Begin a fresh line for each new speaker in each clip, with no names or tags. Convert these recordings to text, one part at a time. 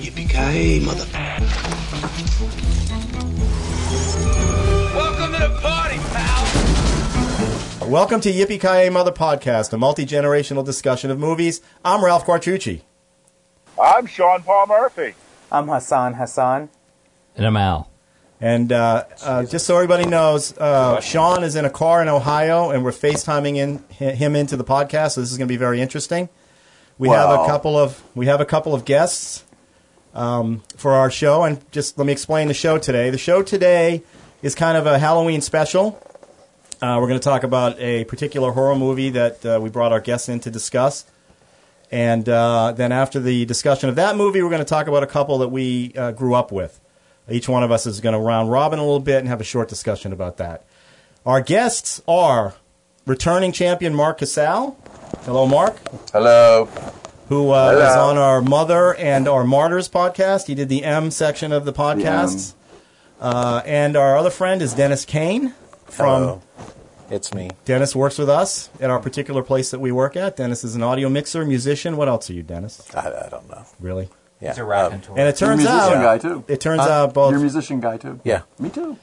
Yippee-ki-yay, mother...
Welcome to the party, pal.
Welcome to Yippee Ki Mother Podcast, a multi generational discussion of movies. I'm Ralph Quartucci.
I'm Sean Paul Murphy.
I'm Hassan Hassan.
And I'm Al.
And uh, uh, just so everybody knows, uh, Sean is in a car in Ohio, and we're FaceTiming in, hi- him into the podcast. So this is going to be very interesting. We have
Wow.
a couple of we have a couple of guests um, for our show, and just let me explain the show today. The show today is kind of a Halloween special. Uh, we're going to talk about a particular horror movie that uh, we brought our guests in to discuss. And uh, then after the discussion of that movie, we're going to talk about a couple that we uh, grew up with. Each one of us is going to round robin a little bit and have a short discussion about that. Our guests are returning champion Mark Casal. Hello, Mark,
Hello.
who uh,
Hello.
is on our Mother and our Martyrs podcast. He did the M section of the podcasts. Uh, and our other friend is Dennis Kane from
Hello. It's me.
Dennis works with us at our particular place that we work at. Dennis is an audio mixer, musician. What else are you, Dennis?
I, I don't know.
Really?
Yeah.
He's a
um,
raconteur.
And it turns
You're a musician guy
out,
too.
it turns out both.
You're a musician guy too.
yeah.
Me too.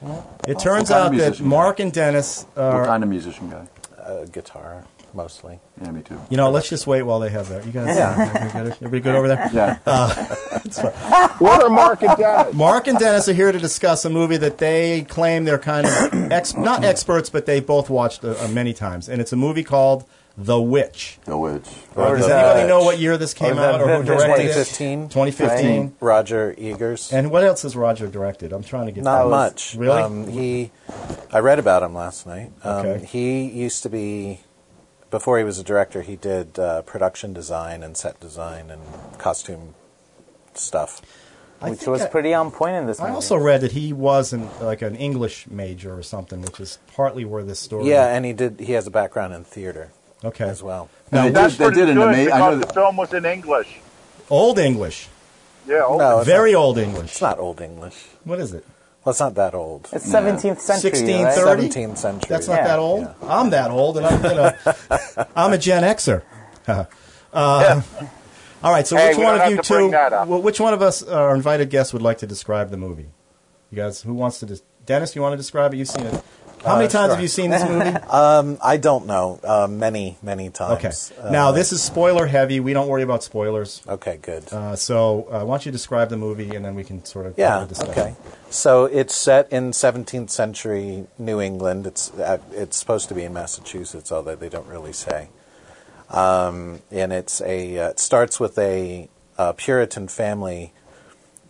it turns
kind of
out that
musician.
Mark and Dennis
What
are.
kind of musician guy?
Uh, guitar mostly.
Yeah, me too.
You know, let's just wait while they have that. You guys, everybody, good, everybody good over there?
Yeah.
What are Mark and Dennis?
Mark and Dennis are here to discuss a movie that they claim they're kind of ex- not experts, but they both watched uh, uh, many times, and it's a movie called The Witch.
The witch.
Or
Does
the-
anybody know what year this came
the-
out or who
the
directed it?
2015,
2015.
Roger Egers.
And what else has Roger directed? I'm trying to get
Not
those.
much.
Really?
Um, he, I read about him last night. Um,
Okay.
He used to be, before he was a director, he did uh, production design and set design and costume stuff.
I
which
think
was
I-
pretty on point in this
I
movie.
also read that he was an, like an English major or something, which is partly where this story.
Yeah, and he did. He has a background in theater
Okay.
as well.
Now,
They
That's
did, they
pretty
did an
good
amazing. I know
because the
that,
film was in English.
old English,
Yeah. oh,
No, it's
very
Not,
old English.
it's not old English.
What is it?
Well, it's not that old.
It's 17th century,
16th,
right?
30?
17th century.
That's not
Yeah.
that old. I'm that old, and I'm you know, I'm a Gen Xer. uh, All right. So
Hey,
which
we
one
don't
of you
have to bring
two?
that up.
wh- Which one of us, our invited guests, would like to describe the movie? You guys, who wants to? Des- Dennis, you want to describe it? You've seen it. How
Uh,
many times
sure.
have you seen this movie?
Um, I don't know. Uh, many, many
Okay.
times. Uh,
now this is spoiler heavy. We don't worry about spoilers.
Okay, good.
Uh, so uh, why don't you describe the movie and then we can sort of have
yeah.
a discussion.
Okay. So it's set in 17th century New England. It's uh, it's supposed to be in Massachusetts, although they don't really say. Um, and it's a uh, it starts with a, uh Puritan family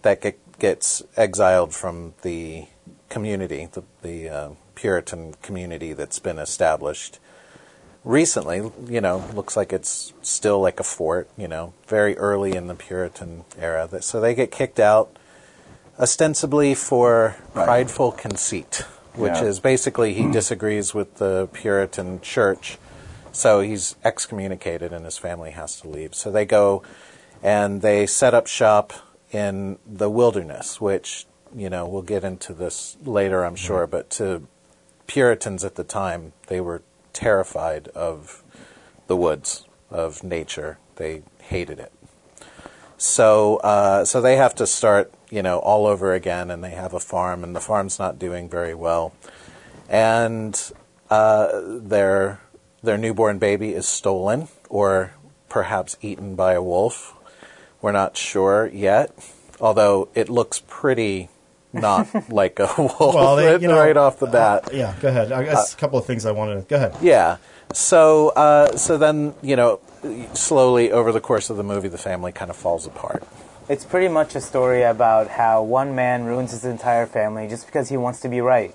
that get, gets exiled from the community, the the uh, Puritan community that's been established. recently, you know, looks like it's still like a fort, you know, very early in the Puritan era. That- So they get kicked out ostensibly for prideful conceit, which
Yeah.
is basically he disagrees with the Puritan church. So he's excommunicated and his family has to leave. So they go and they set up shop in the wilderness, which, you know, we'll get into this later, I'm sure, but to Puritans at the time, they were terrified of the woods, of nature. They hated it. So, uh, so they have to start, you know, all over again, and they have a farm, and the farm's not doing very well, and uh, their their newborn baby is stolen or perhaps eaten by a wolf. We're not sure yet, although it looks pretty not like a wolf
Well, they- you know, uh,
right off the bat.
Yeah, go ahead. I
Uh,
guess a couple of things I wanted to. Go ahead.
Yeah. So uh, so then you know slowly over the course of the movie, the family kind of falls apart.
It's pretty much a story about how one man ruins his entire family just because he wants to be right.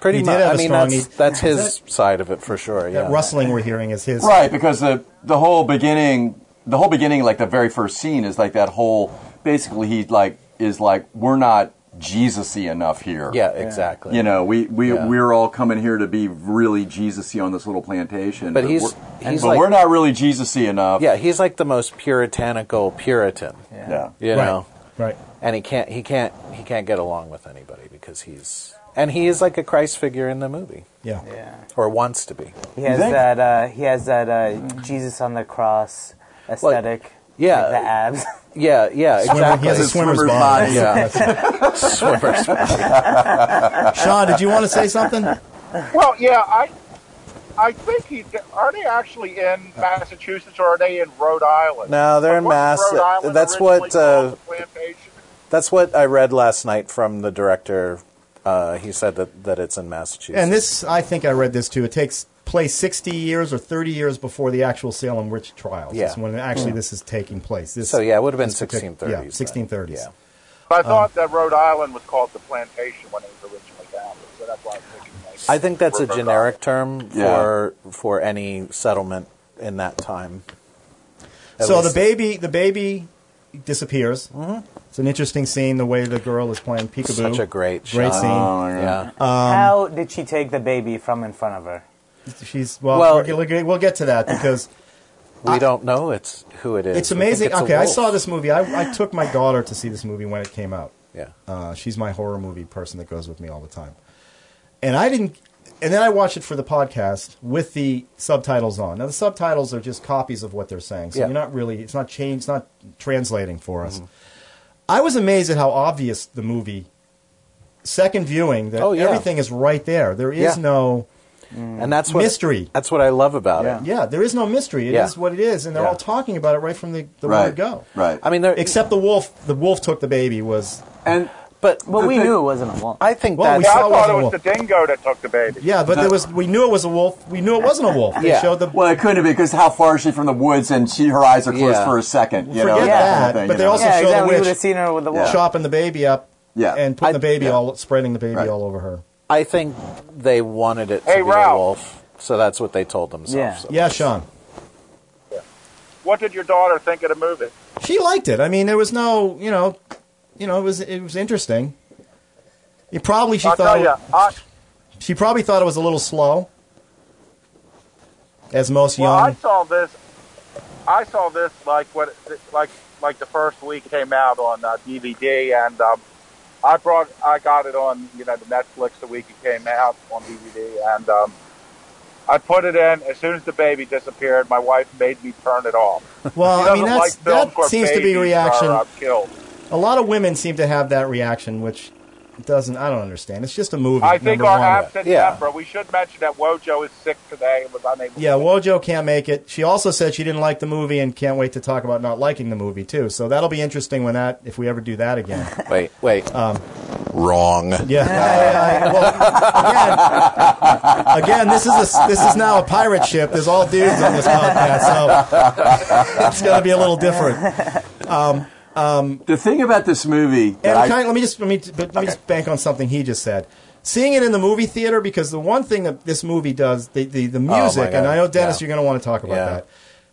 Pretty
He did
much.
have a
I mean,
strong
that's,
e-
that's his side of it for sure. Yeah.
That rustling we're hearing is his.
right, because the the whole beginning, the whole beginning, like the very first scene, is like that whole. Basically, he like is like we're not Jesus-y enough here.
Yeah, exactly.
You know, we we
Yeah.
we're all coming here to be really Jesus-y on this little plantation.
But he's-
we're,
he's
but
like-
we're not really Jesus-y enough.
Yeah, he's like the most puritanical Puritan.
Yeah.
You know,
Right.
and he can't he can't he can't get along with anybody because he's And he is like a Christ figure in the movie,
Yeah.
Yeah.
or wants to be.
He has
think?
that. Uh, he has that uh, Jesus on the cross aesthetic.
yeah.
like the abs.
Yeah, yeah,
Swimmer-
exactly.
he has a
His
swimmer's,
swimmer's
body.
body, yeah.
Swimmer's
Sean, did you want to say something?
Well, yeah, I, I think he are they actually in Massachusetts or are they in Rhode Island?
No, they're in
Wasn't
Mass.
Rhode Island
That's
originally
what,
called
uh,
the plantation?
That's what I read last night from the director. Uh, he said that, that it's in Massachusetts.
And this, I think I read this too. It takes place 60 years or 30 years before the actual Salem witch trials.
Yeah. Hmm.
It's when actually this is taking place. This,
so yeah, it would have been
this partic-
1630s. then.
Yeah, 1630s.
Yeah.
But I thought that Rhode Island was called the plantation when it was originally founded, so that's why I'm thinking. Like,
I think that's a
Rhode Island.
generic term
Yeah.
for for any settlement in that time. At
So the
least-
baby, the baby disappears. It's an interesting scene. The way the girl is playing peekaboo.
Mm-hmm. such a great
great
shot.
Oh, my God.
Yeah.
How did she take the baby from in front of her?
scene. She's well.
Oh. Well-
we're gonna- we'll get to that because
we don't know it's who it is.
it's
We think
amazing.
a
okay, I
wolf.
saw this movie. I, I took my daughter to see this movie when it came out.
Yeah.
Uh, she's my horror movie person that goes with me all the time. And I didn't. And then I watched it for the podcast with the subtitles on. Now the subtitles are just copies of what they're saying, so
Yeah. Mm-hmm.
you're not really. It's not change. It's not translating for us. I was amazed at how obvious the movie. Second viewing, that
Oh, yeah.
everything is right there. There
Yeah.
is no.
And that's what
Mystery.
That's what I love about
Yeah.
it.
Yeah, there is no mystery. It is
Yeah.
what it is, and they're
Yeah.
all talking about it right from the, the
Right.
word go.
Right.
I mean, there,
Except the wolf. The wolf took the baby. Was
and
but
Well,
The
we
thing-
knew it wasn't a wolf.
I think
Well,
that
we
Yeah, I
saw
thought
it
it was
was
the dingo that took the baby.
yeah, but there was. We knew it was a wolf. We knew it wasn't a wolf. They
Yeah.
showed the
well, it couldn't have been because how far is she from the woods? And she, her eyes are closed
Yeah.
for a second. You know,
Forget
kind of
that,
thing,
but
you
they
know.
also
yeah,
show
exactly.
the
We would have
witch
seen her with the wolf.
chopping the baby up,
Yeah.
and putting the baby
yeah.
all spreading the baby
Right.
all over her.
I think they wanted it to
Hey,
be a
Ralph.
wolf, so that's what they told themselves.
Yeah.
So-
Yeah, Sean,
What did your daughter think of the movie?
she liked it. I mean, there was no, you know, you know, it was it was interesting. You probably she
I'll
thought
tell you, I,
she probably thought it was a little slow, as most
well, I
young.
saw this. I saw this like what, like like the first week came out on uh, DVD, and um, I brought, I got it on you know the Netflix the week it came out on DVD, and um, I put it in as soon as the baby disappeared. My wife made me turn it off.
well,
She
I mean, that's,
doesn't like films
that
where
seems to be
babies
a reaction.
Are, uh, killed.
A lot of women seem to have that reaction, which doesn't. I don't understand. It's just a movie.
I think
number
our
one.
absent
Yeah.
member. We should mention that Wojo is sick today and was unable.
Yeah,
to
Wojo can't make it. She also said she didn't like the movie and can't wait to talk about not liking the movie too. So that'll be interesting when that if we ever do that again.
Wait, wait.
Um,
Wrong.
Yeah. I- I- well, again, again, this is a, this is now a pirate ship. There's all dudes on this podcast, so it's going to be a little different.
the thing about this movie, that
And
I-
kind let me just let me but let me just bank on something he just said. Seeing it in the movie theater because the one thing that this movie does the the, the
Oh my
music and
God.
I know Dennis
Yeah.
you're going to want to talk about
Yeah.
that.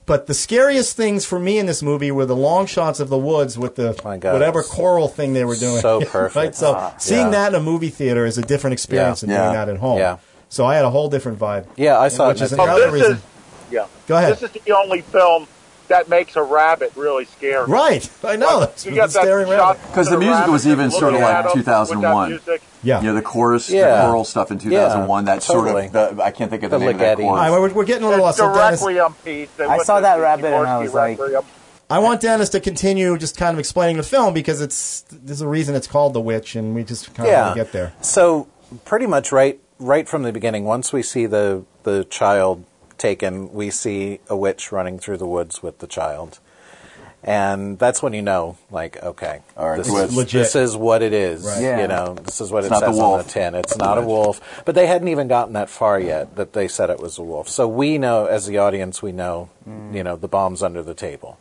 But the scariest things for me in this movie were the long shots of the woods with the
My God.
whatever choral thing they were doing.
So
right?
perfect. Ah,
So seeing
Yeah.
that in a movie theater is a different experience
Yeah.
than doing
Yeah.
that at home.
Yeah.
So I had a whole different vibe.
Yeah, I saw it.
Which
in
is
the
Oh,
another
this
theater.
reason.
is yeah.
Go ahead.
This is the only film that makes a rabbit really scary.
Right. I know. That's
Oh, You
what
got
the
that
staring
shot
rabbit.
Because
to
the music
rabbit
was even
looking
sort of like
at 'em with that
2001.
music.
Yeah.
you know, the chorus,
Yeah.
the choral stuff in 2001.
Yeah,
that
totally.
sort of, the, I can't think of the,
The
name
Ligeti.
of that chorus.
All right, we're, we're getting a little off.
It's
So
the
Dennis,
Requiem piece. They
I
went
saw
to
that
the
rabbit and I
Sikorsky
was like-
Requiem.
I want Dennis to continue just kind of explaining the film because it's there's a reason it's called The Witch, and we just kind of
yeah.
want to get there.
So pretty much right right from the beginning, once we see the the child taken, we see a witch running through the woods with the child. And that's when you know, like, okay,
All right,
this,
it's
is,
legit.
this is what it is.
Right.
Yeah.
You know, this is what it
not the
says on
wolf.
the tin. It's not a wolf. But they hadn't even gotten that far yet that they said it was a wolf. So we know, as the audience, we know,
Mm.
you know, the bomb's under the table.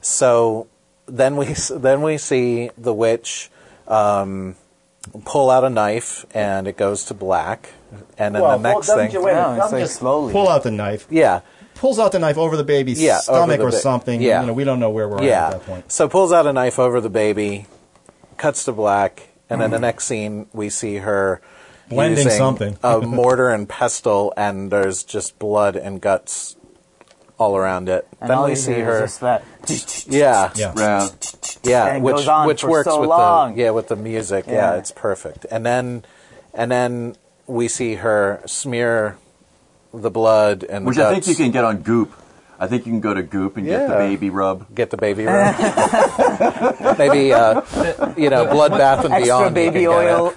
So then we then we see the witch um, pull out a knife, and it goes to black. And then the next thing,
no, it's like
just
slowly.
Pull out the knife.
yeah,
Pulls out the knife over the baby's
Yeah, over
stomach
the
or
ba-
something.
yeah.
You know, we don't know where we're
yeah.
at at that point.
So pulls out a knife over the baby, cuts to black, and then the next scene we see her
Mm-hmm. Blending
using
something.
a mortar and pestle, and there's just blood and guts all around it.
And
then
all
we
you
see
hear is
her,
just that.
yeah,
Yeah.
Yeah.
yeah,
And it
which
goes on
which
for
works
so
with
long.
the yeah with the music. Yeah.
Yeah.
it's perfect. And then and then we see her smear the blood and
Which
the
I think
guts,
you can get on Goop. I think you can go to Goop and get the
Yeah.
baby rub.
get the baby room. Maybe uh, you know, bloodbath and
Extra
beyond. you
baby
can get it.
oil.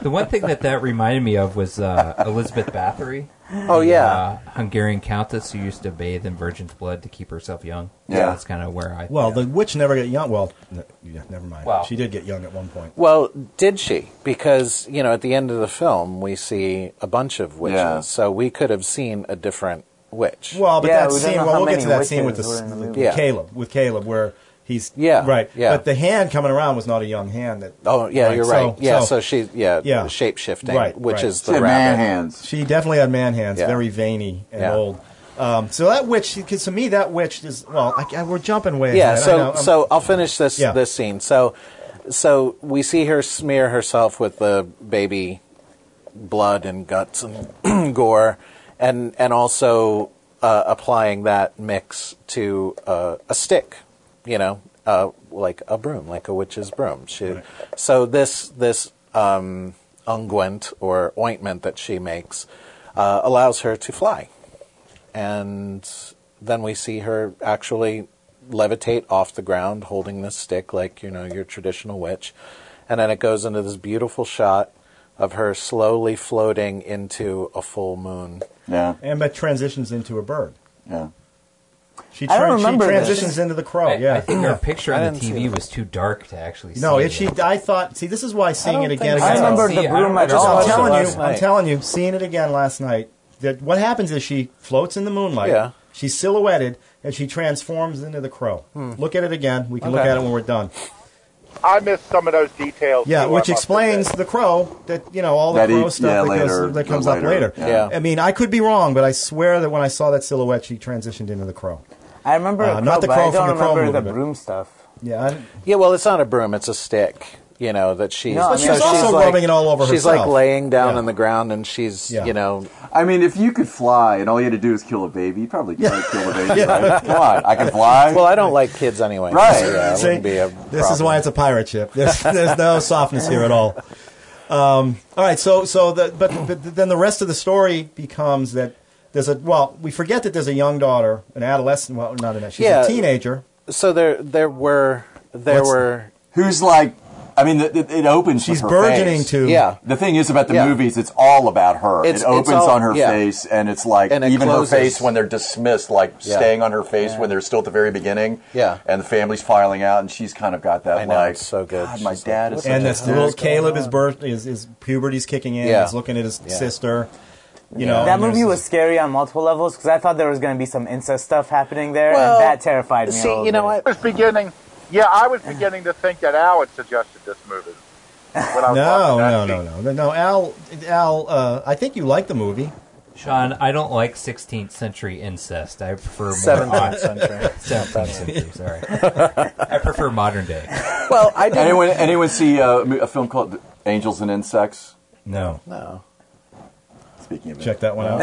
The one thing that that reminded me of was uh, Elizabeth Bathory,
Oh yeah,
uh, Hungarian countess who used to bathe in virgin's blood to keep herself young.
Yeah.
so that's kind of where I.
Well, the witch never got young. Well, n- yeah, never mind.
Well.
She did get young at one point.
Well, did she? Because, you know, at the end of the film, we see a bunch of witches.
Yeah.
So we could have seen a different witch.
Well, but
Yeah,
that
we don't
scene.
know
Well,
how
we'll get
many
to that scene with the,
witches were in the
with
movie.
Yeah.
Caleb with Caleb where he's
Yeah,
right.
yeah.
But the hand coming around was not a young hand. That
oh, yeah, you're right. yeah, so, she, yeah,
Yeah.
shape shifting,
Right,
which
right.
is the
She had man
rabbit.
hands.
she definitely had man hands,
Yeah.
very veiny and
Yeah.
old. Um, so that witch, because to me that witch is well, I, I- we're jumping way.
Yeah,
ahead. I know,
so,
um, I'm-
so I'll finish this,
Yeah.
this scene. So, so we see her smear herself with the baby blood and guts and gore, and, and also uh, applying that mix to uh, a stick, you know, uh, like a broom, like a witch's broom. She, So this this um, unguent or ointment that she makes uh, allows her to fly, and then we see her actually levitate off the ground, holding this stick like you know your traditional witch, and then it goes into this beautiful shot of her slowly floating into a full moon.
Yeah,
and but transitions into a bird.
yeah.
She,
I don't
tran-
remember
she
this.
transitions into the crow.
I,
oh, yeah,
I think her picture
I
on the
didn't see
TV
that.
was too dark to actually.
no,
see
if she,
it.
I thought. See, this is why seeing it
don't
again.
think so.
I
again-
remember
See,
the
I
room at
remember
Just- I'm
all.
watched it
telling you,
last
I'm
night.
telling you, seeing it again last night. That what happens is she floats in the moonlight.
Yeah.
She's silhouetted and she transforms into the crow.
Hmm.
Look at it again. We can look
Okay.
at it when we're done.
I missed some of those details.
Yeah,
too, I
which
must
explains
admit.
the crow that you know all the
That
crow
he-
stuff
yeah,
that, goes-
later,
that comes up
later,
later.
yeah.
I mean, I could be wrong, but I swear that when I saw that silhouette, she transitioned into the crow.
I remember
Uh,
a crow,
not the
but
crow
I don't
from the Crow
remember
movie,
the
but-
broom stuff.
Yeah, I,
Yeah, well, it's not a broom; it's a stick. You know that she's.
No, I But mean- she's
also rubbing it all over
She's like
herself.
laying down
Yeah.
on the ground, and she's
Yeah.
you know.
I mean, if you could fly and all you had to do is kill a baby, you'd probably yeah. kill a baby, right? Come on, I can fly.
Well, I don't like kids anyway.
Right.
so, yeah, it
See,
wouldn't be a
this is
problem.
why it's a pirate ship. There's, there's no softness here at all. Um, all right, so so the, but, but then the rest of the story becomes that there's a well, we forget that there's a young daughter, an adolescent. Well, not an she's
Yeah.
a teenager.
So there, there were, there
What's-
were.
Who's like? I mean, it, it- it opens.
She's
with her
burgeoning
face.
to
Yeah.
The thing is about the
Yeah.
movies, it's all about her.
It's-
it opens
it's all-
on her
yeah.
face, and it's like
And it
even
closes.
her face when they're dismissed, like
Yeah.
staying on her face when they're still at the very beginning.
Yeah.
and the family's filing out, and she's kind of got that
I know,
like
it's so good.
God, my
She's like,
dad is
what
such
and
a
this
dick."
little Caleb is birth is his puberty's kicking in.
Yeah.
He's looking at his
Yeah.
sister. You
Oh,
know
That
and there's
movie
this-
was scary on multiple levels because I thought there was going to be some incest stuff happening there,
Well,
and that terrified me. a
See,
little
you know
bit.
what?
I was beginning. Yeah, I was beginning to think that Al had suggested this movie. When I was
no,
watching that
no,
scene.
no, no, no, no. Al, Al, uh, I think you like the movie.
Sean, I don't like 16th century incest. I prefer
Seventh
more on
century.
17th century. Sorry, I prefer modern day.
Well, I didn't.
anyone anyone see uh, a, mo- a film called Angels and Insects?
No,
No.
Speaking of
check that one out.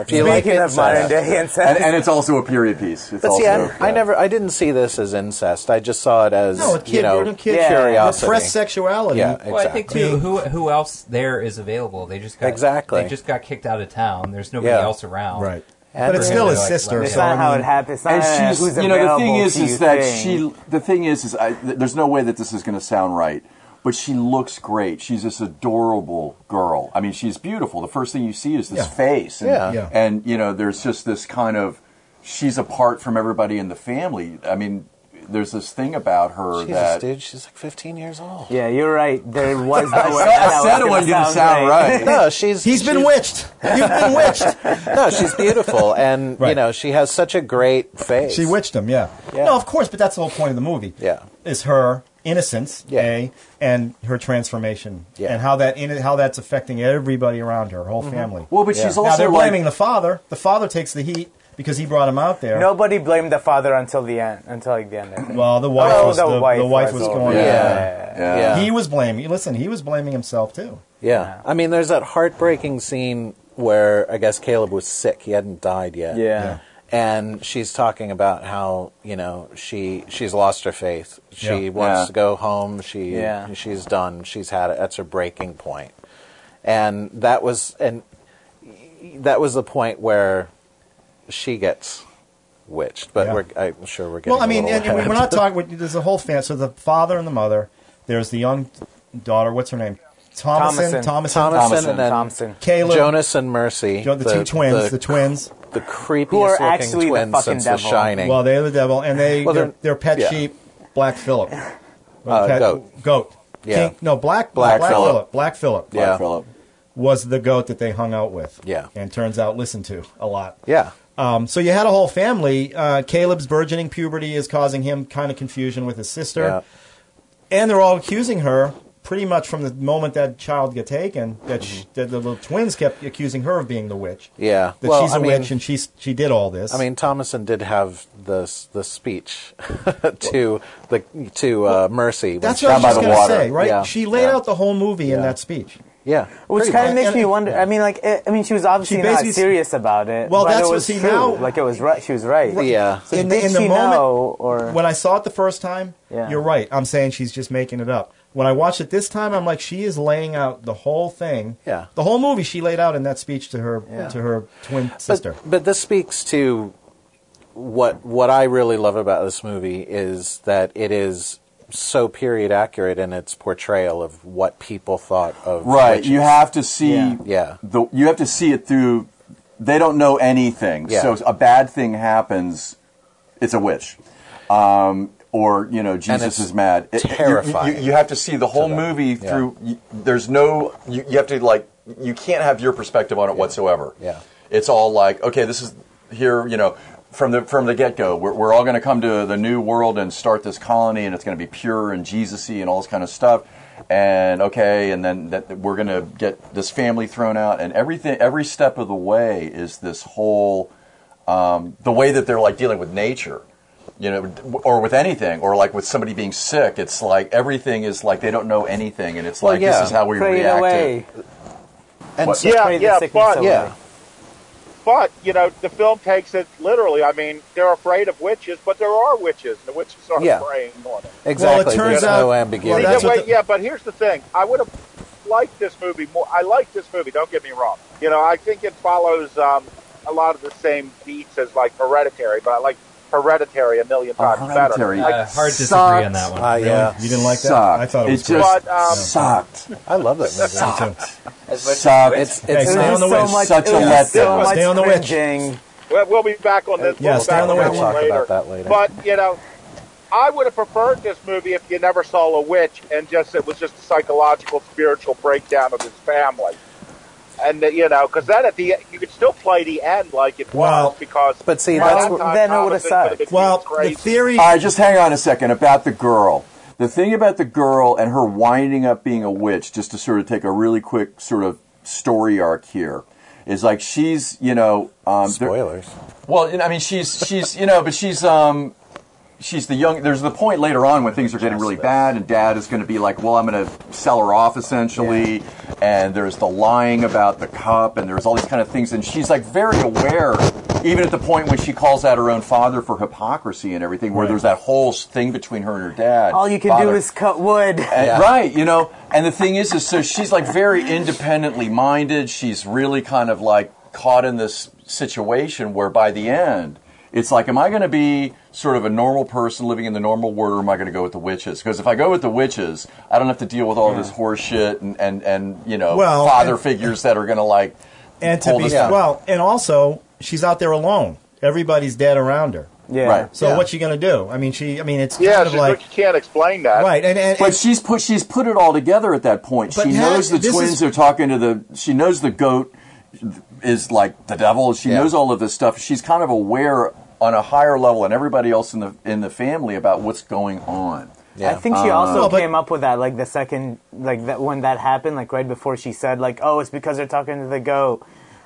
If you like
Speaking of
incest-
modern day incest,
and, and it's also a period piece. It's
But
also,
see, I, I
yeah.
never, I didn't see this as incest. I just saw it as
No, a kid,
you know,
a kid,
Yeah.
curiosity.
repressed sexuality.
Yeah, exactly.
Well, I think
Exactly.
too. Who who else there is available? They just got
Exactly.
They just got kicked out of town. There's nobody
Yeah.
else around.
Right.
And
but it's
really
still his
like-
sister.
like-
it's
so, I
not how
mean-
it happens. It's not
and
uh,
she's
who's
you know the thing
available
is
to
is
you
that
thing.
she the thing is is I, th- there's no way that this is going to sound right but she looks great she's this adorable girl i mean she's beautiful the first thing you see is this
Yeah.
face and,
Yeah.
Yeah.
and you know there's just this kind of she's apart from everybody in the family i mean there's this thing about her
Jesus,
that
dude, she's like 15 years old.
Yeah, you're right. There was no way.
I
that
said it
was
wasn't
gonna
going to sound right.
No, she's
He's been
she's-
witched. You've been witched.
No, she's beautiful, and you
Right.
know she has such a great face.
She witched him, yeah.
Yeah.
No, of course, but that's the whole point of the movie.
Yeah.
Is her innocence,
Yeah.
A, and her transformation.
Yeah.
And how that in, how that's affecting everybody around her, her whole family.
well but she's
Yeah.
also
now they're
like-
blaming the father. The father takes the heat because he brought him out there.
Nobody blamed the father until the end. Until like the end. I think.
Well, the wife
Oh,
was
the
the, the wife,
wife
was
was over.
going.
yeah,
Yeah.
yeah.
Yeah.
He was blaming. Listen, he was blaming himself too.
Yeah. I mean, there's that heartbreaking scene where I guess Caleb was sick. He hadn't died yet.
Yeah.
And she's talking about how, you know, she she's lost her faith. She
Yeah.
wants
Yeah.
to go home. She
Yeah.
she's done. She's had it. That's her breaking point. and that was and that was the point where she gets witched. But
Yeah.
we're, I'm sure we're getting.
Well, I mean,
a
and
little
we're
ahead.
not talking. we- There's a whole fan. So the father and the mother. There's the young daughter. What's her name? Thomason. Thomason.
Thomason.
Thomason,
Thomason.
and then
Thompson.
Caleb.
Jonas and Mercy,
Jo- the, two twins. The, twins.
the creepiest
Who are
looking
actually the
twins
fucking
since The
devil.
Shining.
Well, they're the devil, and they
Well,
they're,
they're-
they're, pet
yeah.
sheep. Black Phillip.
Uh,
Pet-
goat.
Goat.
Yeah.
King- no, black.
Black
Phillip.
Phillip.
Black Phillip.
Black
Yeah.
Phillip.
Was the goat that they hung out with.
Yeah.
And turns out listened to a lot.
yeah,
Um, so you had a whole family. Uh, Caleb's burgeoning puberty is causing him kind of confusion with his sister.
yeah.
and they're all accusing her pretty much from the moment that child got taken that, she,
Mm-hmm.
that the little twins kept accusing her of being the witch
Yeah.
that
well,
she's a
I mean,
witch and she's she did all this
I mean, Thomason did have the the speech to the to uh, Mercy. when
that's
she-
what i was
down by
just
the
going to
water.
say right
Yeah.
she laid
Yeah.
out the whole movie in that speech
yeah.
Which
pretty
kind
much.
of makes
And-
me wonder. I mean, like, it, I mean, she was obviously not
basically-
serious about it.
Well,
but
that's
it
what-
was
see,
true.
now-
like it was right. She was right.
Yeah.
So
In the-
did
in the
she
moment-
know, or
when i saw it the first time
Yeah.
you're right i'm saying she's just making it up when i watched it this time i'm like she is laying out the whole thing
Yeah.
the whole movie she laid out in that speech to her
Yeah.
to her twin sister
But, but this speaks to what what I really love about this movie is that it is so period accurate in its portrayal of what people thought of
Right.
witches.
You have to see.
Yeah.
Yeah.
The, you have to see it through. They don't know anything.
Yeah.
So a bad thing happens. It's a witch. Um, or you know
it's
Jesus is mad. It- you- you-
terrifying
You, you have to see the whole
to them.
movie
Yeah.
through. You, there's no. You, you have to like. You can't have your perspective on it whatsoever.
Yeah.
It's all like okay, this is here. You know. From the from the get go, we're, we're all going to come to the new world and start this colony, and it's going to be pure and Jesusy and all this kind of stuff. And okay, and then that that we're going to get this family thrown out, and everything every step of the way is this whole um, the way that they're like dealing with nature you know or with anything or like with somebody being sick it's like everything is like they don't know anything and it's like
yeah.
this is how we
pray it
react
away.
and
What-
so-
Yeah,
Pray the
yeah,
sickness
but-
away.
yeah.
But you know, the film takes it literally. I mean, they're afraid of witches, but there are witches, and the witches are
Yeah.
preying on it.
exactly.
turns
There's
out-
no
well,
ambiguity.
that's
yeah,
what
wait,
the-
yeah, but here's the thing. I would have liked this movie more. I like this movie. Don't get me wrong. You know, I think it follows um, a lot of the same beats as like Hereditary, but I like Hereditary a million
Uh-huh.
times
Hereditary.
better. Like,
Uh, hard disagree
Sucked.
on that one.
Ah, yeah.
you didn't like that
Sucked.
i thought it was
It
cool.
just
But, um,
sucked
I love that movie.
sucked
As much as
sucked
it's-
It's
Hey,
it's
It was
stay on
just
the
so
witch.
much.
Such
it
a
was
letdown.
So much
Stay on the witch.
cringing.
We'll, we'll be back on this.
Uh, Yeah,
we'll be
stay on
back
the
that
witch.
one
We'll talk about that later.
But you know, I would have preferred this movie if you never saw a witch and just it was just a psychological, spiritual breakdown of his family. And that, you know, because then at the you could still play the end like it
Well,
was because.
but see,
by
that's
that
what-
time,
then it would've
Thomason could've
sucked.
been
well the
crazy.
theory
Uh,
all right just hang on a second about the girl the thing about the girl and her winding up being a witch just to sort of take a really quick sort of story arc here is like she's you know um, there-
Spoilers.
Well, you know, I mean, she's she's you know, but she's um, she's the young. There's the point later on when things are getting really bad, and Dad is going to be like, "Well, I'm going to sell her off essentially," and there's the lying about the cup, and there's all these kind of things, and she's like very aware, even at the point when she calls out her own father for hypocrisy and everything, where there's that whole thing between her and her dad.
All you can do
Father-
is cut wood.
and-
Yeah.
Uh, Right, you know. And the thing is, is so she's like very independently minded. She's really kind of like caught in this situation where by the end, it's like, am I going to be sort of a normal person living in the normal world, or am I going to go with the witches? Because if I go with the witches, I don't have to deal with all this horse shit and and and you know
Well,
father
and-
figures that are going to like
and to
hold
be
us down.
well and also she's out there alone everybody's dead around her
Yeah.
right.
So
Yeah.
what's she gonna do? I mean, she. I mean, it's
yeah,
kind of
she,
like
you can't explain that.
right, and, and,
But she's put she's put it all together at that point.
But
She
now-
knows the
this
twins
is-
are talking to the. She knows the goat is like the devil. She
Yeah.
knows all of this stuff. She's kind of aware on a higher level and everybody else in the in the family about what's going on.
Yeah.
I think she also
Well, Uh, but-
came up with that like the second like that when that happened like right before she said like oh it's because they're talking to the goat.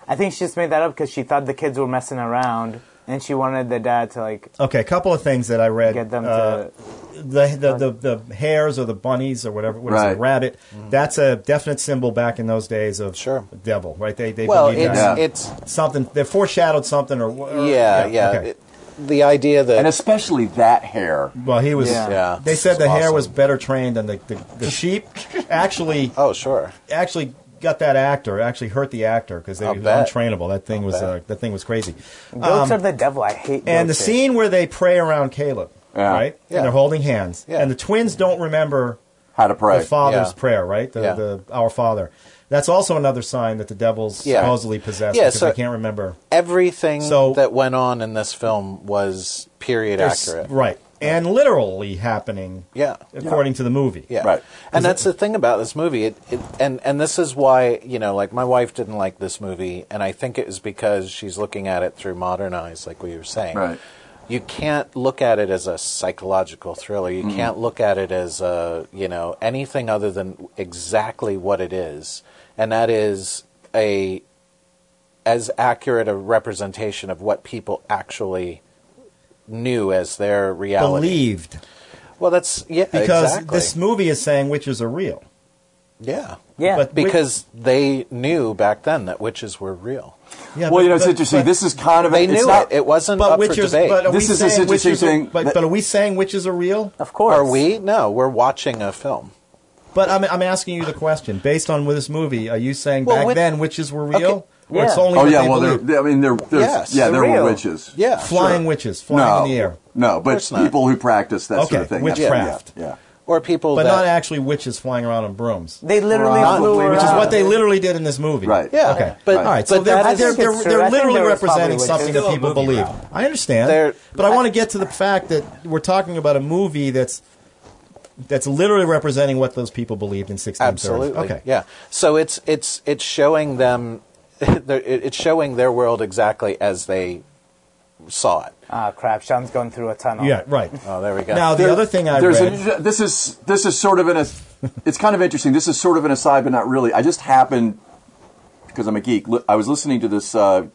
I think she just made that up because she thought the kids were messing around and she wanted the dad to like
okay, a couple of things that I read.
get them
uh,
to
the, the the the hares or the bunnies or whatever. What is it,
Right.
rabbit? That's a definite symbol back in those days of
Sure.
the devil, right? They they
Well,
believed
it's
that.
Yeah.
it's
something. They foreshadowed something or, or
yeah, yeah.
okay.
It- the idea that
And especially that hair.
well, he was.
Yeah.
Yeah.
They said
It's
the hare was
awesome.
better trained than the, the, the sheep. Actually,
oh sure
actually got that actor. It actually hurt the actor because they
I'll
were
bet.
untrainable. That thing was
bet.
uh, that thing was crazy.
Goats are the devil. I hate.
Um, And the
goat shit.
scene where they pray around Caleb,
Yeah.
right?
Yeah.
And they're holding hands,
Yeah.
and the twins don't remember
How to pray.
the father's
Yeah.
prayer, right? The,
Yeah.
the Our Father. That's also another sign that the devil's
Yeah.
supposedly possessed
Yeah,
because
so-
they can't remember.
Everything
So-
that went on in this film was period
There's-
accurate.
Right. And literally happening
Yeah.
according to the movie.
Yeah.
Right.
And that's the thing about this movie. It, it and and this is why, you know, like my wife didn't like this movie and I think it was because she's looking at it through modern eyes like we were saying.
Right.
You can't look at it as a psychological thriller. You can't look at it as a, you know, anything other than exactly what it is. And that is a as accurate a representation of what people actually knew as their reality.
Believed.
Well, that's yeah,
Because
exactly.
this movie is saying witches are real.
yeah.
Yeah.
but-
because they knew back then that witches were real.
Yeah,
well,
but-
you know, it's
but-
interesting.
but-
this is kind of
They
it's
knew
not-
it. It wasn't
but
up
witches,
for debate.
but are
This
we
is this
saying
interesting
witches are-
thing
but,
that-
but are we saying witches are real?
of course.
Are we? No, we're watching a film.
But I'm, I'm asking you the question. Based on this movie, are you saying
Well,
back
wit-
then witches were real?
Okay.
Or it's
Yeah.
only
oh
what
yeah,
they
well, they're,
believe?
they- I mean, they're, there's
Yes,
yeah,
they're
there
real.
were witches.
Yeah,
flying
sure.
witches, flying
no,
in the air.
No, but
course not.
people who practice that sort
Okay,
of thing.
witchcraft.
Yeah, yeah.
or people
But
that
not actually witches flying around on brooms.
They literally
Right.
flew around.
Which is what they literally did in this movie.
Right.
Yeah,
Okay.
but
All right.
but
So they're,
that is-
they're, they're,
it's
they're
true. I think
literally
there was
representing
probably
something
witches.
that
Still a
people
movie
believe.
route.
I understand.
They're-
but I want to get to the fact that we're talking about a movie that's that's literally representing what those people believed in 1630.
absolutely.
Okay.
Yeah. So it's it's it's showing them, they're- it- it's showing their world exactly as they saw it.
Ah, crap. Sean's going through a tunnel.
Yeah, right.
Oh, there we go.
Now, the other thing I
There's
read...
a, this is this is sort of an as- it's kind of interesting. This is sort of an aside, but not really. I just happened because I'm a geek. Li- I was listening to this uh,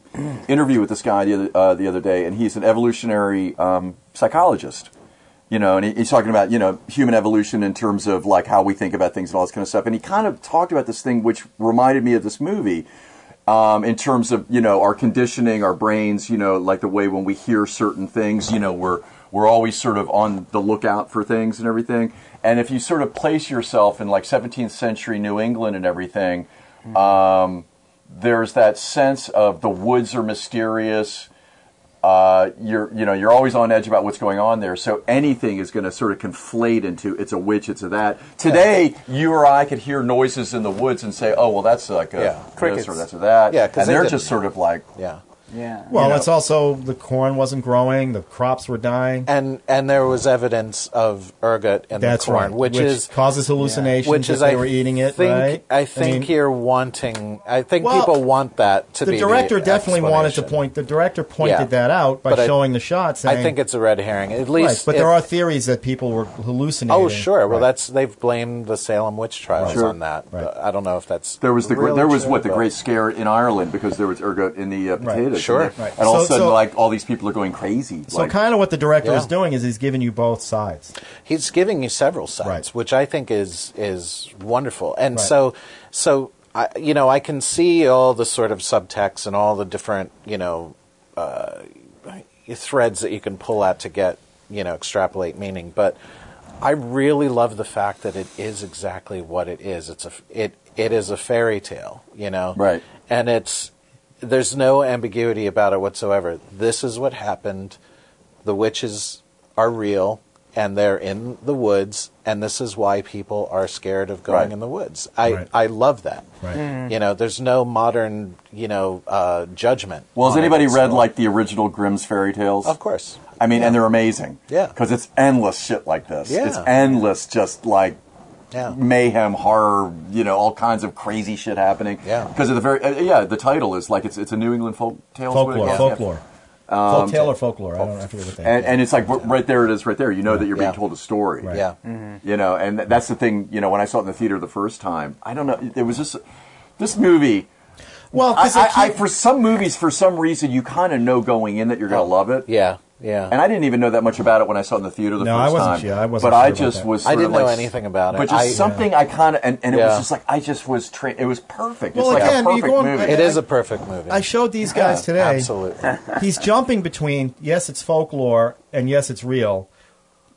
interview with this guy the other, uh, the other day, and he's an evolutionary um, psychologist. You know, and he, he's talking about you know human evolution in terms of like how we think about things and all this kind of stuff. And he kind of talked about this thing, which reminded me of this movie. um, in terms of you know our conditioning, our brains, you know, like the way when we hear certain things, you know, we're we're always sort of on the lookout for things and everything. And if you sort of place yourself in like 17th century New England and everything,
Hmm.
um, there's that sense of the woods are mysterious. Uh, you're you know you're always on edge about what's going on there. So anything is going to sort of conflate into it's a witch, it's a that. Today, you or I could hear noises in the woods and say, oh well, that's like a
Yeah.
this
Crickets.
or that's or that.
Yeah, 'cause
and
they
they're
didn't.
just sort of like
yeah.
Yeah.
Well,
you know.
it's also the corn wasn't growing, the crops were dying.
And and there was evidence of ergot in
That's
the corn,
right,
which, is
causes hallucinations.
which is
if they
I
were eating it,
think,
right?
I think
mean,
you're wanting. I think
Well,
people want that to
the
be
director definitely wanted to
explanation.
point. The director pointed
Yeah.
that out by
But I-
showing the shot, saying,
I think it's a red herring. At
Right,
least,
but
it-
there are theories that people were hallucinating.
Oh, sure. Well,
Right.
that's they've blamed the Salem witch trials
Sure.
on that.
Right.
But I don't know if that's
there was the gr-
really
there was
true,
what the
but-
great scare in Ireland because there was ergot in the uh, potatoes.
Sure.
and, they-
Right.
and all of a
So-
sudden,
so-
like all these people are going crazy.
So,
like,
kind of what the director
Yeah.
is doing is he's giving you both sides.
he's giving you several sides,
Right.
which I think is is wonderful. And
Right.
so so I, you know I can see all the sort of subtext and all the different you know uh, threads that you can pull out to get you know extrapolate meaning, but. I really love the fact that it is exactly what it is. It's a it it is a fairy tale, you know.
Right.
And it's there's no ambiguity about it whatsoever. This is what happened. The witches are real and they're in the woods and this is why people are scared of going
Right.
in the woods. I
Right.
I love that.
Right.
You know, there's no modern, you know, uh, judgment.
well, has
on it
anybody read
whatsoever.
like the original Grimm's fairy tales?
Of course.
I mean, and they're amazing.
Yeah.
because it's endless shit like this.
Yeah.
it's endless, just like
Yeah.
mayhem, horror, you know, all kinds of crazy shit happening.
Yeah.
because of the very uh, yeah, the title is like it's it's a New England folk tales what do they
Folklore,
call it?
folklore,
Um,
folk tale or folklore. I don't know. I forget what they.
And, and it's like right there it is, right there. You know that you're
Yeah.
being told a story.
Right.
Yeah.
you know and th- that's the thing you know when i saw it in the theater the first time i don't know there was just this movie
well,
I,
'cause they
I, I,
keep-
for some movies for some reason you kind of know going in that you're going to love it
Yeah. Yeah.
and i didn't even know that much about it when i saw it in the theater the
No,
first
I wasn't
time
sure- I wasn't
but
sure
i
about
just
that.
was
I
sort
didn't
of like,
know anything about it.
but just
I-
something i kind of and, and it
Yeah.
was just like i just was tra- it was perfect
Well,
it's like
again,
a
you
perfect
go on-
movie
it is a perfect movie.
I showed these guys
Yeah,
today.
Absolutely.
he's jumping between yes, it's folklore and yes, it's real.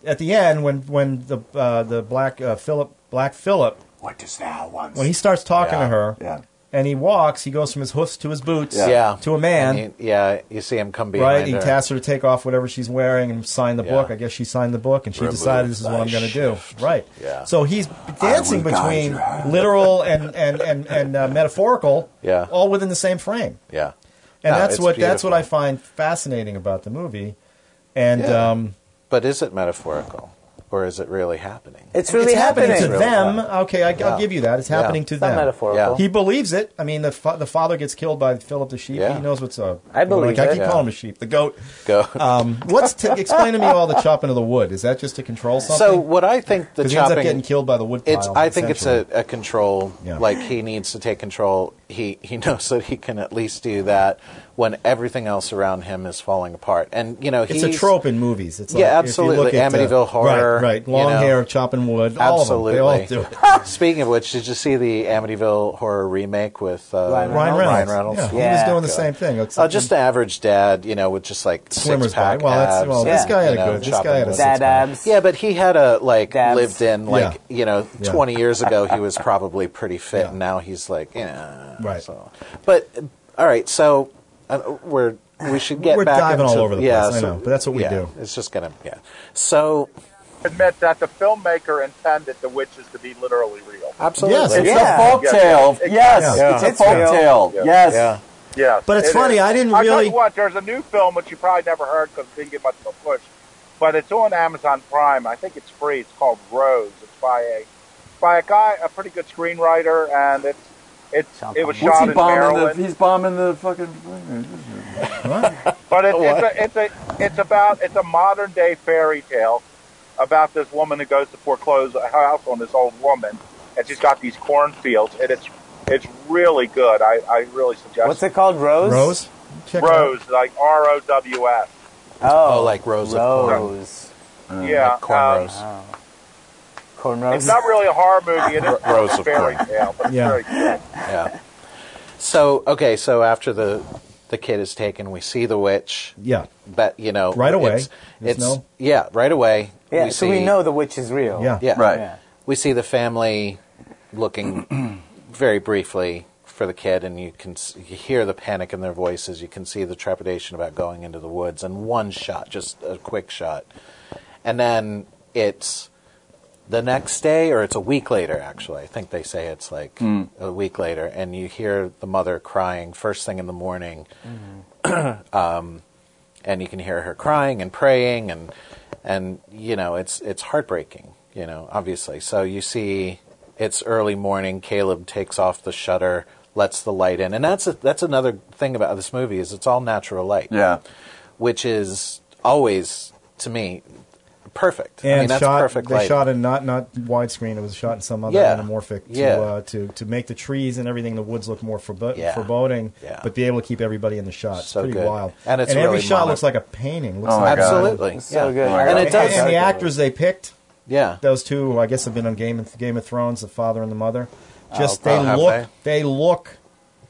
At the end, when when the uh, the black uh, Philip Black Philip
What dost thou want?
When he starts talking
Yeah.
to her
yeah.
and he walks, he goes from his hoofs to his boots
Yeah.
yeah.
to a man.
And he- yeah, you see him come behind
Right, he
her.
tasked her to take off whatever she's wearing and sign the
Yeah.
book. I guess she signed the book and she
Remove
decided this is what
thy
I'm going to do. Right.
Yeah.
So he's dancing
will guide
between
your hand.
literal and and and, and uh, metaphorical.
Yeah.
All within the same frame,
yeah.
and
No,
that's
it's
what that's what I
beautiful.
find fascinating about the movie. And
Yeah.
um,
But is it metaphorical, or is it really happening?
It's really
it's happening,
happening.
to
Really
them.
happening.
Okay, I,
Yeah.
I'll give you that. It's
Yeah.
happening to
It's
them.
not metaphorical.
He believes it. I mean, the fa- the father gets killed by Philip the sheep.
Yeah.
He knows what's up.
I believe
I
it.
keep
Yeah.
calling him a sheep. The goat.
Go.
Um, what's t- explain to me all the chopping of the wood? Is that just to control something?
so what I think the
because he ends
chopping
up getting killed by the wood pile.
It's. I think it's a, a control.
Yeah.
Like he needs to take control. He he knows that he can at least do that when everything else around him is falling apart. And you know,
essentially.
he's,
it's a trope in movies. It's
Yeah,
like if you look
absolutely.
at, uh,
Amityville horror,
Right, right.
you
Long
know.
hair, chopping wood.
Absolutely.
All of them. They all do.
Speaking of which, did you see the Amityville horror remake with uh,
Ryan
Ryan
Reynolds.
Ryan Reynolds?
Yeah,
Yeah.
he was doing the
Good.
same thing.
Oh,
except
just the average dad, you know, with just like
Swimmer's
six pack
body. Well, that's-
abs
well,
this
and,
guy
had
you
a
know,
good- this guy
chopping
had a
wood.
Dad abs.
Yeah, but he had a like
Dabs.
lived in like you know
Yeah.
twenty years ago he was probably pretty fit,
Yeah.
and now he's like yeah.
Right.
So, but uh, all right, so uh, we're we should get
We're
back
diving all
into-
over the
yeah,
place, I
so-
know, but that's what we
yeah,
do.
It's just gonna yeah. So
Admit that the filmmaker intended the witches to be literally real.
absolutely,
Yes,
It's
Yeah.
a folk tale.
Yeah.
Yes,
Yeah.
it's a
It's
folk
real.
tale.
Yeah.
Yes.
yeah.
Yes,
But it's
it
funny,
is.
I didn't
I tell
really-
you what, there's a new film which you probably never heard because it didn't get much of a push, but it's on Amazon Prime. I think it's free. It's called Rose. It's by a by a guy, a pretty good screenwriter, and it's it's
Sounds
it was
What's
shot
he
in
bombing? The,
Maryland.
he's bombing the fucking.
But it's, it's, a, it's a it's about it's a modern day fairy tale about this woman who goes to foreclose a house on this old woman, and she's got these cornfields, and it's it's really good. I, I really suggest
What's it called? Rose.
Rose. Check it out.
Rose like R O W S.
Oh,
Oh, like Rose of
Rose.
yeah,
like cornrows.
um,
Cornrows.
it's not really a horror movie. It is
R- Rose
a
of
fairy
Corn.
tale, but it's
Yeah.
very good.
yeah. So okay, so after the the kid is taken, we see the witch.
Yeah.
But you know,
Right away.
It's,
There's
it's
no-
yeah, right away.
yeah, so we
see-
know the witch is real.
Yeah.
Yeah,
Right.
Yeah.
We see the family looking very briefly for the kid, and you can s- you hear the panic in their voices. You can see the trepidation about going into the woods, and one shot, just a quick shot, and then it's the next day, or it's a week later. Actually, I think they say it's like a week later, and you hear the mother crying first thing in the morning Um, and you can hear her crying and praying and and you know it's it's heartbreaking you know obviously so you see it's early morning caleb takes off the shutter lets the light in and that's a, that's another thing about this movie is it's all natural light
Yeah.
which is always to me perfect
And
i mean that's
shot,
perfect
they
light
shot in not not widescreen. It was shot in some other
Yeah.
anamorphic to,
Yeah.
uh, to to make the trees and everything in the woods look more forebo-
Yeah.
foreboding,
Yeah.
but be able to keep everybody in the shot. It's
So
pretty
good.
wild.
And it's
every
really
shot
modern.
looks like a painting. Looks
Oh my
like
God.
absolutely
It's so
yeah.
good.
Oh my
and
God.
it does
And the actors they picked,
yeah
those two, who I guess, have been on Game of, Game of Thrones, the father and the mother.
Oh,
Just they
have
look, they? look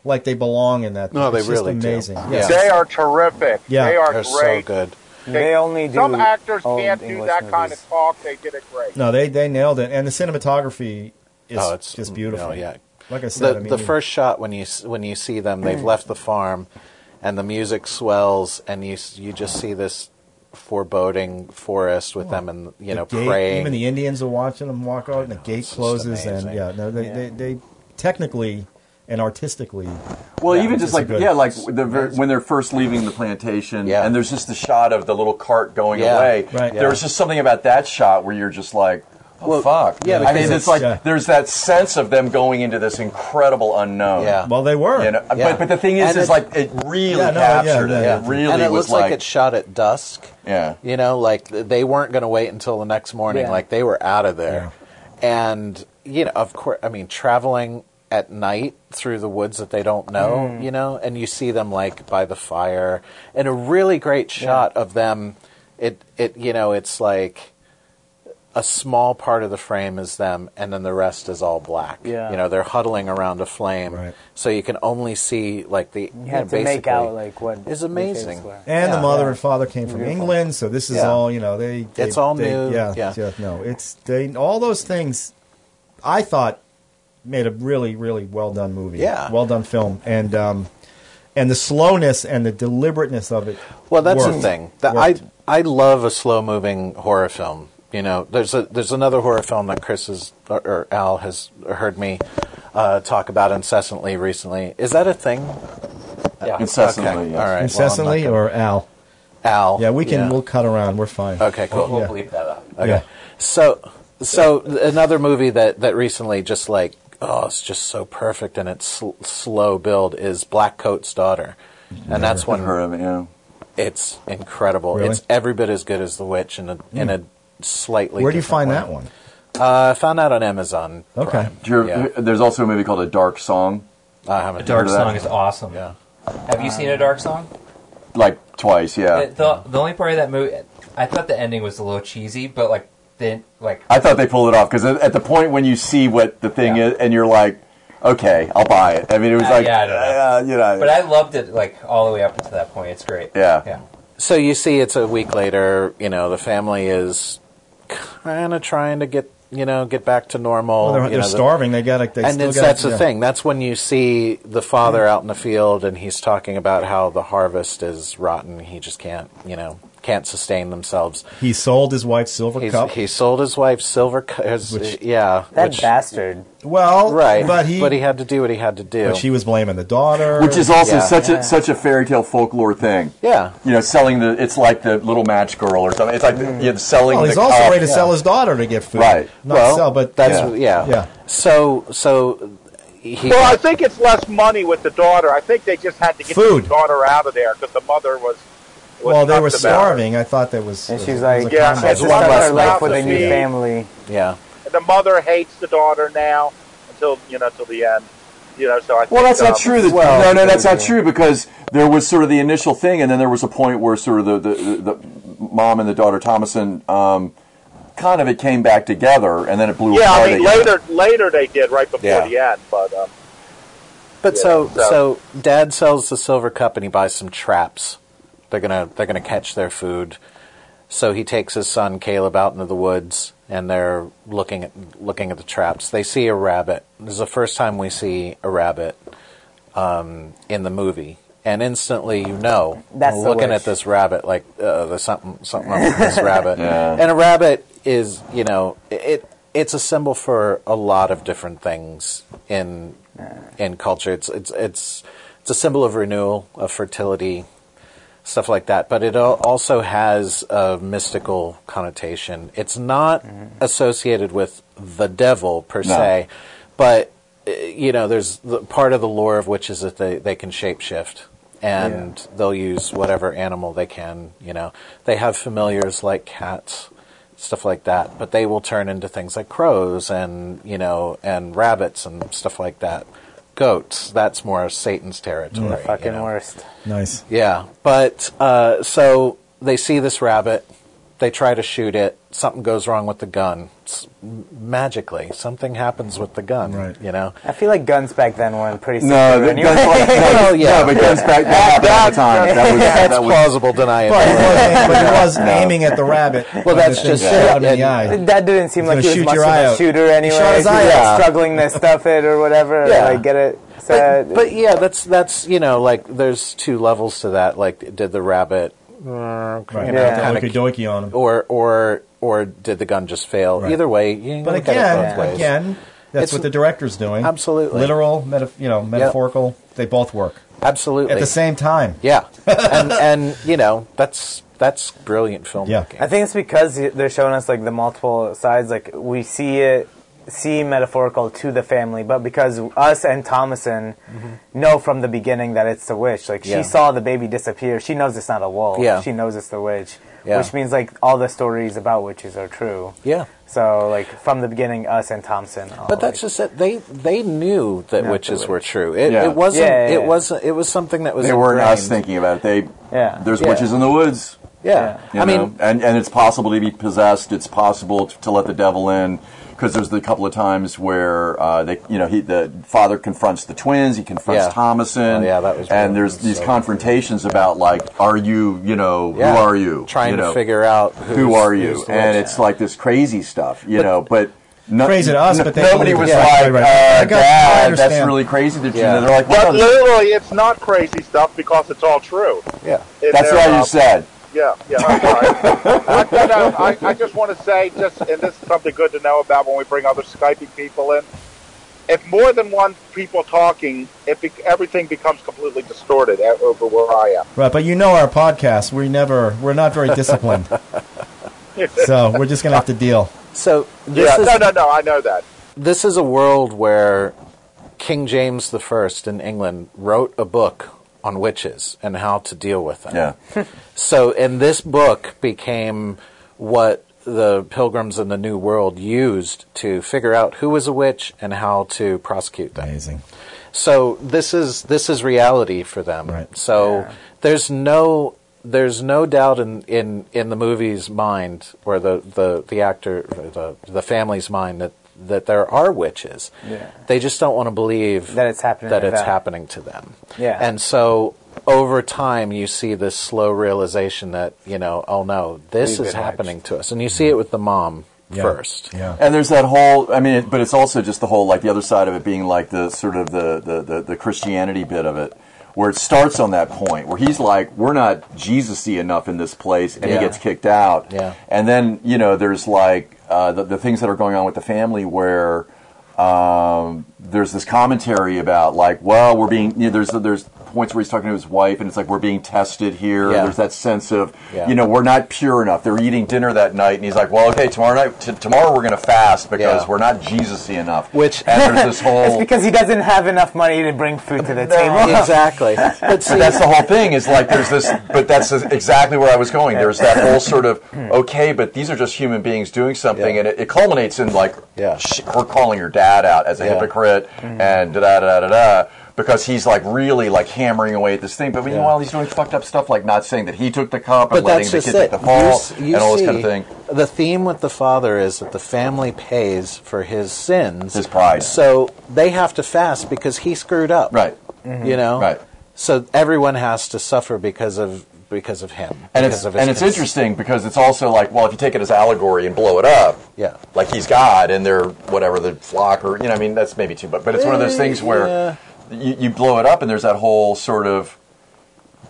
like they belong in that.
No, they
it's
really
just
do.
amazing.
Yeah.
Yes.
They are terrific.
Yeah.
they are
they're so
great.
good
They only do
Some actors
old
can't do
English
that kind
movies.
of talk. They did it great.
No, they they nailed it, and the cinematography is
oh, it's
just beautiful.
no, yeah
Like I said,
the,
I mean,
the
you-
first shot when you s- when you see them, they've
Mm.
left the farm, and the music swells, and you s- you just see this foreboding forest with them, and you know
Oh. the gate,
praying.
Even the Indians are watching them walk out, and the gate
it's just
closes, and
amazing.
yeah, no, they,
Yeah.
They, they technically and artistically.
Well,
Yeah,
even
it's
just
a
like
good-
yeah, like the, ver- when they're first leaving the plantation,
Yeah.
and there's just the shot of the little cart going
Yeah.
away.
Right.
There was just something about that shot where you're just like. Oh,
Well,
fuck!
yeah,
I
because
mean,
it's-
it's like
yeah.
there's that sense of them going into this incredible unknown.
Yeah.
Well, they were.
you know?
Yeah.
But, but the thing is,
And
is
it-
like it really
Yeah, no, yeah,
captured
yeah,
it.
yeah.
It really
and it
was
looks like, it's shot at dusk.
Yeah.
you know, like th- they weren't going to wait until the next morning.
Yeah.
Like they were out of there, and you know, of course, I mean, traveling at night through the woods that they don't know,
Mm.
you know, and you see them like by the fire, and a really great shot of them. It it you know, it's like a small part of the frame is them, and then the rest is all black.
Yeah.
you know, they're huddling around a flame,
Right.
so you can only see like the
You have to make out like what
is
the faces
amazing.
were.
And
Yeah.
the mother and father came from
Beautiful.
England, so this is
Yeah.
all you know. They, they-
It's all
they-
new,
Yeah,
yeah.
No, it's they all those things. I thought made a really, really well done movie.
Yeah.
well done film, and um, and the slowness and the deliberateness of it.
Well, that's the
worked.
thing. That I
Worked.
I love a slow moving horror film. You know, there's a there's another horror film that Chris has, or, or Al has heard me uh, talk about incessantly recently. Is that a thing?
Yeah.
Incessantly, yes.
All right.
incessantly
well, I'm not
or Al.
gonna- Al.
Yeah, we can.
Yeah.
We'll cut around. We're fine.
Okay. Cool.
We'll, we'll
Yeah.
bleep that out.
Okay.
Yeah.
So, so another movie that that recently just like oh, it's just so perfect and it's sl- slow build is Black Coat's Daughter, and that's
I've
one
heard of it, yeah.
it's incredible.
Really? Hmm.
It's every bit as good as The Witch in a in a slightly.
Where do you
different
find
way.
that one?
Uh, I found out on Amazon.
Okay.
Prime.
Do you-
Yeah.
There's also a movie called A Dark Song,
I haven't.
Dark
Dark
Heard of that? Song
Song
is
is awesome.
Yeah.
Have you seen a Dark Song?
like twice, yeah.
The, the only part of that movie, I thought the ending was a little cheesy, but like then like
I thought they pulled it off because at, at the point when you see what the thing
Yeah.
is, and you're like, okay, I'll buy it. I mean, it was
Uh,
like,
yeah, I don't know.
uh, you know,
But I loved it like all the way up to that point. It's great.
Yeah.
Yeah.
So you see, it's a week later. You know, the family is kind of trying to get you know get back to normal.
Well, they're
you
they're
know, the-
starving. They got to.
and it's, that's the thing. That's when you see the father out in the field, and he's talking about how the harvest is rotten. He just can't, you know, can't sustain themselves.
He sold his wife's silver
He's,
cup.
he sold his wife silver. cu- His,
Which-
yeah,
That
which-
bastard.
well,
right?
but he,
had to do what he had to do.
but she was blaming the daughter,
which is also
Yeah.
such a such a fairy tale folklore thing.
yeah,
You know, selling the it's like the little match girl or something. It's like you're selling.
Well,
the
he's also
cup.
ready to sell his daughter to get food,
Right.
Not
well,
sell, but
that's
yeah,
yeah. So so he
Well, I think it's less money with the daughter. I think they just had to get
Food.
the daughter out of there because the mother was. was
Well, they were
nuts about her.
starving. I thought that was.
And
it
she's
was
like,
a
Yeah,
combo.
she has to
it's a lot
start
less
her life
mouth
with
to
a new
feed.
family.
yeah.
The mother hates the daughter now until you know till the end. You know, so I.
Well,
think,
that's not
um,
true. That,
well,
no, no, that's
yeah.
not true because there was sort of the initial thing, and then there was a point where sort of the the, the mom and the daughter Thomason um, kind of it came back together, and then it blew
Yeah,
apart.
I mean
again.
later, later they did right before
Yeah.
the end, but um,
But
Yeah,
so,
so-
so dad sells the silver cup and he buys some traps. They're gonna they're gonna catch their food. So he takes his son Caleb out into the woods and they're looking at looking at the traps. They see a rabbit. This is the first time we see a rabbit um, in the movie. And instantly, you know,
That's the
looking
wish.
at this rabbit, like uh, there's something, something up with this rabbit.
Yeah.
And a rabbit is, you know, it it's a symbol for a lot of different things in in culture. It's it's it's it's a symbol of renewal, of fertility, stuff like that. But it al- also has a mystical connotation. It's not associated with the devil per
No.
se, but uh, you know, there's the, part of the lore of witches that they they can shapeshift. And they'll use whatever animal they can. You know, they have familiars like cats stuff like that. But they will turn into things like crows and you know and rabbits and stuff like that. Goats. That's more Satan's territory. you
Mm, Fucking
know.
worst.
nice.
Yeah, but uh, so they see this rabbit. They try to shoot it. Something goes wrong with the gun. S- magically, something happens with the gun.
Right.
You know.
I feel like guns back then were pretty safe.
No, the
anyway.
guns, no,
Oh,
Well, yeah.
no, but guns back that happened all the time. That was,
That's
that was,
plausible
But he
deniability.
was, aiming, but he was aiming at the rabbit.
Well, that's
When the
just
thing
it.
shot him in
And-
the eye.
That didn't seem
He's
like
gonna
he was
shoot
much
your
of
eye
a
out.
shooter anyway.
shot his
He
eye
was
out.
struggling to stuff it or whatever,
Yeah.
like get it. So
but, but yeah, that's that's you know like there's two levels to that. Like, did the rabbit
Right.
you know,
Yeah.
kinda
Okie dokie on him.
or or or did the gun just fail?
Right.
Either way, you can
But
look at it
again,
both ways.
again, that's
It's-
what the director's doing.
Absolutely.
literal, metaf- you know, metaphorical. They both work
absolutely,
at the same time.
yeah, and and you know that's that's brilliant filmmaking.
I think it's because they're showing us like the multiple sides. Like we see it, see metaphorical to the family, but because us and Thomason know from the beginning that it's the witch. Like
Yeah.
she saw the baby disappear. She knows it's not a wolf.
Yeah.
She knows it's the witch,
Yeah.
which means like all the stories about witches are true.
yeah,
So like from the beginning, us and Thompson. all,
but that's
like-
just it. They they knew that
Not
witches
the
were
witch.
true. It,
Yeah.
it wasn't.
Yeah, yeah,
It
yeah.
wasn't. It was something that was.
they weren't us
ingrained.
thinking about it. They
Yeah.
there's
Yeah.
witches in the woods.
Yeah,
You
I mean,
know? and and it's possible to be possessed. It's possible t- to let the devil in because there's the couple of times where uh, they, you know, he the father confronts the twins. He confronts
Yeah.
Thomason.
Oh, yeah, that was
And
brilliant.
there's these
So-
confrontations about like, are you, you know,
yeah,
who are you?
Trying
You know,
to figure out
who
who's-
are you,
who's the
and
witch.
it's like this crazy stuff, you know. But No-
phrase at us,
no-
but they
nobody
believe
was
it. Yeah,
like,
right, right. I
Uh,
got- I
"Dad, that's
understand."
really crazy." That you,
Yeah.
They're like,
But
"Well,
literally, it's not crazy stuff because it's all true.
Yeah.
In
that's
their,
what
uh,
you said."
Yeah, yeah. I'm sorry. I, no, no, I, I just want to say, just and this is something good to know about when we bring other Skyping people in. If more than one people talking, it be, everything becomes completely distorted at, over where I am.
Right, but you know our podcast. We never, we're not very disciplined, so we're just gonna have to deal.
So this
yeah,
is
no, no, no. I know that.
this is a world where King James the First in England wrote a book on witches and how to deal with them.
Yeah.
So, and this book became what the pilgrims in the New World used to figure out who was a witch and how to prosecute them.
Amazing.
So this is this is reality for them.
Right.
So there's no there's no doubt in, in, in the movie's mind or the, the, the actor the the family's mind that, that there are witches.
Yeah.
They just don't want to believe
That it's happening
that
to
it's
them.
happening to them.
Yeah.
And so over time you see this slow realization that, you know, oh no, this
We've
is
been witched.
happening to us. And you see it with the mom first.
Yeah.
And there's that whole, I mean, it, but it's also just the whole, like the other side of it being like the sort of the, the, the, the Christianity bit of it, where it starts on that point where he's like, we're not Jesus-y enough in this place, and
Yeah.
he gets kicked out.
Yeah.
And then, you know, there's like uh, the, the things that are going on with the family where um, there's this commentary about like, well, we're being, you know, there's, there's points where he's talking to his wife, and it's like, we're being tested here.
Yeah.
There's that sense of,
Yeah.
you know, we're not pure enough. They're eating dinner that night, and he's like, "Well, okay, tomorrow night, t- tomorrow we're going to fast because
Yeah.
we're not Jesus-y enough."
Which-
and there's this
It's
whole
because he doesn't have enough money to bring food to the table.
exactly. But see,
but that's the whole thing is like there's this, but that's exactly where I was going. There's that whole sort of okay, but these are just human beings doing something,
Hmm. Yeah.
and it, it culminates in like
Yeah.
sh- her calling her dad out as a
Yeah. Hmm.
hypocrite and da da da da da. Because he's like really like hammering away at this thing, but meanwhile he's doing fucked up stuff like not saying that he took the cup and letting the kid take the
You
fall
s- you
and all this kind
see,
of thing.
The theme with the father is that the family pays for his sins,
His pride.
So they have to fast because he screwed up,
Right.
You know,
Right.
So everyone has to suffer because of because of him,
and
because
it's
of
and
his
it's
sins.
interesting because it's also like, well, if you take it as allegory and blow it up,
Yeah.
like he's God and they're whatever the flock or you know, I mean, that's maybe too, but but it's one of those things where you, you blow it up and there's that whole sort of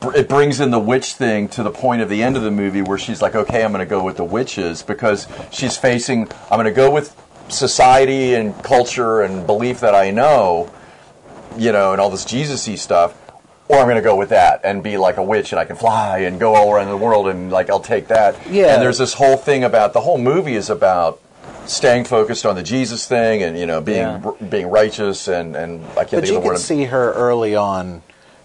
br- it brings in the witch thing to the point of the end of the movie where she's like, okay, I'm going to go with the witches because she's facing, I'm going to go with society and culture and belief that I know, you know, and all this Jesus-y stuff, or I'm going to go with that and be like a witch and I can fly and go all around the world and like I'll take that.
Yeah.
And there's this whole thing about the whole movie is about staying focused on the Jesus thing and you know being
Yeah.
r- being righteous and and I can't
But
think
you
of the word.
can
I'm-
see her early on.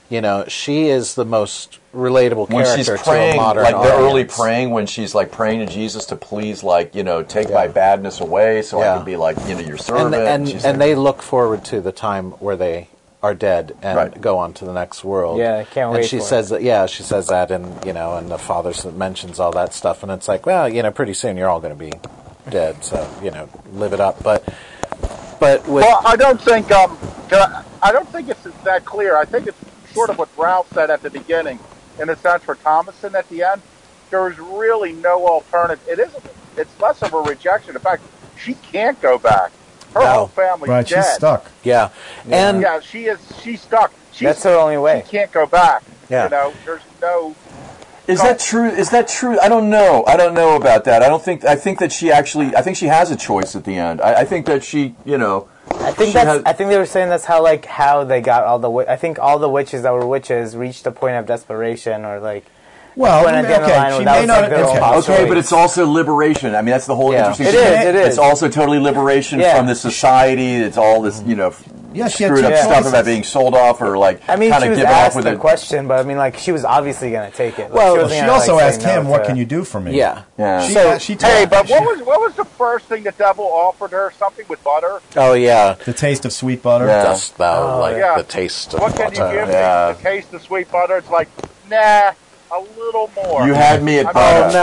You know, she is the most relatable
when
character
she's
to a
praying,
modern
like the early
audience.
praying when she's like praying to Jesus to please, like you know, take
Yeah.
my badness away so
Yeah.
I can be like you know your servant.
and and,
she's
and
like-
they look forward to the time where they are dead and
Right.
go on to the next world.
Yeah, I can't
And
wait
she
for it.
says that. Yeah, she says that, and you know, and the father s- mentions all that stuff, and it's like, well, you know, pretty soon you're all going to be dead, so you know, live it up. But but with
Well, I don't think um, I I don't think it's that clear. I think it's sort of what Ralph said at the beginning, in a sense for Thomason at the end. There is really no alternative. It isn't. It's less of a rejection. In fact, she can't go back. Her
No.
whole family's
Right,
dead.
she's stuck.
yeah, and
yeah, she is. She's stuck. She's,
That's her only way.
She can't go back.
Yeah.
You know, there's no.
Is that true? Is that true? I don't know. I don't know about that. I don't think. I think that she actually. I think she has a choice at the end. I, I think that she. You know.
I think
She
that's.
has-
I think they were saying that's how like how they got all the. wi- I think all the witches that were witches reached a point of desperation or like.
Well,
When I get on the line
okay, she
without
may not.
something
Okay.
wrong.
Okay,
choice.
but it's also liberation. I mean, that's the whole
Yeah.
interesting.
It
thing.
is, it is.
It's also totally liberation
Yeah.
from the society. It's all this. You know.
Yeah, she had
screwed
two
up stuff
choices.
about being sold off or like
I mean,
kind
she
of
was
giving up
asked
with
the
it.
question, but I mean, like she was obviously going to take it. Like,
Well,
wasn't
She
gonna, like,
also
say
asked
no
him,
to-
"What can you do for me?"
yeah.
Yeah.
She,
So-
she told
Hey, but
she-
what was what was the first thing the devil offered her? Something with butter.
Oh yeah. Oh,
the taste of sweet butter?
Yeah.
Dost thou like
yeah.
the taste of
What can you
butter?
give
yeah.
me? The taste of sweet butter. It's like, nah, a little more.
You had me at
I mean-
butter.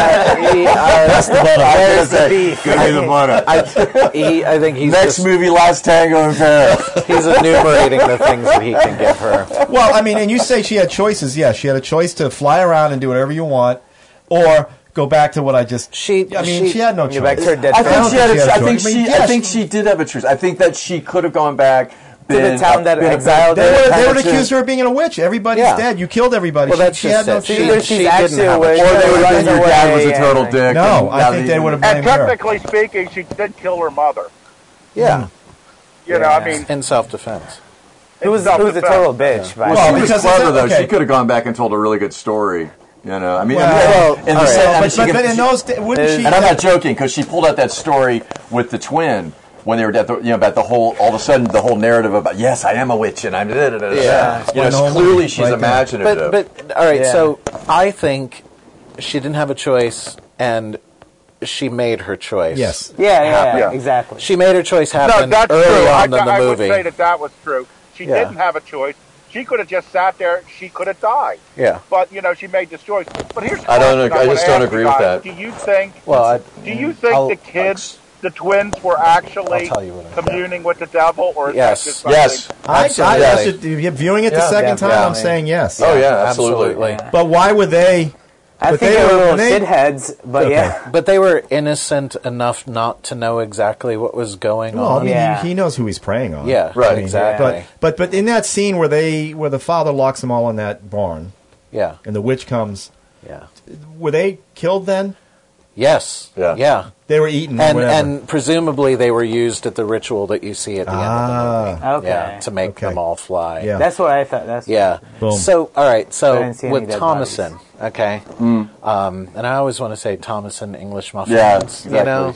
that's the butter.
There's the beef. Give me the butter.
he, I think he's
Next
just-
movie, Last Tango in Paris.
he's enumerating the things that he can give her.
Well, I mean, and you say she had choices. Yeah, she had a choice to fly around and do whatever you want, or go back to what I just.
She-
I mean, she,
she-
had no choice.
You're back to her dead
I
friend.
think she had.
think she had a
A, I think
choice. I
she.
mean,
I
yes.
think she did have a choice. I think that she could have gone back
the
been-
town that
been a-
exiled
They
her.
would, they
Hamilton.
would accuse her of being a witch. Everybody's
Yeah.
dead. You killed everybody.
Well, that's
she, she
just
had no
it. She
choice.
Either she's
didn't
actually
have
a
a
witch,
choice.
Or they would have
runs
been, your
away,
dad was a
and-
total dick.
No,
and
I
now
think
that-
they would have
And
blamed her.
technically speaking, she did kill her mother.
Yeah,
You know, I mean,
in self-defense.
Who was, who was a total bitch, by
Well,
the
Well, she was
because it's
clever
not-
though.
okay.
She could have gone back and told a really good story. You know, I mean,
Well,
in the
all right.
sense- I mean,
but,
she
but,
could-
but in
she-
those, da- wouldn't she?
and I'm not joking because she pulled out that story with the twin when they were at the, you know about the whole all of a sudden the whole narrative about yes I am a witch and I'm da, da, da, da,
Yeah.
you know
Well, no,
clearly she's
right there.
imaginative.
But but all right,
Yeah.
so I think she didn't have a choice, and she made her choice.
yes.
Yeah, yeah,
Yeah.
yeah, exactly.
she made her choice
no,
happen
that's true.
early
I,
on in the
I would
movie.
say that that was true. She
Yeah.
didn't have a choice. She could have just sat there. She could have died.
yeah.
But you know, she made this choice. But here's the
I don't
question
ag- I
wanna
just don't
ask you
agree with
guys.
that.
Do you think?
Well, I,
do you think
I'll-
the kids, the twins, were
I'll
actually
tell you what I think.
communing with the devil, or is
Yes.
that just something-
yes.
I, I,
Absolutely.
that's just- if you're viewing it the
Yeah,
second time, I'm
definitely.
saying yes.
oh yeah, absolutely.
But why would they?
I
but
think
they
they were
were-
little
they-
shitheads, but
Okay.
yeah.
But they were innocent enough not to know exactly what was going
Well, I
on.
mean,
Yeah.
he, he knows who he's preying on.
Yeah,
Oh, Right.
I mean,
exactly.
But, but but in that scene where they where the father locks them all in that barn
yeah,
and the witch comes,
yeah,
were they killed then?
yes,
Yeah.
yeah.
They were eaten. or
And
whatever.
and presumably they were used at the ritual that you see at the end of the movie.
ah,
Okay.
Yeah, to make
Okay.
them all fly.
Yeah.
That's what I thought. That's
Yeah.
Boom.
So, all right.
I
So
didn't see any
with
dead
Thomason, okay, um, and I always want to say Thomason English muffins.
Yeah,
You
exactly.
know,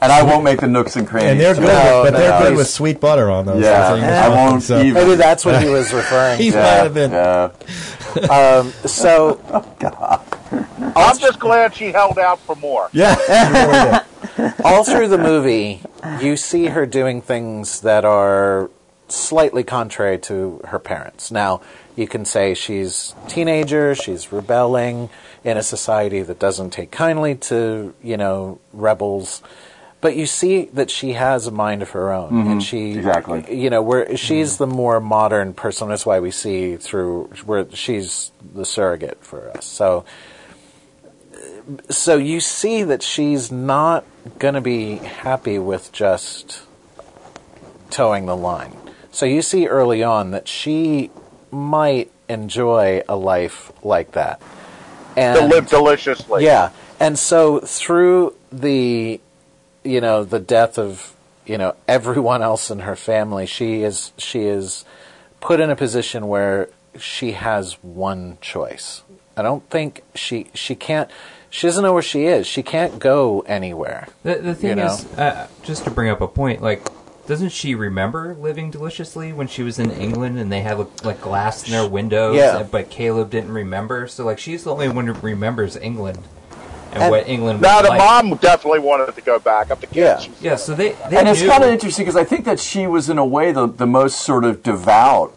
And I won't make the nooks and crannies.
and they're good,
No,
with, but
no,
they're good
he's-
with sweet butter on those.
Yeah.
Those things.
I won't
So-
even-
maybe that's what he was referring.
He
to.
might have been.
Yeah.
Um, so
I'm just glad she held out for more.
Yeah.
all through the movie, you see her doing things that are slightly contrary to her parents. Now, you can say she's teenager, she's rebelling in a society that doesn't take kindly to, you know, rebels. But you see that she has a mind of her own, and she
exactly.
you know, where she's the more modern person. That's why we see through where she's the surrogate for us. So, so you see that she's not going to be happy with just towing the line. So you see early on that she might enjoy a life like that. And
To live deliciously.
yeah, and so through the, you know, the death of you know everyone else in her family, she is she is put in a position where she has one choice. I don't think she she can't. She doesn't know where she is. She can't go anywhere.
The, the thing
know?
is, uh, just to bring up a point, like, doesn't she remember living deliciously when she was in England and they had like, like glass in their windows?
Yeah.
uh, But Caleb didn't remember, so like she's the only one who remembers England and,
And-
what England was
Now the
like.
mom definitely wanted to go back up the kids.
Yeah.
Yeah, so they, they
and it's
knew.
kind of interesting because I think that she was in a way the, the most sort of devout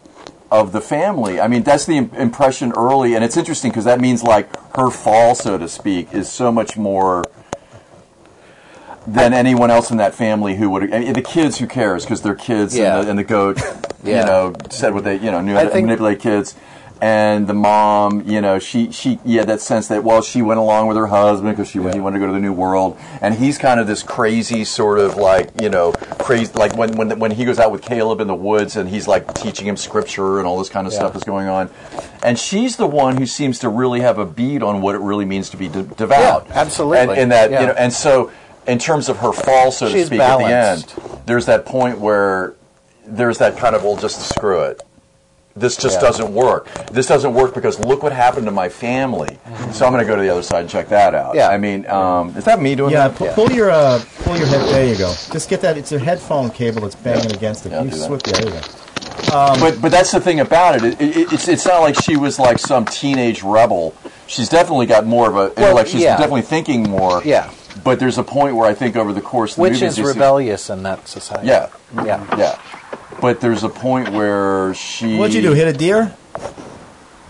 of the family. I mean, that's the im- impression early, and it's interesting because that means like her fall, so to speak, is so much more than anyone else in that family who would. I mean, the kids, who cares? Because they're kids,
Yeah.
and, the, and the goat,
Yeah.
you know, said what they, you know, knew how
I
to
think-
manipulate kids. And the mom, you know, she she yeah, that sense that well, she went along with her husband because she he wanted to go to the new world, and he's kind of this crazy sort of like you know crazy like when when when he goes out with Caleb in the woods and he's like teaching him scripture and all this kind of stuff is going on, and she's the one who seems to really have a bead on what it really means to be de- devout,
Yeah, absolutely.
and, and that
Yeah.
you know, and so in terms of her fall, so to
She's
speak,
balanced.
at the end, there's that point where there's that kind of well, just screw it. This just
Yeah.
doesn't work. This doesn't work because look what happened to my family. So I'm going to go to the other side and check that out.
Yeah.
I mean, um, is that me doing
yeah,
that?
pu- pull your uh, pull your head. There you go. Just get that. It's a headphone cable that's banging against it.
Yeah, I'll
you
do that.
switch the other
But but that's the thing about it. It- it- It's it's not like she was like some teenage rebel. She's definitely got more of a
Well,
like she's
yeah.
definitely thinking more.
Yeah.
But there's a point where I think over the course of the
Which
movie,
is
you see-
rebellious in that society.
Yeah.
Yeah.
Yeah. But there's a point where she.
What'd you do? Hit a deer?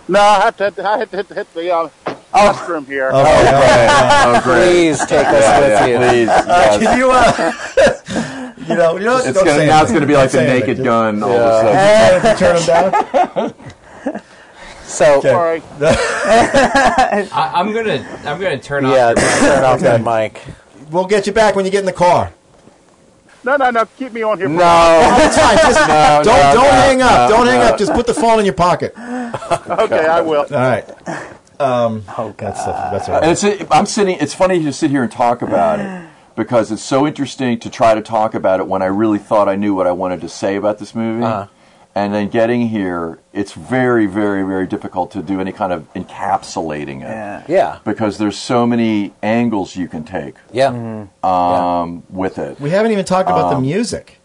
No, I had to, I had to hit, hit the uh, restroom here.
Okay, all right.
Oh, great.
Please take us
Yeah,
with
yeah,
you.
please. yes.
Can you? Uh, you know, you know what?
It's
Don't
gonna,
say
now it's
anything.
going to be like
Don't
the
say anything.
naked gun all of a
Yeah.
sudden.
Just- Turn them down.
So
Sorry.
I, I'm gonna I'm gonna turn off.
yeah, turn off that mic.
We'll get you back when you get in the car.
No, no, no. Keep me on here.
No,
for-
It's fine, just-
no,
don't
no,
don't
no,
hang up.
no,
don't hang
no.
up. Just put the phone in your pocket. All
Okay, I will.
right. Um, that's that's all
And
right.
it's I'm sitting. It's funny to sit here and talk about it because it's so interesting to try to talk about it when I really thought I knew what I wanted to say about this movie,
Uh-huh.
and then getting here, it's very, very, very difficult to do any kind of encapsulating it
Yeah.
Yeah,
because there's so many angles you can take
yeah.
um, with it.
We haven't even talked about
Um,
the music.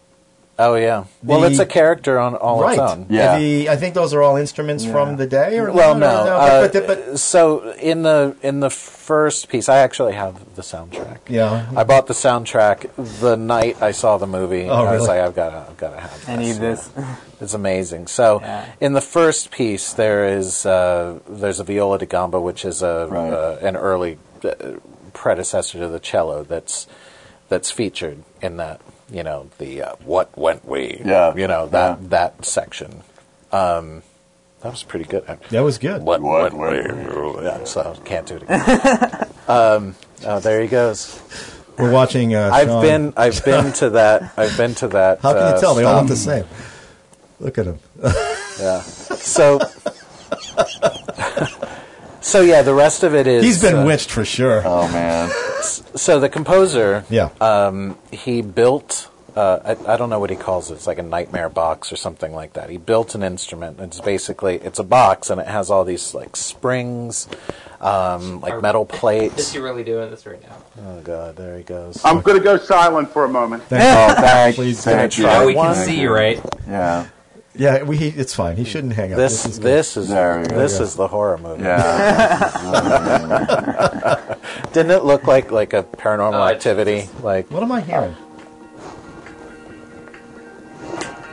Oh yeah. Well,
The-
it's a character on all its
right.
own.
Yeah.
The- I think those are all instruments from the day. Or
Well, no.
but-
uh,
but, but-
so in the in the first piece, I actually have the soundtrack.
yeah.
I bought the soundtrack the night I saw the movie.
Oh,
I was
really?
like, I've got to, I've got to have this.
I need this.
It's amazing. So,
Yeah.
in the first piece, there is uh, there's a viola da gamba, which is a
Right.
uh, an early uh, predecessor to the cello. That's that's featured in that. You know the uh, what went we?
Yeah.
You know that
Yeah.
that section. Um, that was pretty good.
That was good.
What, what,
What
what- yeah, so can't do it again. um, oh, there he goes.
We're watching. Uh,
I've
Sean.
been, I've been to that. I've been to that.
How can
uh,
you tell? They all
stop.
look the same. Look at him.
Yeah. So. so yeah, the rest of it is.
He's been
uh,
witched for sure.
oh man,
So the composer,
yeah.
Uh, he built. Uh, I, I don't know what he calls it. It's like a nightmare box or something like that. He built an instrument. It's basically it's a box and it has all these like springs, um, like metal
Is
plates.
he really doing this right now?
Oh god, there he goes.
I'm going to go silent for a moment.
oh thank,
Please
thank you.
don't try.
Now we can
one.
see you, right?
Yeah,
yeah, we, he, it's fine. He shouldn't hang up.
This
is good.
this is
There we
this,
go.
is the horror movie.
yeah.
Didn't it look like like a paranormal
Uh,
activity? Like
What am I hearing?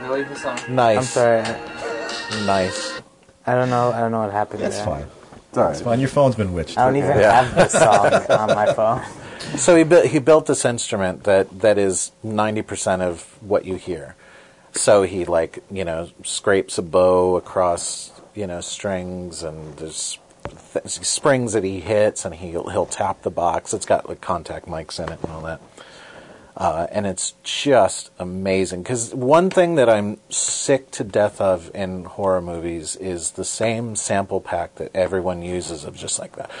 Really, Hassan?
nice,
I'm sorry. I-
nice.
I don't know. I don't know what happened.
That's
there.
fine.
It's all right.
Fine. Your phone's been witched.
I don't even
Yeah.
have the song on my phone.
So he built he built this instrument that that is ninety percent of what you hear. So he like you know scrapes a bow across you know strings and there's th- springs that he hits and he'll he'll tap the box. It's got like contact mics in it and all that. Uh, and it's just amazing because one thing that I'm sick to death of in horror movies is the same sample pack that everyone uses of just like that,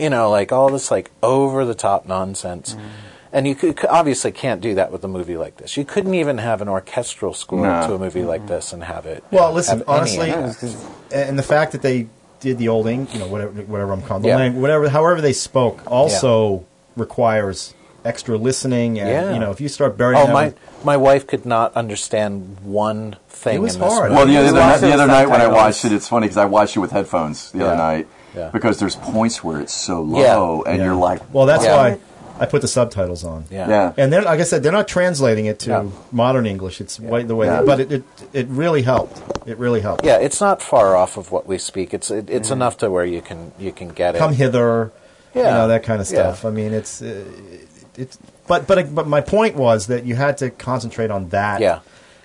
you know, like all this like over the top nonsense.
Mm-hmm.
And you could, obviously can't do that with a movie like this. You couldn't even have an orchestral score
No.
to a movie like
Mm-hmm.
this and have it.
Well, listen,
have any
honestly,
of that.
and the fact that they did the old Eng, you know, whatever, whatever I'm calling the
Yeah.
lang- whatever, however they spoke, also requires extra listening. And
Yeah.
you know, if you start burying,
oh
them-
my, my wife could not understand one thing.
It was
in this
hard.
movie.
Well, the other,
Just
night,
watch
the
it
other
with
night when I
subtitles.
watched it, it's funny because I watched it with headphones the
Yeah.
other night
Yeah.
because there's points where it's so
Yeah.
low and
Yeah.
you're like,
well, that's
Yeah.
why I put the subtitles on.
Yeah.
yeah,
And then, like I said, they're not translating it to
No.
modern English. It's way the way,
Yeah.
but it, it it really helped. It really helped.
Yeah, it's not far off of what we speak. It's it, it's enough to where you can you can get it.
Mm-hmm. Come hither, you
Yeah.
know that kind of
Yeah.
stuff. I mean, it's uh, it- it's but but but my point was that you had to concentrate on that.
Yeah.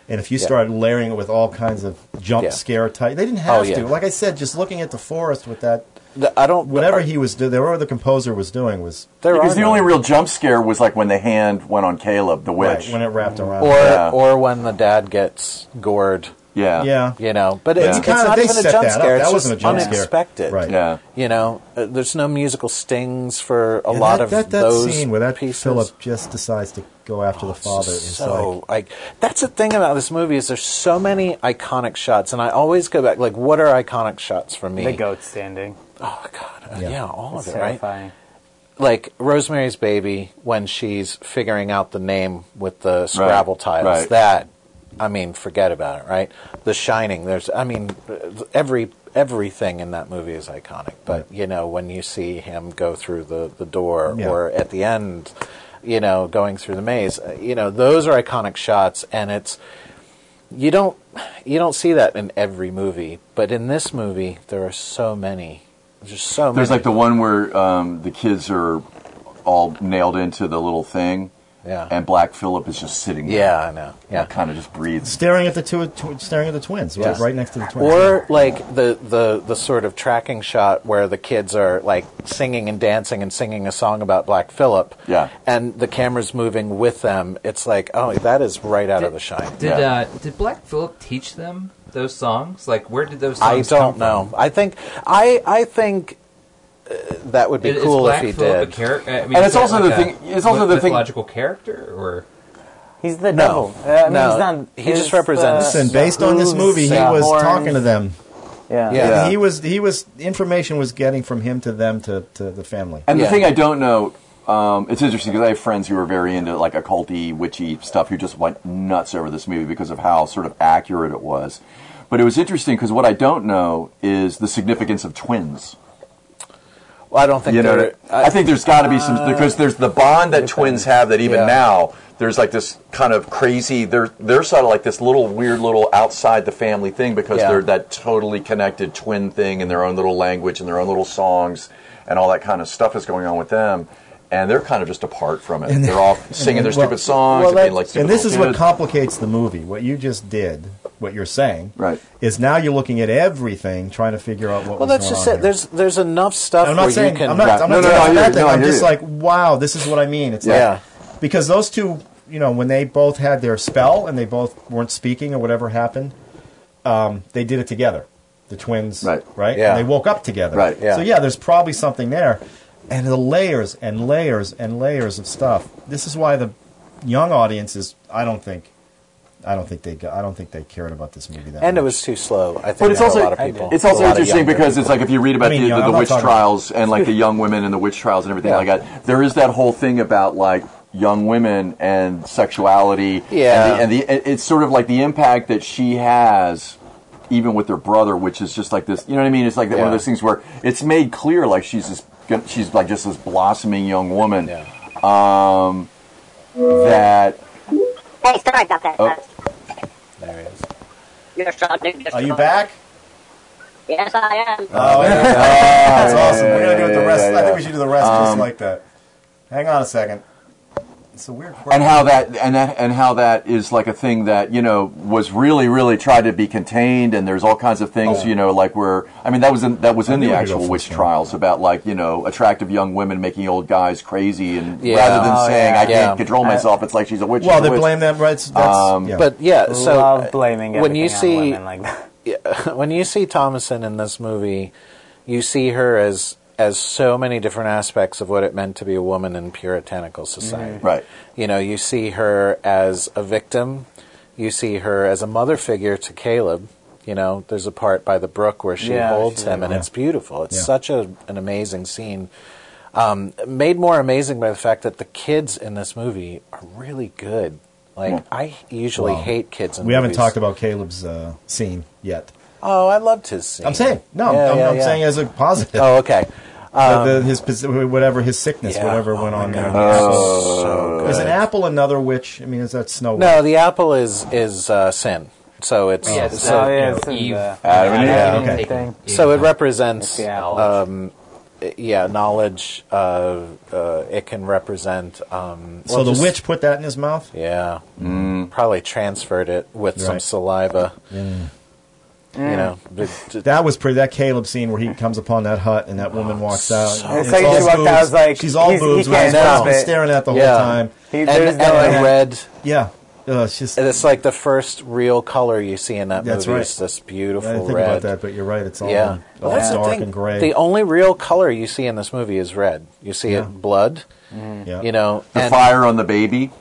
And if you
Yeah.
started layering it with all kinds of jump
Yeah.
scare type, they didn't have
Oh, yeah.
to. Like I said, just looking at the forest with that,
Th- I don't
whatever he was doing, whatever the composer was doing was
there
Because
are
the
none.
only real jump scare was like when the hand went on Caleb, the
right,
witch.
when it wrapped around.
or
Yeah.
or when the dad gets gored,
yeah,
yeah,
you know. But it's,
you
it's
kinda-
not
they
even a
set
jump
that up.
scare.
That
it's just
wasn't a jump scare.
unexpected.
Right.
yeah.
You know, uh, there's no musical stings for a
And
lot
that,
of
that, that
those
scene where that
pieces. Oh,
Philip just decides to go after the father
It's
is
just so
like
like that's the thing about this movie is there's so many iconic shots, and I always go back like, what are iconic shots for me?
The goat standing.
Oh God, uh,
Yeah.
yeah. all
It's
of it, right?
terrifying.
like Rosemary's Baby when she's figuring out the name with the Scrabble tiles.
right.
That, I mean, forget about it, right? The Shining. There's, I mean, every everything in that movie is iconic. But you know, when you see him go through the the door,
Yeah.
or at the end, you know, going through the maze, uh, you know, those are iconic shots, and it's you don't you don't see that in every movie, but in this movie, there are so many. There's so many.
There's like the one where um, the kids are all nailed into the little thing,
Yeah.
and Black Phillip is just sitting there.
yeah, I know. Yeah.
kind of just breathes.
Staring at the two, tw- staring at the twins, right,
Yeah.
right next to the twins.
Or like the, the the sort of tracking shot where the kids are like singing and dancing and singing a song about Black Phillip.
Yeah.
And the camera's moving with them. It's like, oh, that is right out of the shine.
Did
Yeah.
uh, did Black Phillip teach them those songs? Like, where did those
I
songs come
don't
from?
know. I think I I think uh, that would be
Is- is
cool
Black
if he
Phillip
did.
A character? I mean,
And
is
it's
that
also
like
the
a
thing- it's also
myth-
the thing-
mythological character, or
He's the
No.
devil. Uh, I mean,
No.
he's not-
He just
his,
represents-
uh,
Listen, based on this
hooves,
movie, he
uh,
was
horns.
talking to them.
Yeah.
Yeah.
He was he was information was getting from him to them to, to the family.
And
Yeah.
the thing I don't know, um, it's interesting because I have friends who are very into like occulty, witchy stuff who just went nuts over this movie because of how sort of accurate it was. But it was interesting because what I don't know is the significance of twins.
Well, I don't think
You know,
there-
I, think there's got to be some because there's the bond that twins have that even
Yeah.
now there's like this kind of crazy. They're they're sort of like this little weird little outside the family thing because
Yeah.
they're that totally connected twin thing in their own little language and their own little songs and all that kind of stuff is going on with them. And they're kind of just apart from it. they're all singing their
well-
stupid songs
well,
and being
that-
like stupid
And this is what
little kids.
complicates the movie. What you just did, what you're saying,
Right.
is now you're looking at everything, trying to figure out
Well,
what was
that's
going
just
on
it.
here.
There's there's enough stuff
I'm not
where
saying
you can.
I'm not. I'm not
No, no, no, I
saying
hear
that
you.
thing.
No, I
I'm
hear
just
you.
like, wow, this is what I mean. It's
Yeah.
like because those two, you know, when they both had their spell and they both weren't speaking or whatever happened, um, they did it together. The twins,
Right.
Right.
Yeah.
And they woke up together.
Right,
yeah.
So yeah, there's probably something there, and the layers and layers and layers of stuff. This is why the young audience is. I don't think. I don't think they. got- I don't think they cared about this movie that.
and it
much.
was too slow. I think
But it's
for
also
a lot of people.
it's
A
also
lot of
interesting
younger
because
people.
it's like if you read about
I mean,
the,
yeah,
the,
I'm not
witch
talking-
trials and like the young women and the witch trials and everything
Yeah.
like that. There is that whole thing about like young women and sexuality.
Yeah.
and the, and the it's sort of like the impact that she has. Even with her brother, which is just like this, you know what I mean? It's like that one of
Yeah.
those things where it's made clear, like she's this, she's like just this blossoming young woman Um,
Yeah.
that
Hey, sorry about that.
Oh.
Uh,
There it is.
you're strong, dude. You're
Are you
strong.
back?
Yes, I am.
Oh, yeah. that's awesome. We're gonna do it the rest.
yeah,
I think
yeah.
we should do the rest
Um,
just like that. Hang on a second. It's a weird.
and how that and that and how that is like a thing that you know was really really tried to be contained and there's all kinds of things you know like where i mean that was in that was in
Oh, knew
the
we'd go
actual
for
witch
this one.
trials about like you know attractive young women making old guys crazy and
Yeah.
rather than
Oh,
saying
yeah.
i
Yeah.
can't control myself it's like she's a witch
Well,
she's a
they
witch.
blame them. Right? That's, um, yeah.
But yeah, so
Love blaming
when you
everything
see
on women like that.
when you see Thomason in this movie, you see her as as so many different aspects of what it meant to be a woman in puritanical society.
Mm-hmm.
Right.
You know, you see her as a victim. You see her as a mother figure to Caleb. You know, there's a part by the brook where she
Yeah,
holds
she-
him, and it's beautiful. It's
Yeah.
such a, an amazing scene. Um, made more amazing by the fact that the kids in this movie are really good. Like I usually
Wow.
hate kids. in
we haven't
movies.
talked about Caleb's uh, scene yet.
Oh, I loved his scene.
I'm saying no.
Yeah,
I'm,
yeah,
I'm
yeah.
saying as a positive.
Oh, okay.
Uh, the- his posi- whatever his sickness,
Yeah.
whatever
Oh
went
my
on there.
God. so
Is
good.
an apple another witch? I mean, is that Snow? White?
No, the apple is is uh, sin. So it's
Yeah, it's,
so,
oh, yeah,
you
it's
know,
in
Eve.
the-
Adam and
Yeah,
Eve
okay.
thing.
so it
It's
represents
the apple.
um, yeah knowledge. Uh, uh, it can represent um,
So
well,
the
just-
witch put that in his mouth.
Yeah, probably transferred it with some
Right.
saliva. You know, but-
That was pretty. That Caleb scene where he comes upon that hut and that woman walks out.
so
and
It's
like
all
she walked out,
boobs.
it's like,
she's all
he's- he
boobs. with
can't
his mouth
stop it.
staring at the
Yeah.
whole time.
He-
and,
there's
and the
no-
red.
Yeah, uh, it's just.
It's like the first real color you see in that
That's
movie.
right.
It's this
I
beautiful
didn't think
red.
about that, but you're right. It's all,
Yeah,
all
that's the
dark
thing.
and gray.
The only real color you see in this movie is red. You see it blood.
yeah.
You know,
the
and-
fire on the baby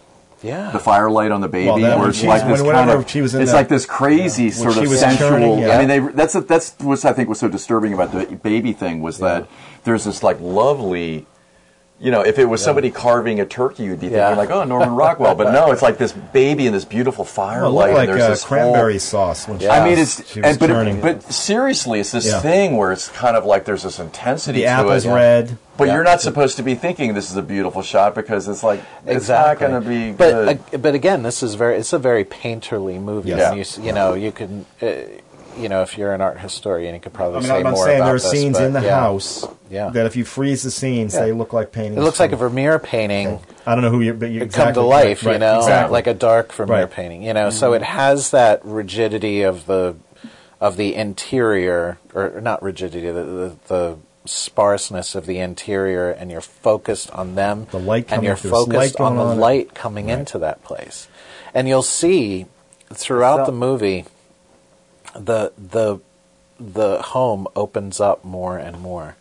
Yeah,
the firelight on the baby,
Well, that
where
when
it's
she
like
was-
this
when-
kind
whenever
of,
she was in
it's
that-
like this crazy
yeah, when
sort of
she was
sensual.
churning, yeah.
I mean, they, that's a, that's what I think was so disturbing about the baby thing was that there's this like lovely. You know, if it was somebody carving a turkey, you'd be
Yeah.
thinking like, "Oh, Norman Rockwell," but no, it's like this baby and this beautiful
Oh, it
firelight.
looked
and
like
there's
uh,
this whole-
cranberry sauce when she
Yeah.
I mean,
was-
it's
she was
and, but,
churning.
but seriously, it's this
Yeah.
thing where it's kind of like there's this intensity
the
to
apple's
it.
red.
But
Yeah.
you're not supposed to be thinking this is a beautiful shot because it's like it's
exactly.
not going to be.
but
good.
ag- but again, this is very. It's a very painterly movie.
Yes.
And you, s- you know, you can. Uh, you know, if you're an art historian, you could probably
I mean,
say
I'm not
more
saying
about
there are
this,
scenes
but
in the
yeah.
house
Yeah.
that if you freeze the scenes,
Yeah.
they look like paintings.
It looks like a
from-
Vermeer painting
I don't know who you, but you
it
exactly,
come to life,
right,
you know,
exactly.
like a dark Vermeer
Right. Mm-hmm.
painting, you know. So it has that rigidity of the of the interior, or not rigidity, the, the, the sparseness of the interior, and you're focused on them.
The light
and
coming
you're
through, there's light
focused on
going
the
on.
light coming into that place, and you'll see throughout
So-
the movie the the the home opens up more and more.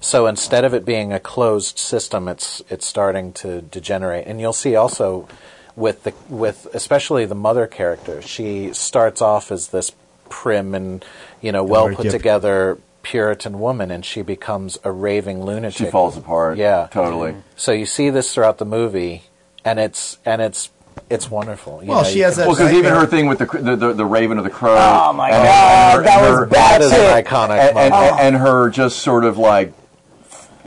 So instead of it being a closed system, it's it's starting to degenerate, and you'll see also with the with especially the mother character, she starts off as this prim and you know well
very
put
dip-
together Puritan woman, and she becomes a raving lunatic.
She falls apart.
Yeah. Mm-hmm.
totally.
So you see this throughout the movie, and it's and it's it's wonderful. You
Well,
know,
she
you
has
can-
a-
Well, because even
nightmare.
her thing with the, cr- the the the Raven of the Crow.
Oh, my
and-
God,
and
that
her-
was
and her-
that Oh. is an
That's it.
iconic.
and, and,
moment.
and her just sort of like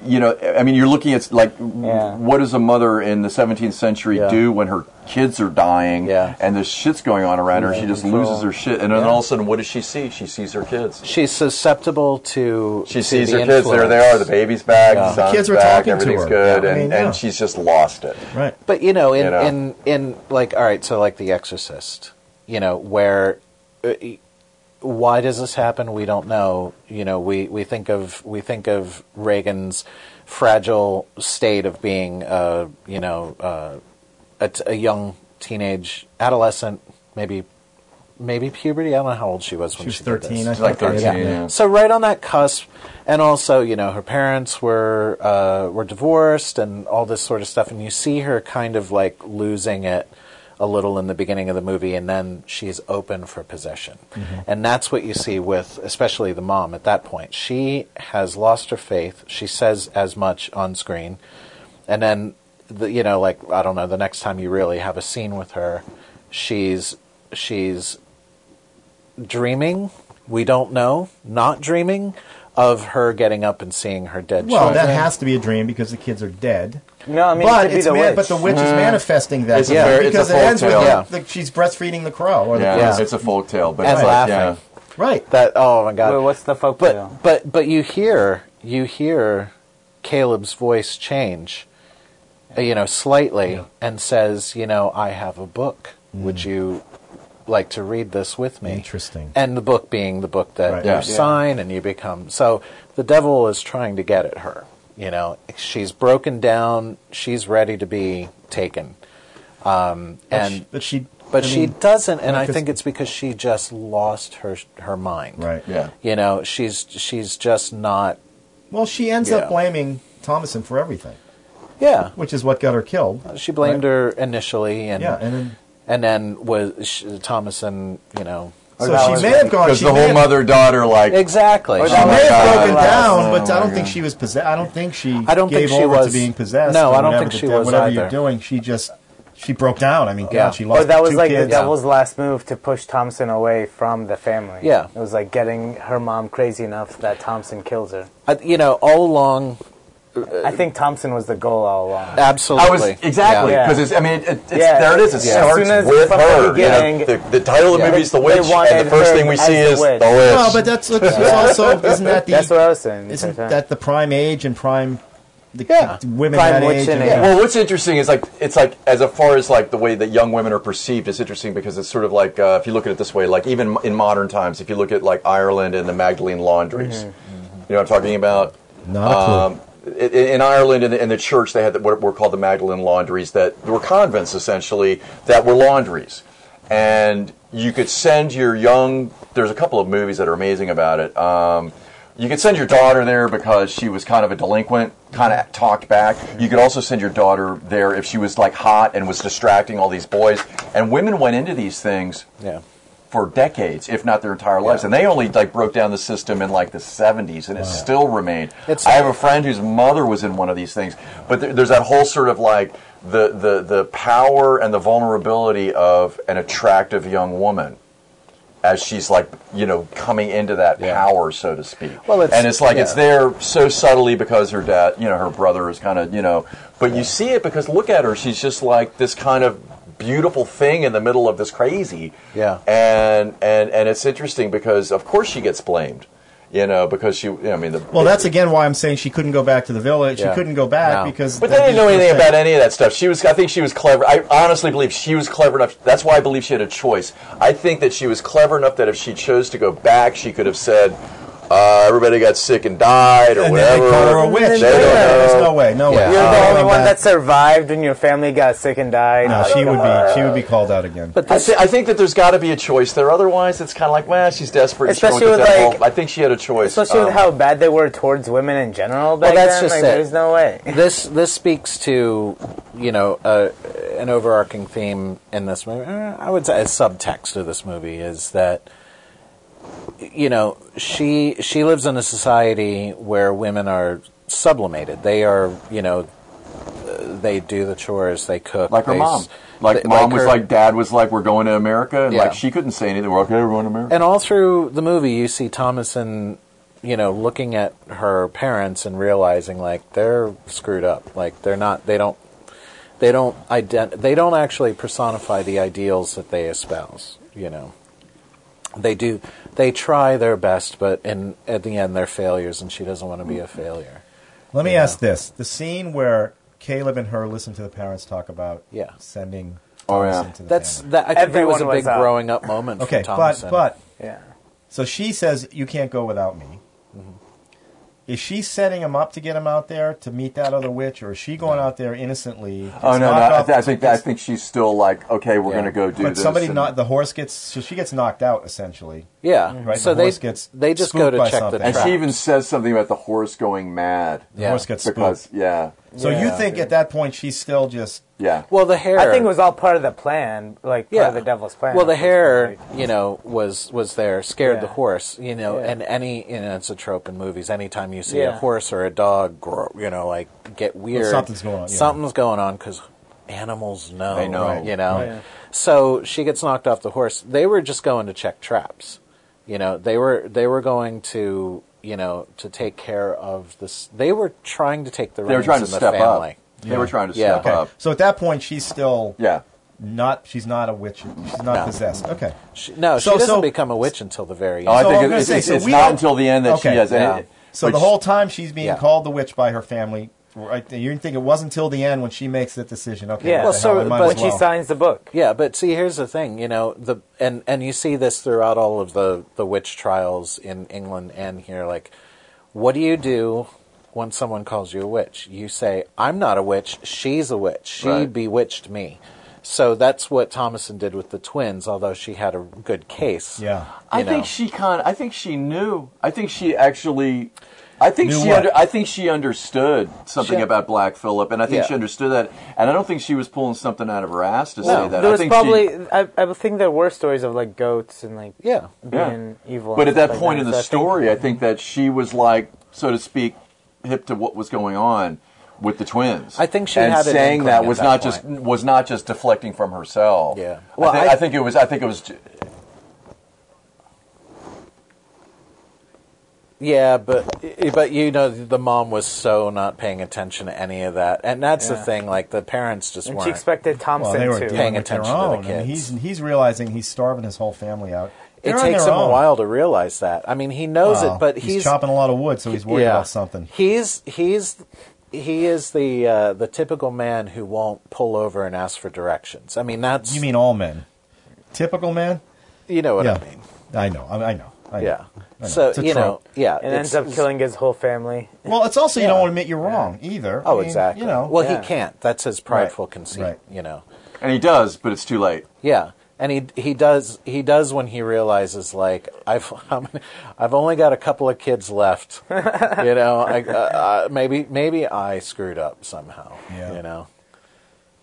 you know i mean you're looking at like
Yeah.
what does a mother in the 17th century
Yeah.
do when her kids are dying
Yeah.
and this shit's going on around her she just
Control.
loses her shit and then
Yeah.
all of a sudden what does she see she sees her kids
she's susceptible to.
she
to
sees
the
her kids there they
influence.
are the baby's back
Yeah.
the, son's
kids were
back
talking to
everything's
her.
good
Yeah.
and,
I mean, yeah.
and she's just lost it
right.
But you know, in
You know?
in in like all right, so like The Exorcist, you know, where uh, why does this happen? We don't know. You know, we we think of we think of Reagan's fragile state of being, uh, you know, uh, a, t- a young teenage adolescent, maybe maybe puberty. I don't know how old she was when
She was
did this.
thirteen. I
she's like
think.
13 yeah.
So right on that cusp, and also you know her parents were uh, were divorced and all this sort of stuff, and you see her kind of like losing it a little in the beginning of the movie, and then she's open for possession, and that's what you see with especially the mom at that point. She has lost her faith. She says as much on screen, and then the, you know like I don't know the next time you really have a scene with her, she's she's dreaming. We don't know. Not dreaming of her getting up and seeing her dead
Well,
children.
that has to be a dream because the kids are dead.
No, I mean, it
but
could be
it's
the
man-
witch.
but the witch
Mm-hmm.
is manifesting that
It's a
dream
very- it's a
because it
folk
ends with
tale.
the-
Yeah.
the, she's breastfeeding the crow or the
yeah,
Yeah.
it's a folk tale but
And
it's like,
laughing.
yeah
right.
that oh my god.
Wait, what's the folk
but
tale?
but but you hear you hear Caleb's voice change, uh, you know, slightly, and says, you know, I have a book. Would you like to read this with me?
Mm. Interesting.
And the book being the book that
Right.
you
Yeah. Yeah.
sign and you become. So the devil is trying to get at her. You know, she's broken down. She's ready to be taken. Um, and
but she,
but
I
she
mean,
doesn't, and I
because-
think it's because she just lost her her mind.
right.
yeah
You know, she's she's just not.
Well, she ends
Yeah.
up blaming Thomason for everything,
Yeah,
which is what got her killed.
Uh, she blamed
Right.
her initially, and
Yeah, and then
and then was she, Thomason. You know,
so she may have gone.
because
She
the
may
whole
have,
mother daughter like
exactly.
She may have
God.
broken
Oh,
down,
my
but I don't
God.
think she was possessed. I don't think she.
I don't
gave
think she
over to
was-
being possessed.
No,
or
I don't
whatever
think
the
she
de-
was
Whatever you're
either.
doing, she just she broke down. I mean, God,
Yeah.
she
Or
lost.
Or Oh, that was
two
like
kids.
the devil's last move to push Thompson away from the family.
Yeah.
It was like getting her mom crazy enough that Thompson kills her.
I, you know, all along,
I think Thompson was the goal all along.
I
absolutely.
was exactly
Yeah.
because it's. I mean, it, it's,
Yeah.
there it is. It
Yeah. As
starts
soon as
with
from the
her.
beginning,
you know, the, the title of the
Yeah.
movie is The
they
Witch, and
wanted
the first
her
thing we
as
see
the
is
witch.
The Witch.
Well, but that's, that's also isn't that the
That's what I was saying.
isn't that the prime age and prime the
Yeah.
the women
Prime
that
witch
age?
and
and-
age.
Well, what's interesting is like it's like as a far as like the way that young women are perceived is interesting because it's sort of like uh, if you look at it this way, like even in modern times, if you look at like Ireland and the Magdalene
Mm-hmm.
laundries, you know what I'm talking about.
Not a clue.
Um, i- in Ireland, in the, in the church, they had what were called the Magdalene laundries that were convents essentially that were laundries, and you could send your young. There's a couple of movies that are amazing about it. Um, you could send your daughter there because she was kind of a delinquent, kind of talked back. You could also send your daughter there if she was like hot and was distracting all these boys. And women went into these things
yeah.
for decades, if not their entire lives. And they only like broke down the system in like the 70s, and it still remained.
It's-
I have a friend whose mother was in one of these things, but there, there's that whole sort of like the, the the power and the vulnerability of an attractive young woman. As she's like, you know, coming into that
Yeah.
power, so to speak,
Well, it's-
and it's like it's
yeah.
there so subtly because her dad, you know, her brother is kind of, you know, but you see it because look at her, she's just like this kind of beautiful thing in the middle of this crazy.
Yeah.
And and and it's interesting because of course she gets blamed, you know, because she. I mean, the,
Well, that's again why I'm saying she couldn't go back to the village.
Yeah.
She couldn't go back
No.
because.
But they didn't know
that'd be
anything
the first
about any of that stuff. She was, I think she was clever. I honestly believe she was clever enough. That's why I believe she had a choice. I think that she was clever enough that if she chose to go back, she could have said, uh, everybody got sick and died or
thing. And then
whatever.
they call her a witch.
They don't know.
There's no way. No way.
Yeah.
You're
She's
the
going
only one
back.
that survived when your family got sick and died.
Oh, No, she would be. She would be called out again.
But
I,
this,
thi- I think that there's got to be a choice there. Otherwise, it's kind of like, well, she's desperate. and she
Especially
went to
with,
that
like-
whole- I think she had a choice.
Especially
Um,
with how bad they were towards women in general back
that's
then.
just
like,
it.
There's no way.
this this speaks to you know uh, an overarching theme in this movie. Uh, I would say a subtext of this movie is that you know she she lives in a society where women are sublimated. They are you know uh, they do the chores, they cook,
like her
they
mom.
s-
Like
they-
mom was
her-
like, dad was like, we're going to America, and
Yeah.
like she couldn't say anything. We're okay, we're going to America.
and all through the movie you see Thomason you know looking at her parents and realizing like they're screwed up like they're not they don't they don't ident- they don't actually personify the ideals that they espouse you know they do they try their best but in at the end they're failures and she doesn't want to be a failure
Let me ask this: the scene where Caleb and her listen to the parents talk about
Yeah.
sending.
Oh,
Thomas
yeah.
into the
that's
family.
that I think that was
Everyone
a big
was out.
growing up moment
okay.
for
But
Thomason.
but
Yeah.
so she says you can't go without me.
Mm-hmm.
Is she setting him up to get him out there to meet that other witch, or is she going out there innocently?
Oh
gets
no, no!
knocked
I,
off-
th- I think I think she's still like, okay, we're
Yeah.
going to go do
but
this.
somebody
and-
knocked the horse gets so she gets knocked out essentially.
yeah
Right,
so
the
they
horse gets
they just go
spooked
to
by
check
something.
the
And
tracks.
she even says something about the horse going mad.
The
Yeah.
horse gets spooked.
Because yeah,
so you
Yeah.
think at that point she's still just
yeah.
well the hair
I think it was all part of the plan, like part of the devil's plan.
Well, the hair, you know, was was there, scared
Yeah.
the horse, you know,
Yeah.
and any, you know, it's a trope in movies. Anytime you see a
Yeah.
horse or a dog, grow, you know, like get weird,
something's going on, yeah.
Something's going on because animals know,
They know.
you know.
Right.
So she gets knocked off the horse. They were just going to check traps, you know. They were they were going to you know to take care of this. They were trying to take the
They were
reins
trying
in
to
the
step
family.
up. They were trying to
Yeah.
step
Okay.
up.
So at that point she's still
Uh-huh. Yeah.
not she's not a witch. She's not possessed. Okay.
She, no,
So-
she doesn't
so-
become a witch until the very end.
Oh, I
So
think
I'm
it-
gonna
it's,
say,
it's,
so
it's
we
not
don't-
until the end that
Okay.
she has.
Yeah.
it-
So
which-
the whole time she's being
Yeah.
called the witch by her family. Right, there. you think it wasn't till the end when she makes that decision. Okay,
Yeah.
what
Well,
the
so-
hell, I might
but
as
when she
well.
signs the book.
Yeah, but see, here's the thing, you know, the and and you see this throughout all of the the witch trials in England and here. Like, what do you do when someone calls you a witch? You say, "I'm not a witch. She's a witch. She
Right.
bewitched me." So that's what Thomason did with the twins, although she had a good case.
yeah,
I
you know.
think she kind. I think she knew. I think she actually. I think
Knew
she.
what?
Under, I think she understood something
She-
about Black Phillip, and I think
Yeah.
she understood that. And I don't think she was pulling something out of her ass to say that.
there
I
was
think
probably
She,
I, I think there were stories of like goats and like
Yeah.
being evil.
but
and
at that
stuff like
point in
So
the
I think-
story, I think that she was like, so to speak, hip to what was going on with the twins.
I think she
and
had an
saying
inkling
that
at
was
that
not just
point.
was not just deflecting from herself.
Yeah. Well,
Well, I think, I,
I-
think it was. I think it was.
Yeah, but but you know the mom was so not paying attention to any of that, and that's the
Yeah.
thing. Like the parents just
and
weren't.
she expected
well,
Thompson
they were
to.
dealing
Paying
with their
attention to the
own. I mean,
kids.
he's he's realizing he's starving his whole family out. They're
it
on
takes
their
him a
own.
while to realize that. I mean, he knows
Wow.
it, but
he's,
he's,
chopping a lot of wood, so he's worried
yeah.
about something.
He's he's he is the uh, the typical man who won't pull over and ask for directions. I mean, that's
You mean all men? Typical man?
you know what
yeah,
I mean?
I know. I, I know. I know.
Yeah.
I know.
So
It's a
you know,
trope.
yeah,
and
it's-
ends up killing his whole family.
Well, it's also you
Yeah.
don't want to admit you're wrong either. I
Oh,
mean,
exactly.
You know.
well,
Yeah.
he can't. That's his prideful conceit.
Right.
You know.
And he does, but it's too late.
Yeah, and he he does he does when he realizes like I've how many, I've only got a couple of kids left. you know, I, uh, uh, maybe maybe I screwed up somehow.
Yeah.
You know.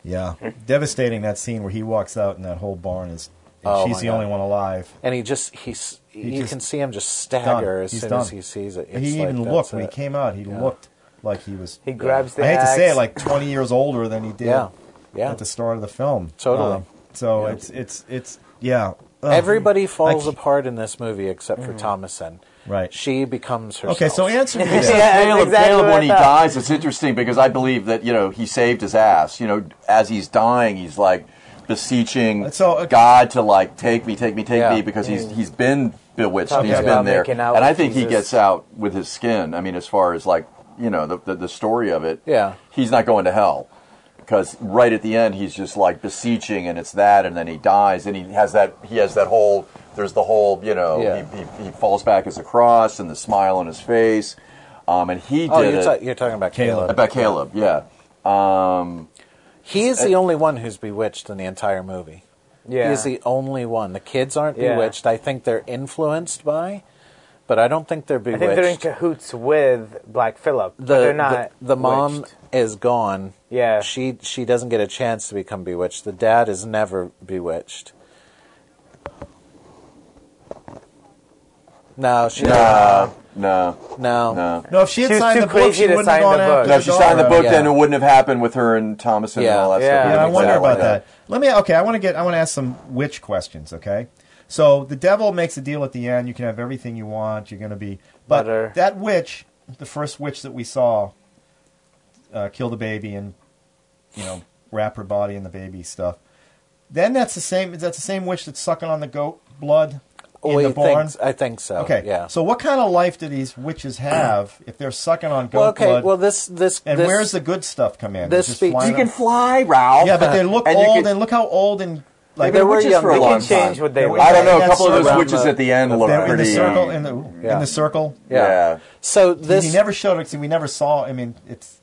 yeah. Devastating that scene where he walks out and that whole barn is. And
Oh,
she's
my
the
God.
only one alive.
and he just he's you
just-
can see him just stagger
done.
as
He's
soon
done.
as he sees it. It's
he
like,
even
that's
looked when he
it.
came out. He looked like he was.
He grabs the.
I hate to say it,
axe.
like 20 years older than he did
Yeah, yeah.
at the start of the film. Um,
Totally.
so
Yeah.
it's it's it's yeah. Ugh.
Everybody falls
Like- Mm-hmm.
apart in this movie except for Thomason.
Right.
She becomes herself.
Okay, so answer me this.
Yeah, that's
Caleb,
exactly
Caleb
what
when
I
he
thought.
dies, it's interesting because I believe that you know he saved his ass. You know, as he's dying, he's like, beseeching
So, okay.
God to like take me, take me, take
Yeah.
me because he's he's been bewitched,
Talking
he's been
about
there,
making out
and I
with
think he
Jesus.
gets out with his skin. I mean, as far as like you know the the, the story of it,
Yeah.
he's not going to hell because right at the end he's just like beseeching, and it's that, and then he dies, and he has that he has that whole there's the whole you know
Yeah.
he, he, he falls back as a cross and the smile on his face, um, and he did
Oh, you're,
it
ta- you're talking about Caleb.
about Caleb, yeah. Um,
He is the only one who's bewitched in the entire movie.
Yeah.
He is the only one. The kids aren't
Yeah.
bewitched. I think they're influenced by, but I don't think they're
I
bewitched.
think they're in cahoots with Black Phillip. but
the,
they're not.
the, the mom
witched.
is gone.
Yeah.
She she doesn't get a chance to become bewitched. The dad is never bewitched. No, she
No, no,
no.
no.
No, if she had
She was
signed
too
the book,
crazy
she
to
wouldn't have
sign
gone
the
after
book.
No, if she signed the
Yeah.
book, then it wouldn't have happened with her and Thomason and
Yeah.
all that
Yeah.
stuff.
Yeah,
Yeah, I
Exactly.
wonder about that. Let me. Okay, I want to get. I want to ask some witch questions. Okay, so the devil makes a deal at the end. You can have everything you want. You're going to be. But
Butter.
that witch, the first witch that we saw, uh, kill the baby and you know wrap her body in the baby stuff. Then that's the same. Is that the same witch that's sucking on the goat blood in
Well,
the
you
barn?
think- I think so.
okay,
Yeah.
So what kind of life do these witches have if they're sucking on goat
well, okay.
blood?
Well, this this
and
this,
where's the good stuff come in?
this
Just
speaks-
flying
You
You can
up-
fly, Ralph.
yeah, but they look
And you
old,
could-
and look how old and like
They were
witches
young.
for a
They
They
long
can change
time.
what they
They-
want.
I don't know. A
That's
couple of those
around
witches
the-
at the end
the-
look
they were in
pretty. um,
the circle in the
Yeah.
in the circle.
yeah.
so
This,
this
he never showed it. See, we never saw. I mean, it's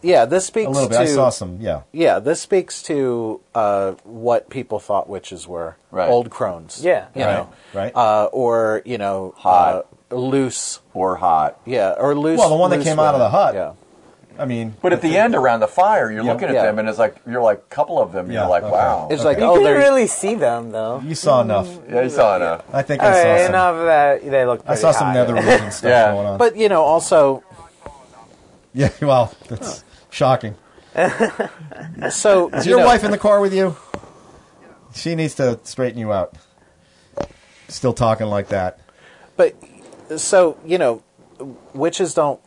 yeah this speaks
a little bit.
to
I saw some. Yeah,
yeah this speaks to uh, what people thought witches were
Right.
old crones
Yeah.
you
right,
know
right.
uh, or you know
Hot.
uh, loose
Or hot.
yeah or loose
Well, the one that
loose
came out of
women.
the hut.
yeah
I mean,
But at the end, around the fire, you're
Yeah.
looking at
Yeah.
them, and it's like you're like a couple of them. and
Yeah,
You're like,
okay.
wow.
it's like
You
oh
can
they're
really see them though.
you saw enough.
yeah, you saw uh, enough.
I think
All
I saw
right,
some.
enough of that. They look.
I saw
pretty
some
hot.
nether region stuff
Yeah.
going on.
but you know also
yeah, well, that's shocking.
so
Is
you
your
know,
wife in the car with you? She needs to straighten you out. Still talking like that.
But so you know, witches don't.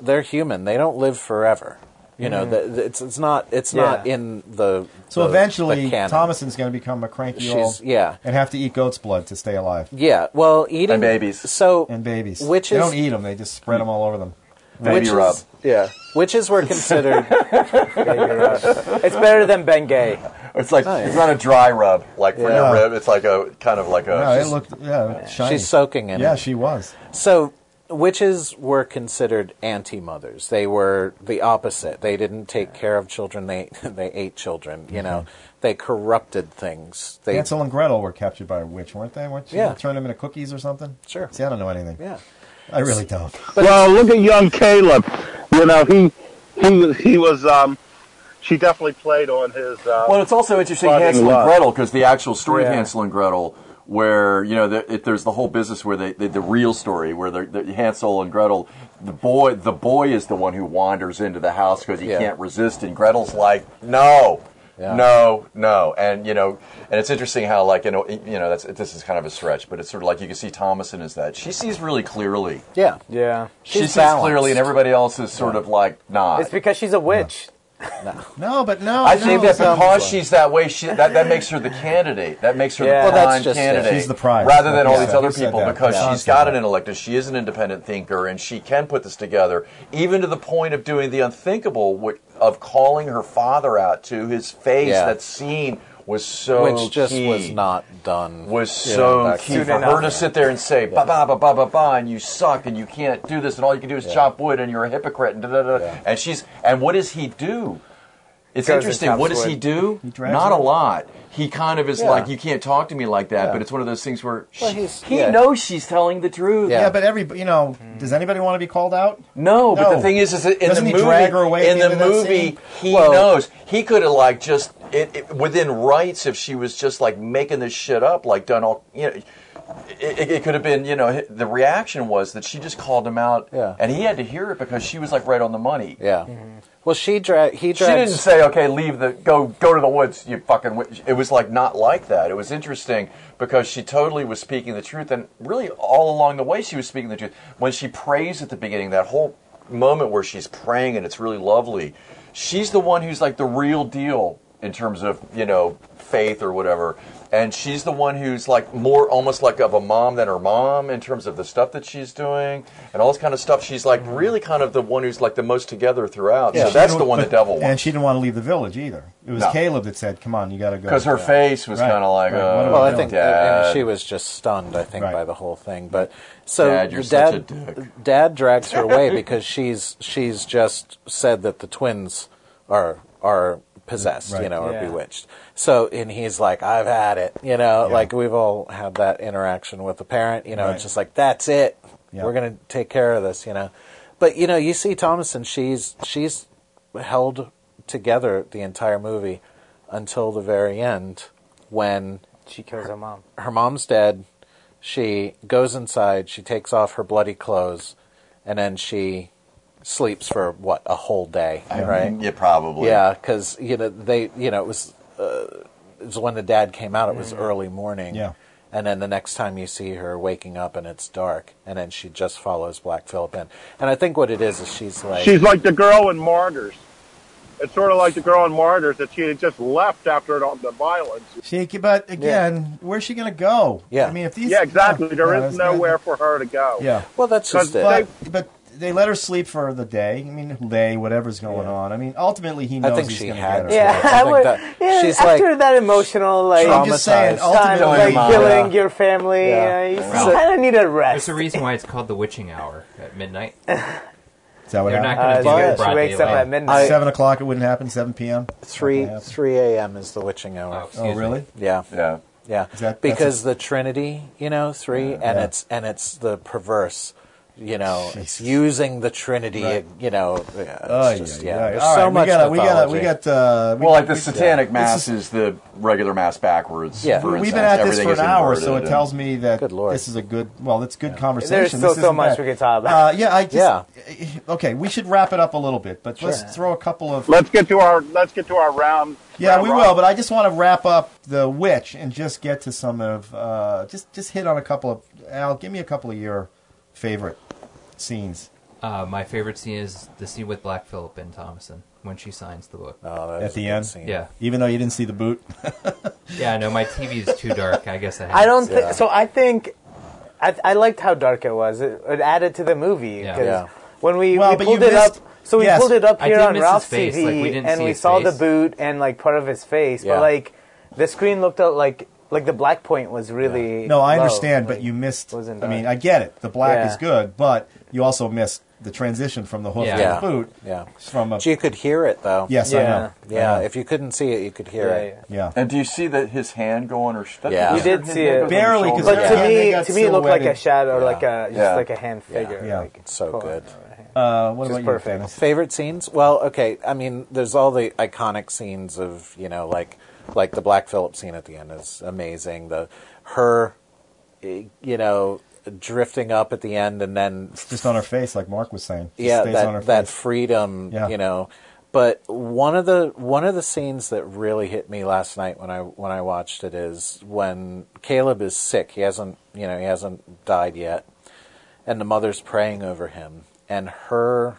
They're human. They don't live forever. You know, the, the- it's it's not it's not
Yeah.
in the.
Mm. So
the- the
eventually,
canon.
Thomason's going to become a cranky
She's-
old
yeah.
and have to eat goat's blood to stay alive.
Yeah, well, eating
And babies.
So
And babies.
Witches.
they don't eat them; they just spread them all over them.
Baby
witches,
rub.
Yeah, witches were considered.
It's better than Bengay.
It's like it's not a dry rub like for
Yeah.
your rib. It's like a kind of like a.
Yeah, it looked yeah, shiny.
she's soaking in.
yeah,
it.
she was.
So witches were considered anti-mothers. They were the opposite. They didn't take care of children. They they ate children. You know,
Mm-hmm.
they corrupted things. They
Hansel and Gretel were captured by a witch, weren't they? Weren't you
Yeah.
turn them into cookies or something?
Sure.
See, I don't know anything.
yeah.
I really don't.
well, look at young Caleb. You know, he he was- he was um she definitely played on his uh
Well, it's also interesting
Fighting
Hansel
love.
and Gretel because the actual story
Yeah.
of Hansel and Gretel, where you know the, it, there's the whole business where they, the, the real story where the, the Hansel and Gretel, the boy, the boy is the one who wanders into the house because he
Yeah.
can't resist, and Gretel's like, no.
Yeah.
No, no, and you know, and it's interesting how like you know, it- you know, that's this is kind of a stretch, but it's sort of like you can see Thomason is that she sees really clearly,
Yeah.
Yeah.
she
She's
sees
balanced.
clearly, and everybody else is sort of like not.
It's because she's a witch.
No, but no.
I
no,
think that
some-
because she's that way, she, that, that makes her the candidate. That makes her
Yeah.
the
Well,
prime
that's just it.
candidate.
She's the prize.
Rather
Like
than
you
all these
said.
other
You said
people
that.
because
Yeah.
she's got an intellect and she is an independent thinker and she can put this together, even to the point of doing the unthinkable wi- of calling her father out to his face.
Yeah.
That scene was so
Which just
key
was not done.
was
you
so
know, back
key
then.
for her to sit there and say ba ba ba ba ba ba and you suck and you can't do this and all you can do is chop wood and you're a hypocrite and da da da
Yeah.
and she's and what does he do? It's
Goes and
interesting.
chops
What does
wood.
he do?
drags
Not
her.
a lot. He kind of is
Yeah.
like you can't talk to me like that.
Yeah.
But it's one of those things where
Well,
she-
he's-
he
yeah.
knows she's telling the truth.
Yeah.
Yeah, but every you know, does anybody want to be called out?
No, but
No.
the thing is, is that in
Doesn't
the
he
movie,
drag her away at
in
the
the
end of that
movie,
scene?
he
Well-
knows he could have like just it, it, within rights if she was just like making this shit up, like done all you know. It, it- it could have been, you know, hi- the reaction was that she just called him out,
Yeah.
and he had to hear it because she was like right on the money.
Yeah. Well, she drag. He
She didn't
drags.
say, "Okay, leave the go go to the woods, you fucking." Witch. It was like not like that. It was interesting because she totally was speaking the truth, and really all along the way she was speaking the truth. When she prays at the beginning, that whole moment where she's praying and it's really lovely, she's the one who's like the real deal in terms of you know faith or whatever. And she's the one who's like more almost like of a mom than her mom in terms of the stuff that she's doing and all this kind of stuff. She's like really kind of the one who's like the most together throughout. so that's the one the devil
And
wants
she didn't want to leave the village either. It was
No.
Caleb that said, "Come on, you got to go."
because her face was
Right,
kind of like
right.
uh,
What am
Well, I
Yeah.
think
Dad.
and she was just stunned. I think
Right.
by the whole thing. But so
Dad, you're
the dad,
such a dick.
dad drags her away because she's she's just said that the twins are are possessed, you
Right.
know, or
Yeah.
bewitched. So and he's like, I've had it, you know,
Yeah.
like we've all had that interaction with a parent, you know,
Right.
it's just like that's it.
Yeah.
We're gonna take care of this, you know. But you know, you see Thomason, she's she's held together the entire movie until the very end when
She kills her mom.
her mom's dead. She goes inside. She takes off her bloody clothes, and then she sleeps for what a whole day, right?
yeah, probably.
Yeah, because you know they, you know, it was uh, it was when the dad came out. It was early morning.
Mm-hmm. Yeah.
And then the next time you see her waking up and it's dark, and then she just follows Black Phillip in. And I think what it is is she's like,
She's like the girl in Martyrs. It's sort of like the girl in Martyrs that she had just left after it, all the violence.
She, but again, where's she going to go?
Yeah.
I mean, if these,
Yeah, exactly.
no,
There
no,
is
it's gonna-
nowhere for her to go.
Yeah,
well, that's just it.
but but they let her sleep for the day. I mean, they whatever's going
Yeah.
on. I mean, ultimately he
I
knows
think
he's
she
going to
had
get her.
to. Yeah,
Yeah,
I think
would-
that-
yeah,
she's
after
like
that emotional like
I'm just
Traumatized.
saying,
time,
ultimately,
like
Traumatized.
killing your family,
Yeah.
uh, you
Wow.
kind of need a rest.
There's a reason why it's called the witching hour at midnight.
is that what
They're
happened?
not going to
Uh,
do it in
she
broad
wakes up
daylight.
at midnight.
Seven o'clock. It wouldn't happen. Seven p.m.
three
Not gonna happen.
three a.m. is the witching hour.
Oh,
Oh,
excuse me.
really?
Yeah.
yeah.
Yeah,
Is that- that's
because the Trinity, you know, three, and
Yeah.
it's and it's the perverse, you know, it's
Jesus.
using the Trinity, you know, yeah, it's
Oh,
just, yeah,
yeah, yeah.
there's
All
so
right,
much
we got, we got, we
mythology.
got, uh, we-
Well, like the
we-
satanic
yeah.
mass
This is-
is, the regular mass backwards.
Yeah.
for
We've
instance.
been at this
Everything
for an
is
hour, so it
inverted
telws
and-
me that
Good Lord.
this is a good. Well, it's good conversation.
There's still
This
so
isn't
much
bad.
we could talk about.
Uh, yeah, I
Yeah.
just eh, okay. We should wrap it up a little bit, but let's throw a couple of
Let's get to our let's get to our round.
Yeah,
round
we
robin.
will. But I just want to wrap up the witch and just get to some of uh, just just hit on a couple of Al. Give me a couple of your favorite scenes
Uh, my favorite scene is the scene with Black Phillip and Thomason when she signs the book.
Oh, that
at
was a
the
good
end.
scene.
Yeah,
Even though you didn't see the boot,
yeah. I know my TV is too dark. I guess I. Have
I don't.
to-
Th- So I think I, I liked how dark it was. It, it added to the movie
Yeah.
'cause
Yeah.
when we,
Well,
we
but
pulled
you
it
missed-
up. So we
yes.
pulled it up
I
here
did
on
miss his
Ralph's
face,
TV,
like, we didn't
and
see
we
his
saw the
face.
boot and like part of his face.
Yeah.
But like the screen looked out like like the black point was really.
no, I
low.
understand. But
Like,
you missed.
wasn't
I mean, I
dark.
get it. The black
Yeah.
is good, but you also missed the transition from the hoof
Yeah.
to
Yeah.
the boot.
Yeah.
From a
But you could hear it though.
yes, I know.
yeah.
I know.
If you couldn't see it, you could hear
Yeah,
it.
yeah.
yeah.
And do you see that his hand go on her? Sh- that-
Yeah. You
did
his
see
hand
it.
goes on her
Barely, 'cause
shoulder.
But
Yeah.
to
Yeah, they
me,
got
to me, it looked like a
silhouetted.
shadow, like a just
Yeah.
like a hand figure.
Yeah.
Like,
It's so
pull-
good.
Uh, what
Which
about
is
you,
perfect.
Dennis?
Favorite scenes? Well, okay. I mean, there's all the iconic scenes of you know, like like the Black Phillip scene at the end is amazing. The her, eh, you know, drifting up at the end and then
Just on her face, like Mark was saying. Just
yeah,
stays
that
on her
that
face.
freedom,
Yeah.
you know. But one of the one of the scenes that really hit me last night when I when I watched it is when Caleb is sick. He hasn't you know he hasn't died yet, and the mother's praying over him, and her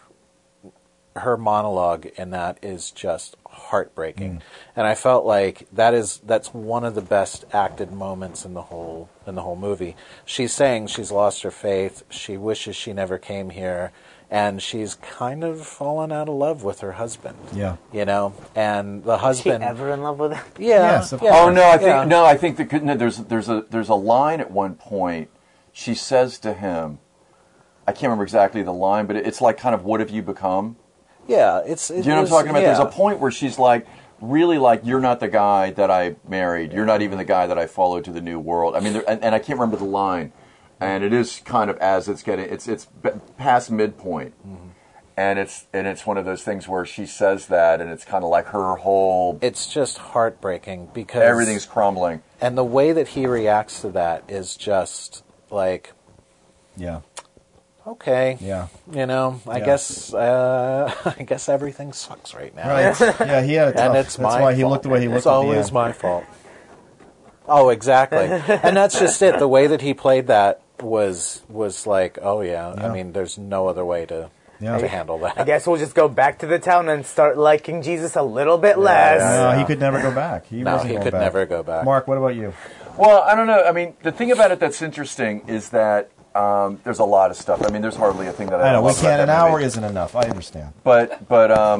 her monologue in that is just heartbreaking. And I felt like that is that's one of the best acted moments in the whole in the whole movie. She's saying she's lost her faith, she wishes she never came here, and she's kind of fallen out of love with her husband.
Yeah.
You know? And the
Is she
husband
ever in love with him?
Yeah.
Yes, of
yeah.
course.
Oh no, I think
Yeah.
no, I think the, no, there's there's a there's a line at one point. She says to him, I can't remember exactly the line, but it- it's like kind of what have you become?
Yeah, it's it
Do you know
was-
what I'm talking about? There's
yeah.
a point where she's like, really, like, you're not the guy that I married. You're not even the guy that I followed to the new world. I mean, there, and, and I can't remember the line. And it is kind of as it's getting, it's it's b- past midpoint,
Mm-hmm.
and it's and it's one of those things where she says that, and it's kind of like her whole
It's just heartbreaking because
everything's crumbling.
and the way that he reacts to that is just like
Yeah.
okay
Yeah.
you know i
Yeah.
guess uh, i guess everything sucks right now
Right. yeah, he had a tough.
and it's
that's
my
why he
fault.
looked the way he looked.
it's
at the
always
end.
my fault oh exactly and that's just it the way that he played that was was like oh yeah,
Yeah.
i mean there's no other way to to handle
I
that.
guess we'll just go back to the town and start liking Jesus a little bit less.
yeah,
No, he could never go back. He
No,
wasn't
he
going
could
back.
never go back.
Mark, what about you?
Well, I don't know. I mean, the thing about it that's interesting is that um, there's a lot of stuff. I mean, there's hardly a thing that I,
I know
don't
we
love about
can't. An
that
hour
movie.
isn't enough. I understand.
but but um,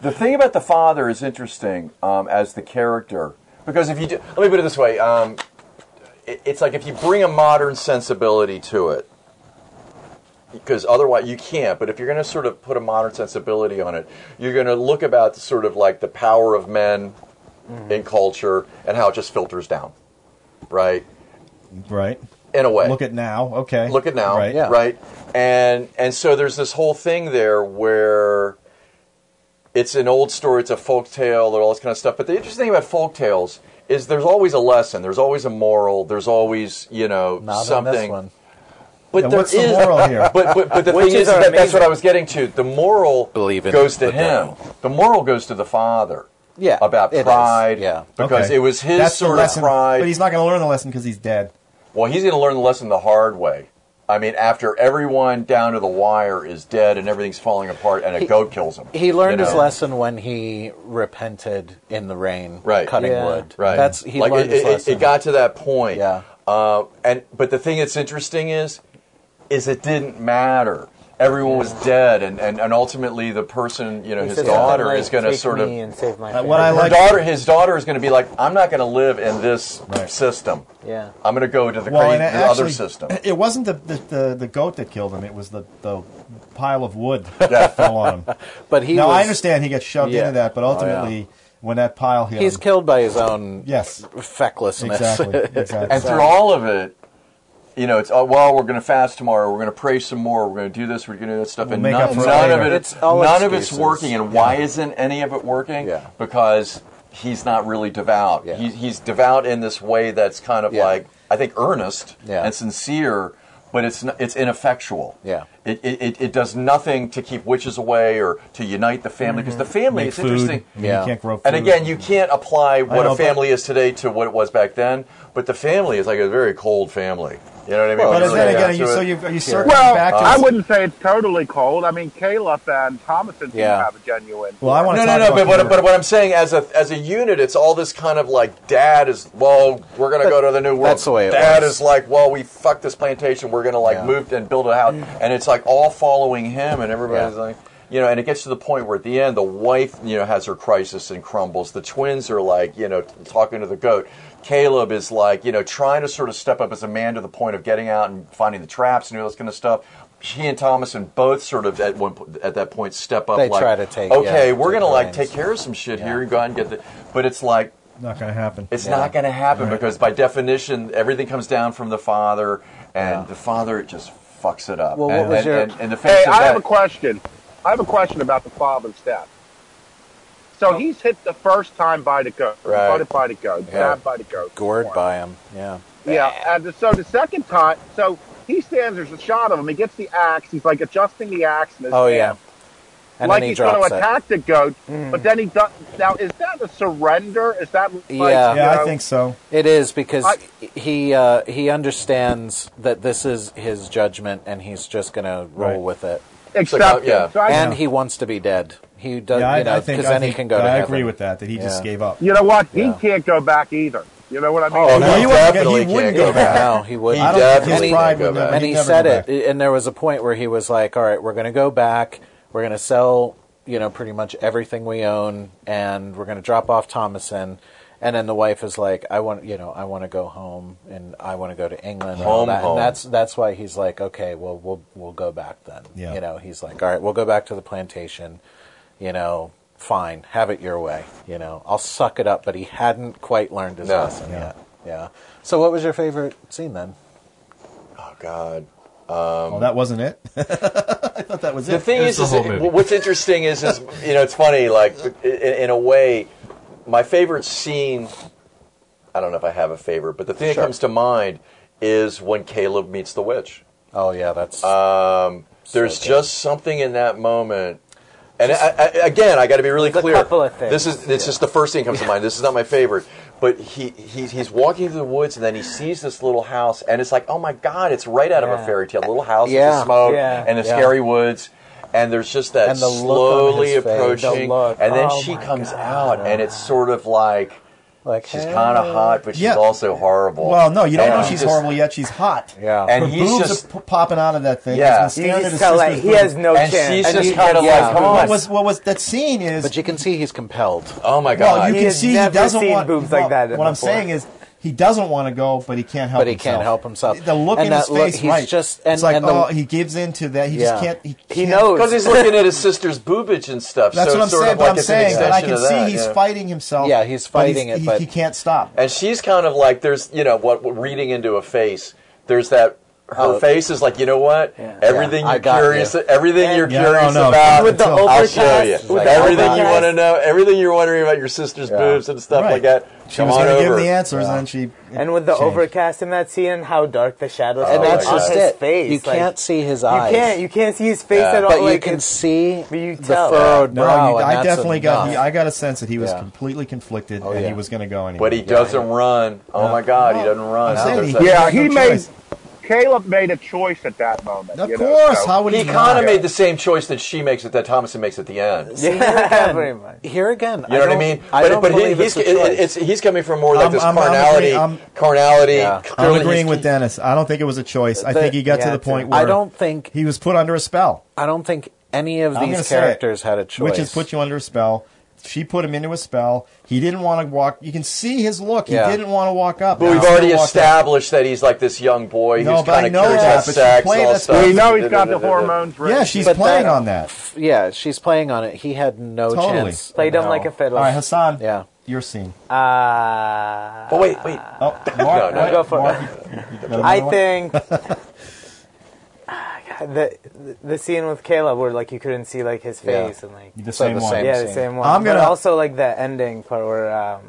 the thing about the father is interesting um, as the character because if you do, let me put it this way, um, it, it's like if you bring a modern sensibility to it, because otherwise you can't. But if you're going to sort of put a modern sensibility on it, you're going to look about the sort of like the power of men in culture and how it just filters down, right?
Right.
In a way,
Look at now. Okay.
look at now
Right.
right,
yeah.
and and so there's this whole thing there where it's an old story it's a folk tale and all this kind of stuff but the interesting thing about folk tales is there's always a lesson there's always a moral there's always you know
Not
something
on this one.
but
Yeah,
there
what's the
is-
moral here?
but but, but the thing is,
is our
that that's
amazing-
what I was getting to. The moral
Believe in
goes to
the
him.
devil.
The moral goes to the father.
Yeah,
about
it is.
pride.
Yeah.
because
Okay.
it was his
That's the
sort of
lesson,
pride.
But he's not going to learn the lesson because he's dead.
Well, he's going to learn the lesson the hard way. I mean, after everyone down to the wire is dead and everything's falling apart, and a goat kills him.
He learned
you
his
know?
lesson when he repented in the rain,
Right.
cutting
Yeah.
wood.
Right.
That's he
like
learned
it,
his
it-
lesson.
it got to that point.
Yeah.
Uh, and but the thing that's interesting is, is it didn't matter. Everyone was dead, and, and, and ultimately the person, you know,
He
his
said something
daughter
like,
is going to
"Take
sort
me
of
and save my
Uh, what I
family."
her
like.
daughter. His daughter is going to be like, I'm not going to live in this
Right.
system.
yeah.
I'm going to go to the,
Well,
cra-
and it
the
actually,
other system.
It wasn't the, the, the, the goat that killed him. It was the, the pile of wood that fell on him.
but he
now
was,
I understand he gets shoved
Yeah.
into that,
Oh,
but ultimately, when that pile hit
He's
him,
killed by his own
yes,
fecklessness.
exactly, exactly.
And through all of it, you know, it's oh, well, we're going to fast tomorrow. We're going to pray some more. We're going to do this. We're going to do that stuff. and
make
none,
up for it
none of
later.
it,
It's all
none of it's
excuses.
working. And why isn't any of it working?
Yeah.
because he's not really devout.
Yeah.
He, he's devout in this way that's kind of
Yeah.
like I think earnest
Yeah.
and sincere, but it's not, it's ineffectual.
Yeah.
It, it, it, it does nothing to keep witches away or to unite the family because the family
Mm-hmm. make
is
food.
interesting.
I mean,
Yeah.
you can't grow food.
And again, you can't apply what
know,
a family is today to what it was back then. But the family is like a very cold family. You know what I mean?
but
When
then
you really
again,
get
you,
to
so
it.
you are you circling
Well,
back to
I wouldn't say it's totally cold. I mean, Caleb and Thomason do
Yeah.
have a genuine.
well, I want to
No, no,
talk
no. But
about
what,
Peter.
but what I'm saying as a as a unit, it's all this kind of like dad is well, we're gonna go to the new world.
that's the way it
dad
was.
is like, well, we fucked this plantation. We're gonna like
Yeah.
move and build a house, and it's like all following him, and everybody's
Yeah.
like. You know, and it gets to the point where at the end, the wife, you know, has her crisis and crumbles. The twins are like, you know, t- talking to the goat. Caleb is like, you know, trying to sort of step up as a man to the point of getting out and finding the traps and all this kind of stuff. He and Thomason both sort of at one po- at that point step up.
They
like,
try to take-
Okay,
yeah,
we're
take
gonna
the
like
reins.
take care of some shit
Yeah.
here and go out and get the. But it's like
not going to happen.
it's
Yeah.
not going to happen because by definition everything comes down from the father, and
Yeah.
the father just fucks it up.
Well, what
and,
was
and,
your-
and, and the
Hey,
face of
I have
that-
a question. I have a question about the father's death. So he's hit the first time by the goat,
Right.
butted by the goat,
Oh. Yeah.
stabbed by the goat,
gored
torn.
by him. Yeah.
Yeah, and so the second time, so he stands. There's a shot of him. He gets the axe. He's like adjusting the axe. In his
Oh
hand,
yeah. And
like
then he
he's going
drops
to
it. Mm.
attack the goat, but then he does. Now, is that a surrender? Is that like,
Yeah.
you
yeah,
know-
I think so.
It is because
I-
he uh, he understands that this is his judgment, and he's just going to roll
Right.
with it.
acceptance.
yeah.
So I-
and he wants to be dead. He does,
Yeah, I,
you know,
I think
because
I
then he
think-
can go to
I
heaven.
agree with that. That he just
Yeah.
gave up.
you know what?
Yeah.
He can't go back either. You know what I mean?
Oh, no,
Well, he wouldn't go-
definitely
he wouldn't
can't
go
go
back.
back.
No, he wouldn't.
I don't think his
and he,
pride
go
would
back.
never-
and he
he'd never
said
go
it,
back.
and there was a point where he was like, "All right, we're going to go back. We're going to sell, you know, pretty much everything we own, and we're going to drop off Thomason." And then the wife is like, "I want, you know, I want to go home, and I want to go to England." and all
Home,
that.
home.
And that's that's why he's like, "Okay, well, we'll we'll go back then."
Yeah.
You know, he's like, "All right, we'll go back to the plantation." You know. Fine, have it your way. You know, I'll suck it up. But he hadn't quite learned his
No.
lesson
Yeah.
yet. Yeah. So, what was your favorite scene then?
Oh God.
Well, that wasn't it. I thought that was
The
it.
thing is,
It's the
is
whole
it-
movie.
what's interesting is, is you know, it's funny. Like in, in a way, my favorite scene. I don't know if I have a favorite, but the thing
Sure.
that comes to mind is when Caleb meets the witch.
Oh yeah, that's
Um, there's
So good.
just something in that moment. And I, I, again, I got to be really
There's a
clear.
couple of things.
This is it's just the first thing that comes to mind. This is not my favorite, But he, he's, he's walking through the woods and then he sees this little house and it's like, oh my God, it's right out of a
Yeah.
fairy tale. Little house, with
Yeah.
the smoke
Yeah.
and the
Yeah.
scary woods. And there's just that
And the look on
slowly
his face.
approaching.
The look.
And then
Oh
she
my
comes out and it's sort of like,
Like
she's
hey.
kind of hot, but she's
Yeah.
also horrible.
Well, no, you don't
And
know
he
she's
just-
horrible yet. She's hot.
Yeah.
And
Her
he's
boobs
just-
are p- popping out of that thing.
Yeah.
He's been staring
You
at
just
his
tell
sister's
like he
boobs.
has no
And
chance.
she's
And
just
you-
kind of
yeah.
like, come on.
What was what was that scene is?
But you can see he's compelled.
Oh my God.
well, you
He
can
has
see he
never
doesn't
seen
want
boobs
well,
like that
What I'm
before.
saying is. He doesn't want to go, but he can't help.
But he
himself.
can't help himself.
The look
And
in his
that look,
face,
he's
right?
just-
it's
and-
like,
and the-
oh, he gives in to that. He just
Yeah.
can't. He,
He
can't-
knows.
Because he's looking at his sister's boobage and stuff.
That's
so
what I'm
it's sort
saying.
Of
But
like
I'm
it's an
saying, but I
extension
can
of
see
that,
he's
yeah.
fighting himself.
Yeah, he's
but
fighting it,
he-
but-
he can't stop.
And she's kind of like there's you know what reading into a face. There's that her
Oh.
face is like you know what everything
Yeah, I
you're
got
curious
you.
everything you're
Yeah,
curious
no, no.
about.
With the
I'll show you
overcast, with the
everything you
overcast.
want to know, everything you're wondering about your sister's
Yeah.
boobs and stuff
Right.
like that.
She
come
was
on
going to give
over.
him the answers, and then she
And with the
changed.
overcast in that scene, and how dark the shadows
And
are
Oh, that's
on
just
oh, his
it.
face.
you
like,
can't see his
You
eyes.
can't. You can't see his face
Yeah.
at all.
but you
like,
can
it's-
see
you
the
tell.
furrowed
No,
brow.
you-
and
I
that's
definitely got.
enough.
He, I got a sense that he was
Yeah.
completely conflicted,
Oh,
and he
yeah.
was going to go anywhere.
But he doesn't run. Oh my God, he doesn't
I'm
run.
saying
There's
he-
that-
Yeah,
Yeah, he
no
made
choice.
Caleb made a choice at that moment.
Of
you know,
course,
so-
how would he?
He kind
not?
of made the same choice that she makes at that Thomason makes at the end.
Yeah, very much.
Here again,
You know what I
don't-
mean?
I
but
don't
but he-
believe
he's
it's a
it-
choice.
it's he's coming from more like
I'm-
this
I'm- I'm
carnality,
agreeing- I'm-
carnality.
Yeah.
Clearly
I'm
he's-
agreeing with Dennis. I don't think it was a choice. I
The-
think he got to
yeah,
the
it's
point
a-
where
I don't think
he was put under a spell,
I don't think any of
I'm gonna
these
say it.
characters had a choice.
which is put you under a spell. She put him into a spell. He didn't want to walk. You can see his look.
Yeah.
He didn't want to walk up.
But
He
we've
still
already
walked up.
established that he's like this young boy
No,
who's
but I
kind of
know
curious
that,
about
but she's
sex and
playing
all
this-
stuff.
We know he's got the hormones.
Yeah,
raised.
she's
But
playing
uh,
that-
on that.
yeah, she's playing on it. He had no
Totally.
chance.
Played him
No.
like a fiddle.
All right, Hassan.
Yeah.
your scene.
Uh,
Oh wait, wait.
Oh, Mark,
no,
go for
Mark, you- no,
I
no,
think the the scene with Caleb, where like you couldn't see like his
Yeah.
face and like
the
So
same
the
one.
same-
yeah, the
scene.
same one.
I'm
I'm
gonna-
gonna also like the ending part where um,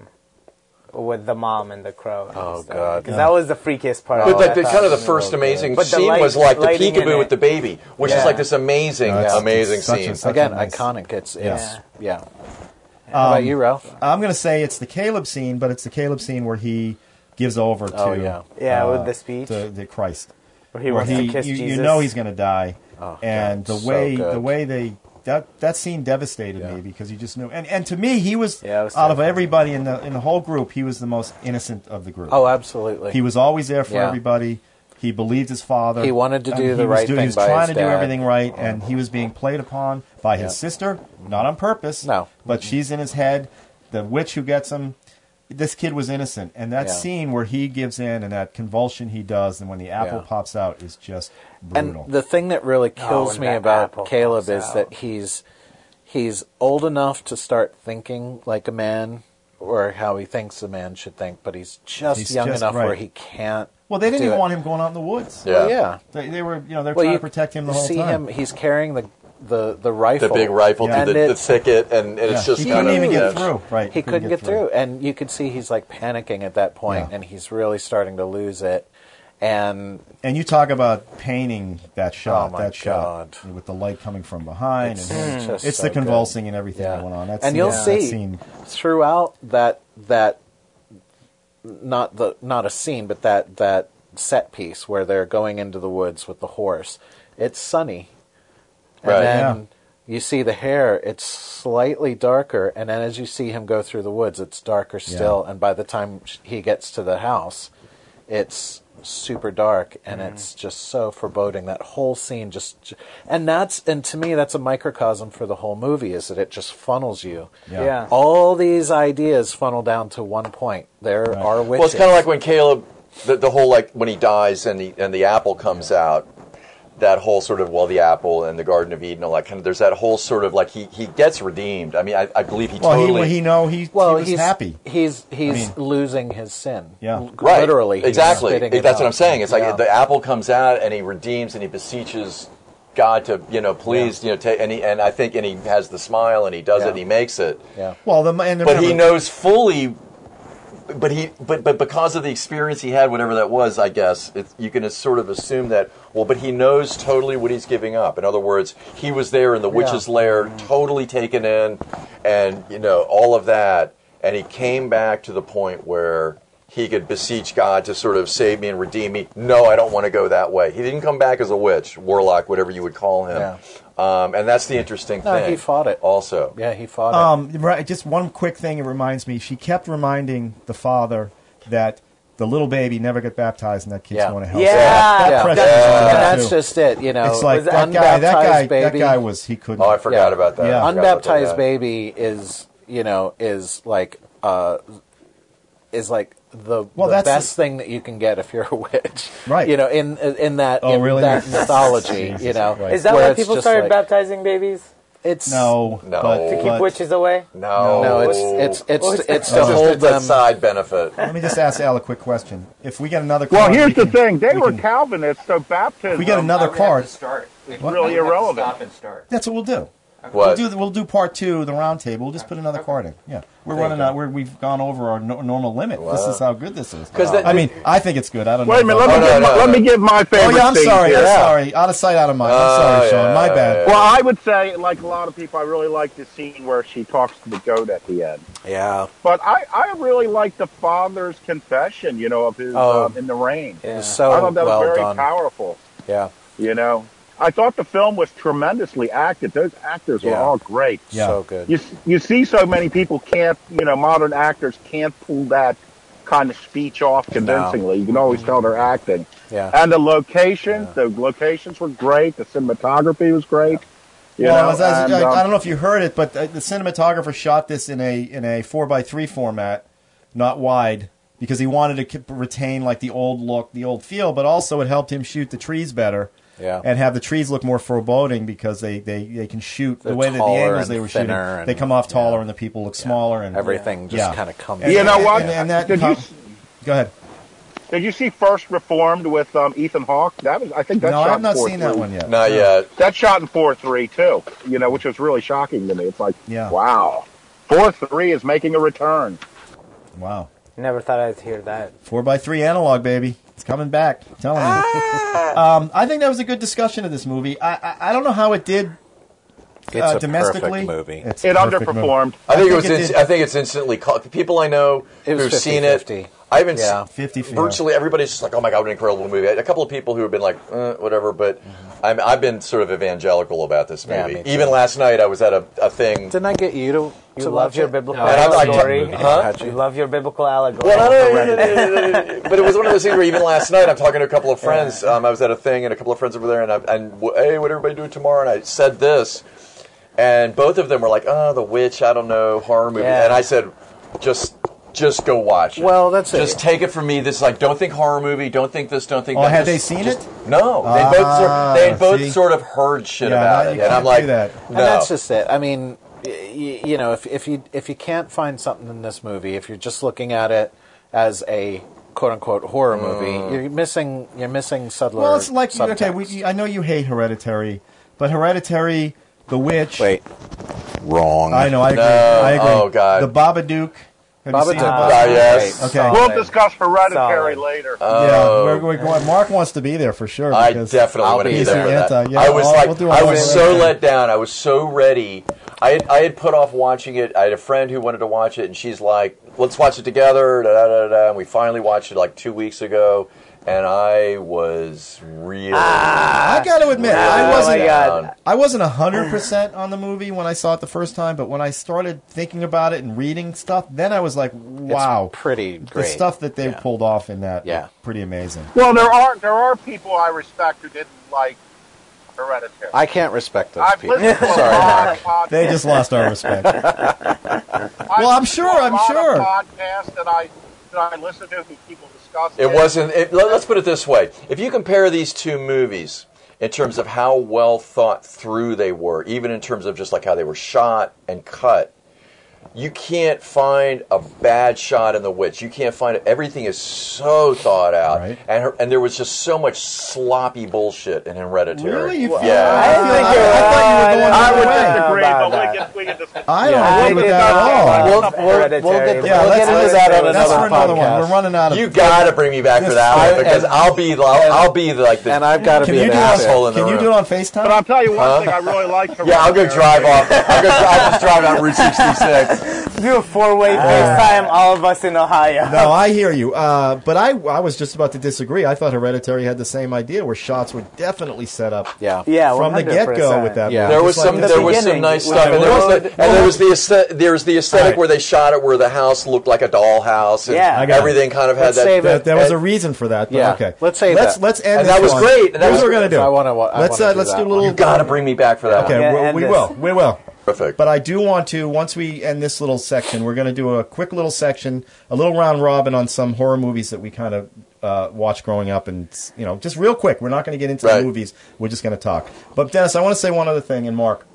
with the mom and the crow. And
Oh,
stuff.
God.
'Cause that was the freakiest part.
But
of
like
that
the
thought.
kind of the first amazing
But the
scene
light-
was like the
lighting in
peekaboo
it.
with the baby, which is
Yeah.
like this amazing,
No, it's-
amazing
it's such
scene.
a- such
Again,
a nice-
iconic. It's it's yeah.
Um,
How about you, Ralph?
I'm going to say it's the Caleb scene, but it's the Caleb scene where he gives over to
Oh, yeah.
Yeah,
uh,
with the speech.
to, to Christ.
where he
Where
wants
he,
to kiss
you,
Jesus.
you know he's going to die,
Oh,
and
God,
the
so
way the
good.
way they that that scene devastated me
Yeah.
because you just knew. And and to me, he was,
Yeah, it was
out of
terrifying.
everybody in the in the whole group, he was the most innocent of the group.
Oh, absolutely.
he was always there for
Yeah.
everybody. He believed his father.
He wanted to
And
do
he
the
was
right
do- He
thing
was
by
trying
his
to do
dad.
everything right, and he was being played upon by his sister, not on purpose.
No.
but she's in his head. The witch who gets him. This kid was innocent, and that
Yeah.
scene where he gives in and that convulsion he does, and when the apple
Yeah.
pops out, is just
and
brutal.
the thing that really kills me
when Oh, that
about
apple
Caleb
comes
is
out.
that he's he's old enough to start thinking like a man or how he thinks a man should think, but he's just
He's
young
just
enough where
right.
he can't.
well, they didn't
do
even
it.
want him going out in the woods.
Yeah.
Well, yeah.
They, they were, you know, they're
Well,
trying
you
to protect him the whole
see
time.
him; he's carrying the the the rifle,
The big rifle
Yeah.
through
And
the, the
it's-
thicket, and, and it's
Yeah.
just
he
kind
couldn't
of
even
yeah.
get through. Right,
He couldn't get through, and you could see he's like panicking at that point,
Yeah.
and he's really starting to lose it. And
And you talk about painting that shot,
Oh, my
that shot
God.
with the light coming from behind,
It's
and him-
just
it's
so
the
good.
convulsing and everything that went on. That
and
scene-
you'll
that
see
scene-
throughout that that not the not a scene, but that that set piece where they're going into the woods with the horse. It's sunny, and
Right.
then you see the hair. It's slightly darker, and then as you see him go through the woods, it's darker still. And by the time sh- he gets to the house, it's super dark and
Mm-hmm.
it's just so foreboding that whole scene just j- and that's and to me that's a microcosm for the whole movie is that it just funnels you
Yeah.
yeah.
all these ideas funnel down to one point. There are witches.
Well, it's kind of like when Caleb, the, the whole like when he dies and the and the apple comes out. That whole sort of well, the apple and the Garden of Eden, all that kind of. There's that whole sort of like he, he gets redeemed. I mean, I, I believe he
Well,
totally
he, he know he,
well,
he was
he's
happy.
He's he's
I
losing his sin.
Yeah.
L-
Right.
literally. he's
Exactly.
spitting it
That's
out.
what I'm saying. It's like
Yeah.
the apple comes out and he redeems and he beseeches God to, you know, please, you know, take and he, and I think and he has the smile and he does it
Yeah.
and he makes it.
Yeah.
Well, the, and
But he
remember-
knows fully but he but but because of the experience he had whatever that was, I guess, it, you can sort of assume that well, but he knows totally what he's giving up. In other words, he was there in the witch's lair, totally taken in and you know, all of that and he came back to the point where he could beseech God to sort of save me and redeem me. No, I don't want to go that way. He didn't come back as a witch, warlock, whatever you would call him.
Yeah.
Um, and that's the interesting
No,
thing.
he fought it.
Also,
Yeah, he fought it.
Um, right, just one quick thing it reminds me. She kept reminding the father that the little baby never got baptized and that kid's
Yeah.
going to hell.
Yeah,
That,
yeah,
that pressure
that-
is on her,
and that's
too.
just it. You know,
It's like
was
that guy, that guy,
unbaptized baby.
that guy was, he couldn't.
oh, I forgot about that. I
Yeah.
forgot about
unbaptized
that.
baby is you know is like uh, is like the,
Well,
the
that's
best
the-
thing that you can get if you're a witch,
Right.
You know, in in that
Oh,
in
really?
that mythology, you know,
Christ.
Is that
where
why
it's
people
just
started
like-
baptizing babies?
It's
no,
No.
But,
To keep
but-
Witches away?
No,
no, it's it's
Oh.
Well,
it's
it's-
it's
It's
to
just-
hold
it's a
them.
side benefit.
let me just ask Al a quick question. If we get another card,
Well, here's
we
the
can-
thing. They
we
were
can-
Calvinists, so baptism.
We get another card.
start. It's
really irrelevant.
Stop and start.
That's what we'll do.
What?
We'll do we'll do part two, of the round table. We'll just put another card in. Yeah, we're running out. We're, we've gone over our no, normal limit. This is how good this is.
'Cause that-
I mean, I think it's good. I don't
Wait a
know.
minute. Let me,
no,
give, my,
no,
let
no.
me give my
oh
favorite.
yeah, I'm
thing
sorry.
here.
I'm sorry. Out of sight, out of mind. I'm
Oh,
sorry, Sean.
yeah,
My bad.
yeah.
Well, I would say, like a lot of people, I really like the scene where she talks to the goat at the end.
Yeah,
But I, I really like the father's confession, you know, of his
Oh.
um, in the rain.
it was
I
so
thought that
well
was very
done.
powerful.
Yeah,
You know, I thought the film was tremendously acted. Those actors were
Yeah.
all great.
Yeah.
so good.
You s- you see, so many people can't. You know, modern actors can't pull that kind of speech off convincingly. You can
Mm-hmm.
always tell they're acting.
Yeah,
And the locations, the locations were great. The cinematography was great. You
well,
know,
as I,
and,
I,
um,
I don't know if you heard it, but the, the cinematographer shot this in a in a four by three format, not wide, because he wanted to keep, retain like the old look, the old feel, but also it helped him shoot the trees better.
Yeah.
and have the trees look more foreboding because they, they, they can shoot the
They're
way that the
taller and
angles they were shooting.
thinner and-
they come off taller,
yeah.
and the people look smaller, and
everything just
Yeah.
kind of comes.
And-
You know
and-
what?
And, and that
Did you-
go ahead.
Did you see First Reformed with um, Ethan Hawke? That was, I think that's
No,
shot
I've not
in 4
seen that
three.
one yet.
Not yet.
That shot in four three too. You know, which was really shocking to me. It's like,
Yeah.
wow, four three is making a return.
Wow,
Never thought I'd hear that.
four by three analog, baby. It's coming back. I'm telling you. um, I think that was a good discussion of this movie. I I, I don't know how it did
It's
uh,
a
domestically.
perfect movie.
It's
It
a perfect movie.
underperformed.
I, think,
I
it was.
think it
ins-
did-
I think it's instantly. Caught. The people I know
It was
who've seen it.
50-50.
I haven't
Yeah.
seen
50 50.
virtually everybody's just like, "Oh my god, what an incredible movie!" A couple of people who have been like, eh, "Whatever," but I'm, I've been sort of evangelical about this
Yeah,
movie.
me too.
Even last night, I was at a, a thing.
Didn't I get you to
You
to
love
watch
your
it?
biblical
And I'm like,
allegory.
huh?
Had
You
you?
love your biblical allegory.
Well, no, no, no, no, no, no, no. but it was one of those things where even last night I'm talking to a couple of friends. Um, I was at a thing and a couple of friends over there, and I, and hey, what everybody doing tomorrow? And I said this, and both of them were like, "Oh, the witch, I don't know, horror movie,"
Yeah.
and I said, "Just." Just go watch it.
Well, that's it.
just take it from me. This is like don't think horror movie, don't think this, don't think.
Oh,
that.
had they
Just-
seen
just-
it?
No, they both
Ah,
sort, they had both
see?
sort of heard shit
Yeah,
about
no,
it,
you
and I'm
can't
like,
do that.
no,
And that's just it. I mean, you, you know, if if you if you can't find something in this movie, if you're just looking at it as a quote unquote horror
Mm.
movie, you're missing you're missing subtler.
Well, it's like
subtext.
okay. We, I know you hate Hereditary, but Hereditary, The Witch.
wait. Wrong.
I know. I agree.
No,
I agree.
oh, God.
the Babadook. Have you seen
Babadook.
the
Ah,
Ah, yes. Oh.
Right.
Okay.
We'll discuss hereditary
Solid.
later.
yeah, we're, we're going, Mark wants to be there for sure.
I
because-
definitely
I'll
want to
be
be there.
there.
for that.
Anti, yeah,
I was
I'll-
like,
we'll do
I
all
was
that.
so let down. I was so ready. I had, I had put off watching it. I had a friend who wanted to watch it, and she's like, "Let's watch it together." Da, da, da, da. And we finally watched it like two weeks ago, and I was really.
I got to admit, Ah, I
Oh,
wasn't.
my God.
down.
I wasn't hundred percent on the movie when I saw it the first time, but when I started thinking about it and reading stuff, then I was like,
It's
"Wow,
pretty
the
great.
stuff that they
Yeah.
pulled off in that,
Yeah.
pretty amazing."
Well, there are there are people I respect who didn't like hereditary.
I can't respect those
I've
people.
listened to a
Sorry,
lot
Mark.
of podcasts.
They just lost our respect.
I've
Well, I'm
listened to
sure,
a
I'm
lot of
sure.
podcasts that I that I listen to who people discuss.
It wasn't. It, let, us put it this way: if you compare these two movies in terms of how well thought through they were, even in terms of just like how they were shot and cut, you can't find a bad shot in The Witch. You can't find it. Everything is so thought out,
Right.
and her, and there was just so much sloppy bullshit in Hereditary.
Really? You feel-
yeah.
I, feel- I- I thought you were going
I
the
would
other way.
know
disagree,
about
but we
that.
can, we can discuss.
I don't
I
agree with
did
that
not
at all.
know
We'll,
Enough
we'll, we'll get,
hereditary.
Yeah,
we'll
let's-
get into
let's-
that on
That's
another
for another one.
podcast.
We're running out of.
You gotta bring me back for that
I-
one because
and-
I'll be the- I'll, I'll be like the
and I've got to
can
be
you
an
do
asshole.
it?
asshole in the
Can you
room.
do it on
But I'll
Facetime?
tell you one thing I really like.
Yeah, I'll go drive off. I'll go. I'll just drive out Route 66.
Do a four way FaceTime, all of us in Ohio.
No, I hear you. Uh, but I, I was just about to disagree. I thought Hereditary had the same idea where shots were definitely set up
Yeah.
Yeah,
from the
100%.
get go with that.
Yeah.
movie.
There
Just
was
like
some.
the-
There was some
beginning,
nice
when
stuff,
I
and there was,
wrote
the, and there was the aesthet- there was the aesthetic
Alright.
where they shot it where the house looked like a dollhouse, and
Yeah. I
got it.
everything kind of had
Let's
that.
save it.
that, there was a
and-
reason for that. But
Yeah.
Okay.
Let's say
let's
that.
let's end.
And that
this
was
one.
great. That
Here's
was
what we're gonna
great.
do.
I wanna wa- I
let's
wanna
uh,
do
let's
that
do a
one.
little.
You got to bring me back for that
Okay,
one.
Yeah,
we-
end
we
this.
will. We will.
Perfect.
But I do want to, once we end this little section, we're going to do a quick little section, a little round robin on some horror movies that we kind of uh, watched growing up, and you know, just real quick. We're not going to get into
Right.
the movies. We're just going to talk. But Dennis, I want to say one other thing, and Mark,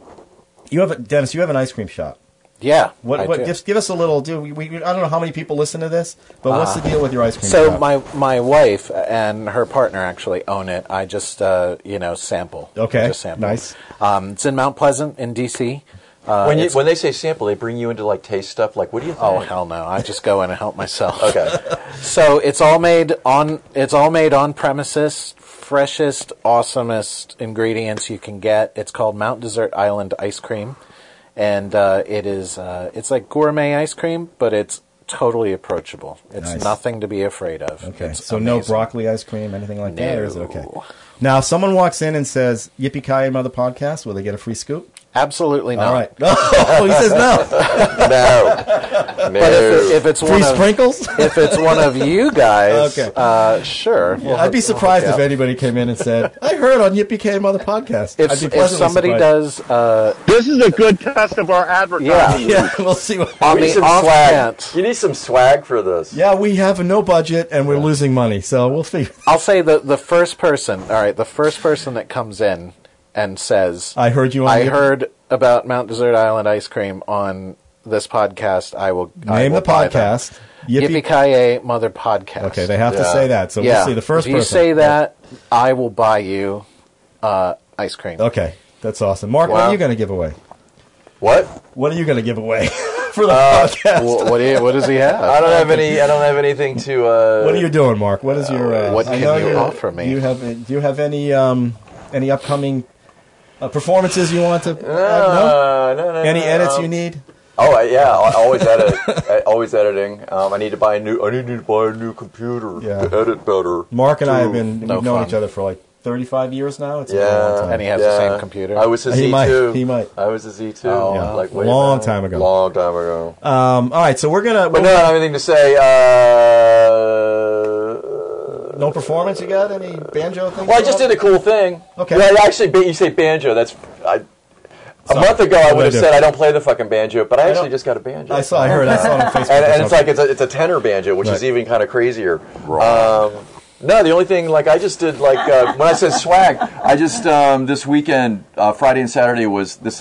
you have a, Dennis, you have an ice cream shop.
Yeah. I
What? What?
do.
Just give us a little. Do we, we? I don't know how many people listen to this, but what's the deal with your ice
Ah.
cream
So
shop?
my my wife and her partner actually own it. I just uh, you know sample.
Okay,
Just sample.
nice.
Um, it's in Mount Pleasant in D.C. Uh,
when you,
it's-
when they say sample, they bring you into like taste stuff. Like, what do you think?
oh hell no! I just go in and help myself.
Okay.
So it's all made on it's all made on premises, freshest, awesomest ingredients you can get. It's called Mount Desert Island ice cream, and uh, it is uh, it's like gourmet ice cream, but it's totally approachable. It's
Nice.
nothing to be afraid of.
Okay,
It's
so no
amazing.
broccoli ice cream, anything like that, or is it okay?
No.
Now, if someone walks in and says "Yippee ki mother podcast," will they get a free scoop?
Absolutely not.
All right. Oh, he says no.
no, no.
But if, it, if it's
Free
one of
sprinkles?
if it's one of you guys,
Okay.
uh, sure. We'll
I'd
hook-
be
we'll hook
surprised
you
if
up.
anybody came in and said, I heard on Yippee Ki Mother podcast.
If,
I'd be
if
pleasantly
somebody
surprised.
does, uh,
This is a good test of our advertising.
yeah,
Yeah, we'll see what.
on
you need
the
some
off
swag.
chance,
You need some swag for this.
Yeah, we have no budget and we're losing money, so we'll figure.
I'll say the the first person. All right, the first person that comes in and says,
I heard you on
I
Yippee-
heard about Mount Desert Island ice cream on this podcast. I will I
Name
will
the
buy them."
podcast.
Yippee
Yippee.
Ki Mother Podcast."
Okay, they have to
Yeah.
say that. So
yeah.
we'll see the first
If you
person.
say that, I will buy you uh, ice cream.
Okay, that's awesome. Mark, what
Wow.
are you going to give away?
What?
What are you going to give away for the
Uh,
podcast?
Wh- what, do you, what does he have?
I don't have any. I don't have anything to. Uh,
What are you doing, Mark? What is your? Uh,
what
I
can
know
you
you're-
offer me?
Do you have Do you have any um any upcoming uh, performances you want to? Uh, no?
Uh, no, no,
Any
no,
edits
um,
you need?
Oh I- yeah, I always edit. I- always editing. Um, I need to buy a new. I need to buy a new computer
Yeah.
to edit better.
Mark and I have been
no
we've known
fun.
each other for like 35 years now. It's been a long
Yeah,
time.
And he has the
yeah.
same computer. Oh,
I was a
He
Z2.
might, he might.
I was a Z2.
Yeah.
like
A
way
long
back.
time ago.
Long time ago.
um, all right, so we're gonna
but no, I don't have anything to say. Uh,
no performance. You got any banjo thing?
well, I just did a cool thing.
Okay.
Well, actually, ba- you say banjo. That's I. A month ago, I
What'd
would
I
have
do?
said I don't play the fucking banjo, but I
don't-
actually just got a banjo.
I saw. I heard. I saw it on Facebook.
and, and
or
it's
something.
like it's a, it's a tenor banjo, which
Right.
is even kind of crazier. Um, no, the only thing like I just did like uh, when I said swag, I just um, this weekend, uh, Friday and Saturday was this.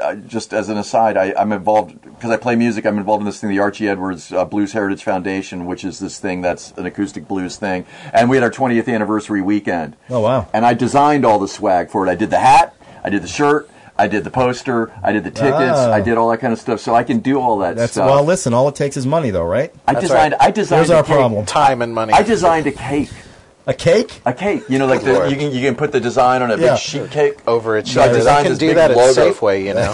Uh, just as an aside, I, I'm involved because I play music. I'm involved in this thing, the Archie Edwards uh, Blues Heritage Foundation, which is this thing that's an acoustic blues thing. And we had our 20th anniversary weekend.
Oh, wow.
And I designed all the swag for it. I did the hat, I did the shirt, I did the poster, I did the tickets,
Ah.
I did all that kind of stuff. So I can do all that
That's
stuff.
well. Listen, all it takes is money, though, right?
I
That's
designed. I designed.
Here's
a
our
cake.
problem.
Time and money.
I designed a cake.
A cake.
A cake. You know, like the, you can you can put the design on a
Yeah.
big sheet cake.
over it.
So I
I
designed
can
this
do
big
that at
logo.
Safeway, you know.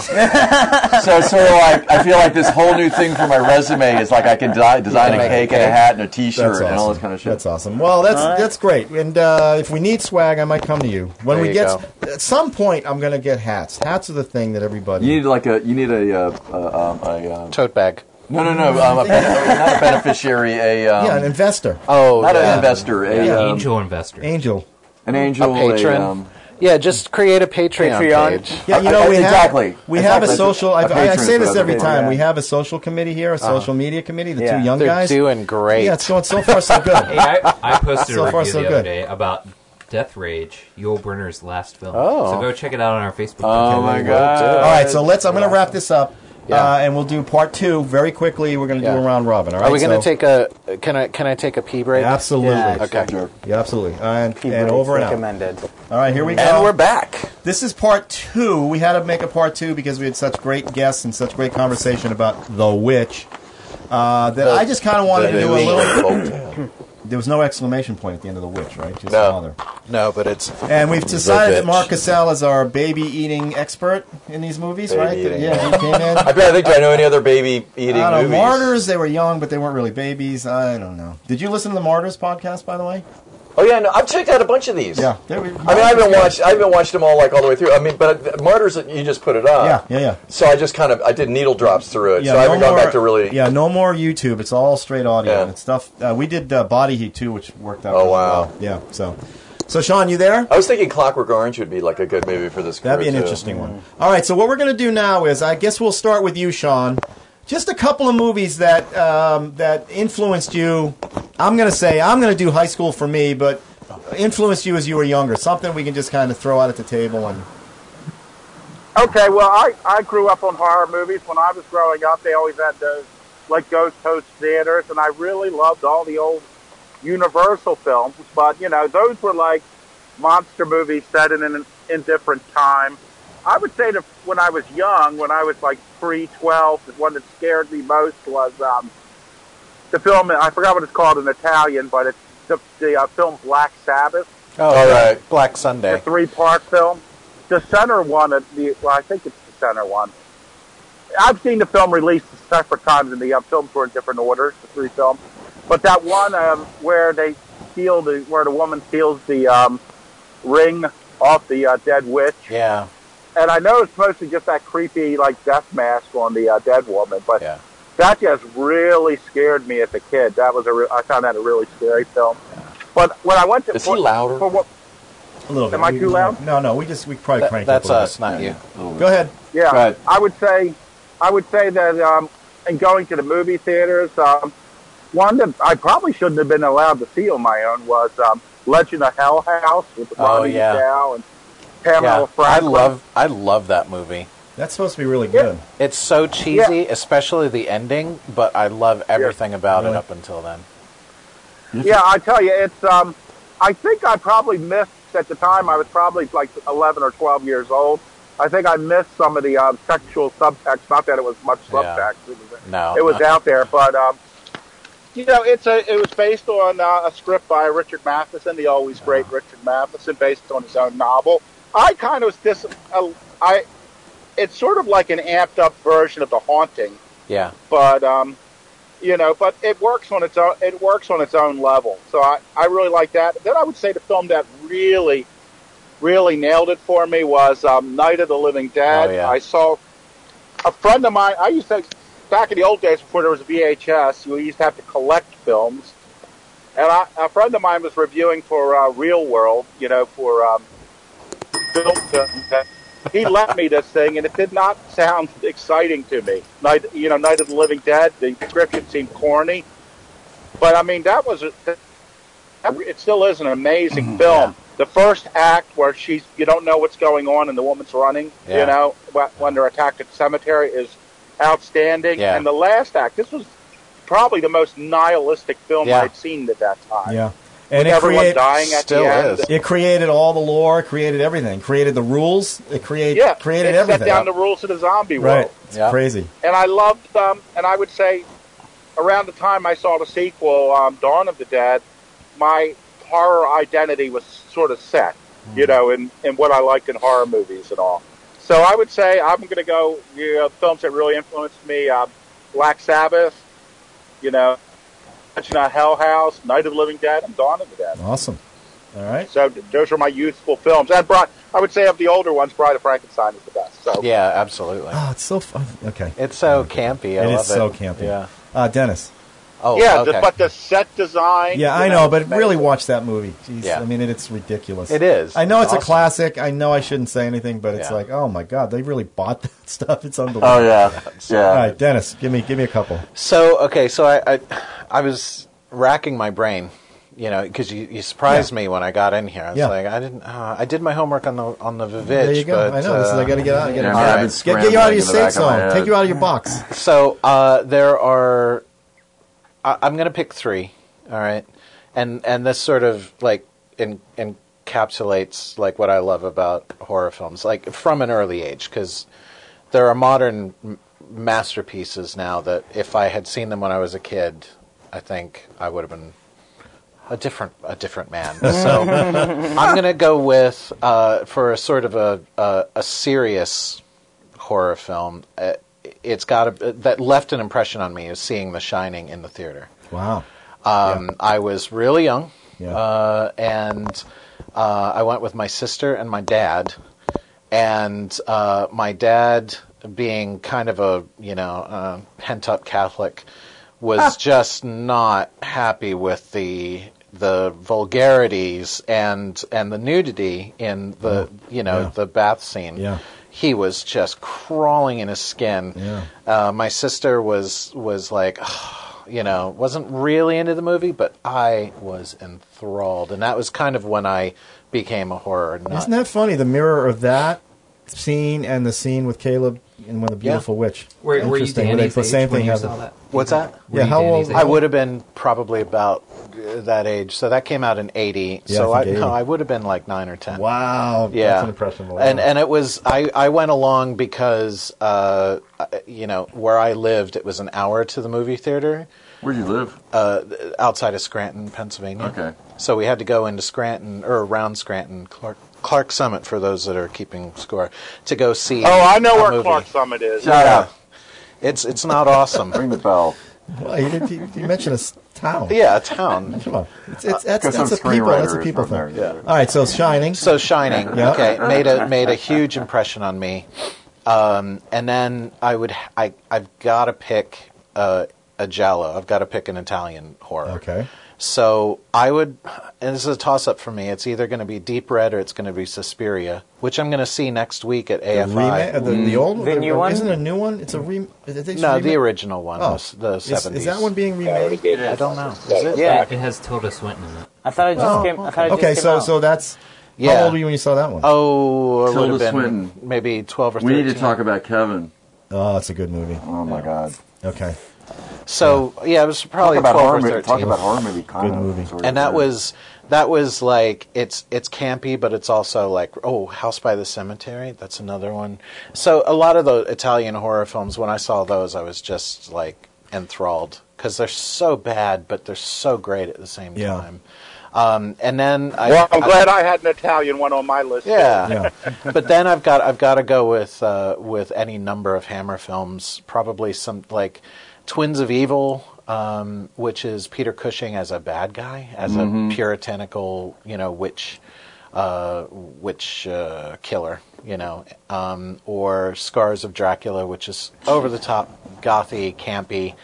So it's sort of like I feel like this whole new thing for my resume is like I can di- design
Yeah.
a cake and a hat and a T-shirt
That's awesome.
and all this kind of shit.
That's awesome. Well, that's that's great. And uh, if we need swag, I might come to you. When
There
we
you
get at some point, I'm going to get hats. Hats are the thing that everybody.
You need like a you need a, uh, uh, um, a um,
Tote bag.
no no no um, a, ben- not a beneficiary a um,
yeah, an investor,
Oh,
not
yeah.
an investor a
Yeah.
um,
Angel investor.
angel.
an angel
A patron.
um,
yeah, just create a Patreon,
Patreon.
page.
Yeah, you
I-
know
I-
we
exactly.
have we have a
Exactly.
social.
A
I've, I, I
patron
say
for
this
other
every
people,
time.
yeah.
We have a social committee here, a social media committee. The
Yeah.
two young
They're
guys.
doing great.
Yeah, it's going so far so
Hey,
good.
I, I posted
So
a
far,
review
so
the other
good.
day about Death Rage, Yul Brynner's last film.
Oh.
So go check it out on our Facebook.
oh
page.
my
All
Uh,
god
right, so let's. I'm going to wrap this up,
Yeah.
uh, and we'll do part two very quickly. We're going to do
Yeah.
a round robin. All right.
Are we going to
so-
take a? Can I? Can I take a pee break?
Absolutely.
Yeah,
Yeah,
Okay.
absolutely. And,
Pee
and
breaks
over and out.
recommended.
All right, here we go.
And we're back.
This is part two. We had to make a part two because we had such great guests and such great conversation about The Witch. Uh, that I just kind of wanted to
That
do a
is
little.
Folktale.
There was no exclamation point at the end of the witch, right? Just
No.
Father.
No, but it's
And we've decided that
bitch.
Mark Cassell is our baby eating expert in these movies, right? That-
Baby-eating.
yeah, he came in.
I bet I think do I know any other baby eating
I don't know,
movies.
martyrs. They were young, but they weren't really babies. I don't know. Did you listen to the Martyrs podcast, by the way?
Oh yeah, no, I've checked out a bunch of these.
Yeah. They were-
I mean, I haven't watched. I haven't watched them all like all the way through. I mean, but Martyrs, you just put it up.
Yeah, yeah, yeah.
So I just kind of I did needle drops through it.
Yeah,
so I
no
haven't gone
more-
back to really.
Yeah, no more YouTube. It's all straight audio
Yeah.
and stuff. Uh, we did uh, Body Heat too, which worked out.
Oh,
really
wow.
well. Yeah. So, so Sean, you there?
I was thinking Clockwork Orange would be like a good movie for this.
That'd be
crew,
an
too.
interesting one. All right, so what we're going to do now is, I guess we'll start with you, Sean. Just a couple of movies that um, that influenced you. I'm going to say I'm going to do High School for me, but influenced you as you were younger. Something we can just kind of throw out at the table and
Okay, well, I, I grew up on horror movies. When I was growing up, they always had those, like Ghost Host theaters, and I really loved all the old Universal films. But, you know, those were like monster movies set in an indifferent time. I would say that when I was young, when I was like pre 12, the one that scared me most was um, the film, I forgot what it's called in Italian, but it's the, the uh, film Black Sabbath
oh,
All right.
Black
the
Sunday.
three part film. The center one, of the well, I think it's the center one. I've seen the film released separate times, and the uh, films were in different orders, the three films. But that one um, where they steal the where the woman steals the um, ring off the uh, dead witch,
Yeah,
and I know it's mostly just that creepy like death mask on the uh, dead woman, but
yeah.
that just really scared me as a kid. That was a re- I found that a really scary film. But when I went to
Is he louder?
for what
a little bit.
Am I
We-
too loud?
No, no. We just we probably
That-
crank
that's
up a little
us, not you.
bit. Go ahead.
Yeah,
Right.
I would say, I would say that, um, and going to the movie theaters, um, one that I probably shouldn't have been allowed to see on my own was um, Legend of Hell House with
Oh,
Ronnie
yeah.
Dow and Pamela
yeah. I
Franklin.
love I love that movie.
That's supposed to be really good.
It's so cheesy, especially the ending, but I love everything about it
Really?
up until then.
Yeah, I tell you, it's. Um, I think I probably missed at the time. I was probably like eleven or twelve years old. I think I missed some of the um, sexual subtext. Not that it was much
Yeah.
subtext. It was
No.
it was out there, but um, you know, it's a it was based on uh, a script by Richard Matheson, the always great
Uh-huh.
Richard Matheson, based on his own novel. I kind of was dis- uh, I it's sort of like an amped up version of The Haunting,
Yeah.
but um, you know, but it works on its own. It works on its own level. So I I really like that. Then I would say the film that really really nailed it for me was um, Night of the Living Dead.
Oh, yeah.
I saw a friend of mine. I used to back in the old days before there was VHS. We used to have to collect films, and I, a friend of mine was reviewing for uh, Real World. You know, for um, film. film. He lent me this thing, and it did not sound exciting to me. Night, you know, Night of the Living Dead. The description seemed corny, but I mean, that was a, it still is an
Mm,
amazing film. The first act where she's you don't know what's going on and the woman's running,
Yeah.
you know, wh- when they're attacked at the cemetery is outstanding.
Yeah.
And the last act, this was probably the most nihilistic film
Yeah.
I'd seen at that time.
Yeah. And it
Everyone
create-
dying at
Still
the end.
is.
It created all the lore. It created everything. Created the rules. It create,
Yeah,
created
it
everything.
set down the rules of the zombie
right.
world.
It's
Yeah.
crazy.
and I loved um and I would say around the time I saw the sequel, um, Dawn of the Dead, my horror identity was sort of set,
Mm.
you know, in, in what I liked in horror movies and all. So I would say I'm going to go, you know, films that really influenced me, uh, Black Sabbath, you know, Legend of Hell House, Night of the Living Dead, and Dawn of the Dead.
Awesome. All right.
So those are my youthful films. And Bride, I would say of the older ones, Bride of Frankenstein is the best. So
Yeah, absolutely.
Oh, it's so fun. Okay.
It's so campy. I
It is
love it.
so campy.
Yeah.
Uh, Dennis.
Oh,
yeah,
okay.
the, but the set design.
Yeah,
you
I know, but
amazing.
really watch that movie. Jeez,
Yeah.
I mean, it, it's ridiculous.
It is.
I know it's,
It's
a
awesome.
classic. I know I shouldn't say anything, but it's
Yeah.
like, oh my god, they really bought that stuff. It's unbelievable.
Oh yeah,
All
yeah.
right, Dennis, give me give me a couple.
So okay, so I I, I was racking my brain, you know, because you, you surprised
Yeah.
me when I got in here. I was
Yeah.
like, I didn't. Uh, I did my homework on the on the Vivitch.
there you go.
But,
I know this is. I
uh,
got to get out. Get,
Yeah,
out.
man, I've been
Get- get you out of your
scrambling in the back
safe
of my
zone.
head.
Take you out of your box.
So uh, there are. I, I'm going to pick three. All right, and and this sort of like in, encapsulates like what I love about horror films, like from an early age, because there are modern m- masterpieces now that if I had seen them when I was a kid, I think I would have been a different a different man. So I'm gonna go with uh, for a sort of a a, a serious horror film. Uh, it's got a, that left an impression on me is seeing The Shining in the theater.
Wow.
Um, I was really young,
Yeah.
uh, and uh, I went with my sister and my dad. And uh, my dad, being kind of a you know uh, pent up Catholic,
Ah.
was just not happy with the the vulgarities and and the nudity in the you know
yeah.
the bath scene.
Yeah.
He was just crawling in his skin.
Yeah.
Uh, my sister was was like, you know, wasn't really into the movie, but I was enthralled, and that was kind of when I became a horror nut.
Isn't that funny? The mirror of that scene and the scene with Caleb and when the
Yeah.
beautiful witch.
Were, were you
Interesting, where they
Danny's
put
age
same
when
thing
you
happened.
saw that?
What's that?
Were
Yeah,
you
how
Danny's
old-
age?
I would have been probably about uh, that age. So that came out in eighty.
Yeah,
so
I
I,
think 80.
no, I would have been like nine or ten.
Wow.
Yeah,
That's an impressionable.
And and it was I I went along because uh I- you know where I lived it was an hour to the movie theater
Where do you live?
uh outside of Scranton, Pennsylvania.
Okay.
So we had to go into Scranton or around Scranton, Clark Clark Summit for those that are keeping score to go see.
Oh, I know
a
where
movie.
Clark Summit is.
Shut up.
It's it's not awesome.
Ring the bell.
well, you, did, you, you mentioned a s- town.
yeah, a town.
Come on. It's, it's, that's,
Uh, Because some
that's a people. That's a
screenwriter is
people
from there.
thing.
Yeah.
All right. So Shining.
So Shining,
Yeah.
okay, made a made a huge impression on me. Um, and then I would I I've got to pick uh, a giallo. I've got to pick an Italian horror.
okay.
So I would, and this is a toss up for me. It's either going to be Deep Red or it's going to be Suspiria, which I'm going to see next week at
The,
AFI.
remake- uh, the, the old
The new one?
Isn't it a new one? It's a rem. is it- it's
no, the
remake?
original one,
Oh.
was the
Is-
seventies.
Is that one being remade?
I don't know. Is it?
Yeah,
It has Tilda Swinton in it.
I thought it just
Oh,
came. I thought it just
Okay.
came
So
out.
so that's.
Yeah.
How old were you when you saw that one?
Oh, it
Tilda
would have been
Swinton.
maybe twelve or
We
thirteen.
need to talk about Kevin.
Oh, it's a good movie.
Oh my God.
Okay.
So yeah, it was
Talk
probably
about
twelve
horror.
or
Movie,
thirteen.
talk about horror movie. Kind
Good
of,
movie.
sort of
and that
thing.
was that was like it's it's campy, but it's also like oh, House by the Cemetery. That's another one. So a lot of the Italian horror films, when I saw those, I was just like enthralled because they're so bad, but they're so great at the same
Yeah.
time. Um, and then I,
Well, I'm
I-
glad I had an Italian one on my list.
yeah.
Yeah.
but then I've got I've got to go with uh, with any number of Hammer films. Probably some like Twins of Evil, um, which is Peter Cushing as a bad guy, as a puritanical you know witch uh, witch uh, killer, you know, um, or Scars of Dracula, which is over the top, gothy, campy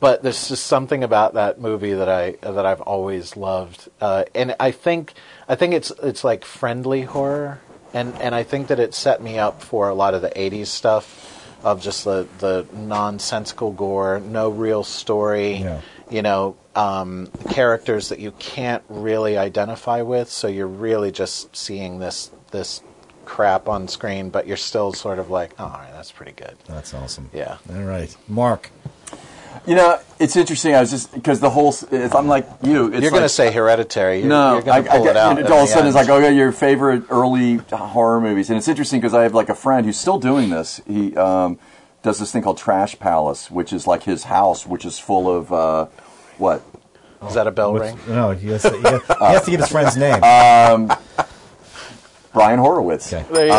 but there's just something about that movie that I that I've always loved, uh, and I think I think it's it's like friendly horror, and and I think that it set me up for a lot of the '80s stuff of just the the nonsensical gore, no real story,
Yeah.
you know, um, characters that you can't really identify with, so you're really just seeing this this crap on screen, but you're still sort of like, all right, that's pretty good.
That's awesome.
Yeah.
All right. Mark.
You know, it's interesting. I was just because the whole. s- If I'm like you, it's
You're going to
like-
say hereditary. You're,
no,
you're going to
I,
pull
I,
it out.
and
at
all
the
of a sudden, it's
end.
like, oh yeah, your favorite early horror movies, and it's interesting because I have like a friend who's still doing this. He um, does this thing called Trash Palace, which is like his house, which is full of uh, what
Is that a
Oh,
bell
What's-
ring?
No, he has, to, he, has, he has to get his friend's name.
Uh, Brian Horowitz. Um,
Okay.
There, you,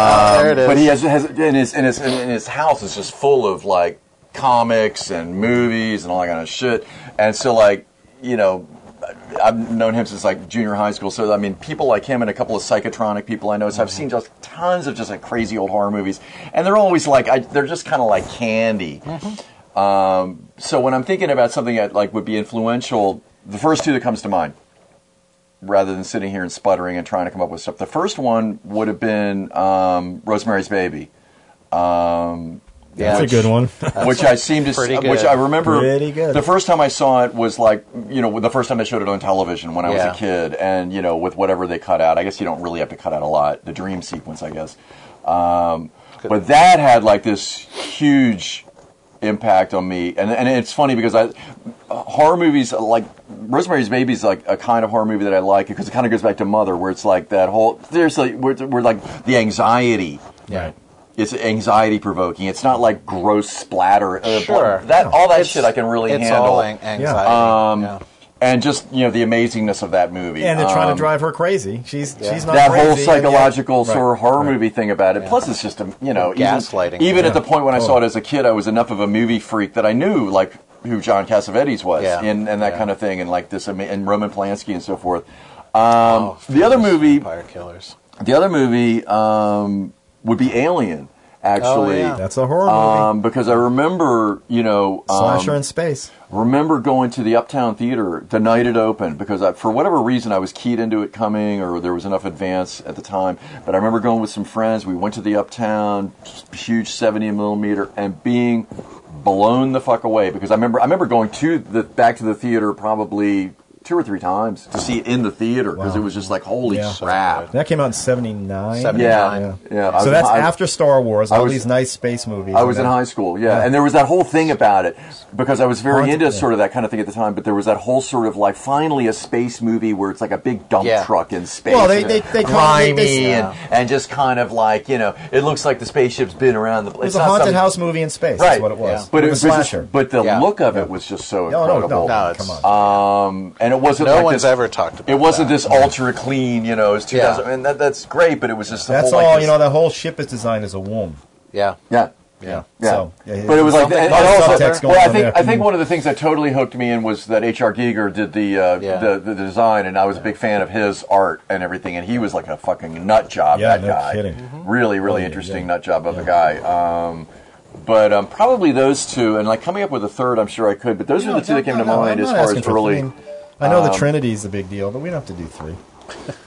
there it is.
But he has, has and his and his and his house is just full of like comics and movies and all that kind of shit. And so like you know, I've known him since like junior high school. So I mean, people like him and a couple of psychotronic people I know. So I've seen just tons of just like crazy old horror movies, and they're always like I, they're just kind of like candy. Um, so when I'm thinking about something that like would be influential, the first two that comes to mind rather than sitting here and sputtering and trying to come up with stuff. The first one would have been um, Rosemary's Baby,
yeah.
That's a good one.
which I seem to,
pretty good.
which I remember.
Pretty good.
The first time I saw it was like you know the first time they showed it on television when I
Yeah.
was a kid, and you know with whatever they cut out. I guess you don't really have to cut out a lot. The dream sequence, I guess. Um, but that had like this huge impact on me, and and it's funny because I horror movies like Rosemary's Baby is like a kind of horror movie that I like because it kind of goes back to Mother, where it's like that whole there's like we're, we're like the anxiety
Yeah.
It's anxiety provoking. It's not like gross splatter. uh,
Sure.
that all that
It's-
shit I can really
it's
handle.
all an- anxiety.
Um,
yeah.
And just you know the amazingness of that movie.
and they're trying
Um,
to drive her crazy. She's she's not
that
crazy,
whole
and yet-
psychological
Right.
sort of horror movie thing about it. Plus, it's just a you know even-
Gaslighting.
Even, at the point when I saw it as a kid, I was enough of a movie freak that I knew like who John Cassavetes was
Yeah.
and, and that
Yeah.
kind of thing, and like this ama- and Roman Polanski and so forth. Um,
Oh,
the other movie,
Vampire Killers.
the other movie um, would be Alien, actually.
Oh, yeah.
That's a horror movie.
Um, because I remember, you know, um,
Slasher in space.
remember going to the Uptown Theater the night it opened because I, for whatever reason I was keyed into it coming or there was enough advance at the time. But I remember going with some friends. We went to the Uptown, huge 70 millimeter, and being blown the fuck away because I remember I remember going to the back to the theater probably two or three times to see it in the theater because it was just like holy
Yeah.
crap.
That came out in '79.
Seven-
Yeah, yeah.
Yeah.
I
So
was-
that's
I-
after Star Wars. All
was-
these nice space movies.
I was in
Yeah.
high school, yeah. And there was that whole thing about it because I was very
Haunted,
into
yeah.
sort of that kind of thing at the time. But there was that whole sort of like finally a space movie where it's like a big dump
Yeah.
truck in space.
Well, they-
and
they- they call
grimy
it- they-
and, and just kind of like you know it looks like the spaceship's been around the
It
place.
was a haunted house movie in space.
right?
That's what it was.
yeah.
But
With
it
a
was
slasher. Oh,
Just, but the
Yeah.
look of it was just so
no, no, no,
incredible.
No,
Come
it's-
on.
Um, and it wasn't
No
like
one's
this-
ever talked about
It wasn't
that.
this ultra clean, you know. It's two thousand,
Yeah.
and that, that's great. But it was just the
that's
whole, like,
all.
this-
you know, the whole ship is designed as a womb.
Yeah.
yeah.
Yeah.
Yeah.
So, yeah,
but it was like,
something-
and, and also,
subtext going
well, I
on
think
there.
I think one of the things that totally hooked me in was that H.R. Giger did the, uh,
Yeah.
the the design, and I was a big fan of his art and everything, and he was like a fucking nut job.
Yeah,
that
no
guy,
kidding. Oh,
really, really
yeah,
interesting
yeah.
nut job of a guy. Um, but um, probably those two, and like coming up with a third, I'm sure I could. But those are
No,
the two
no,
that came
no,
to
no,
mind
I'm
as um,
not
far
asking
as
for
early.
three. I, know the Trinity is a big deal, but we don't have to do three.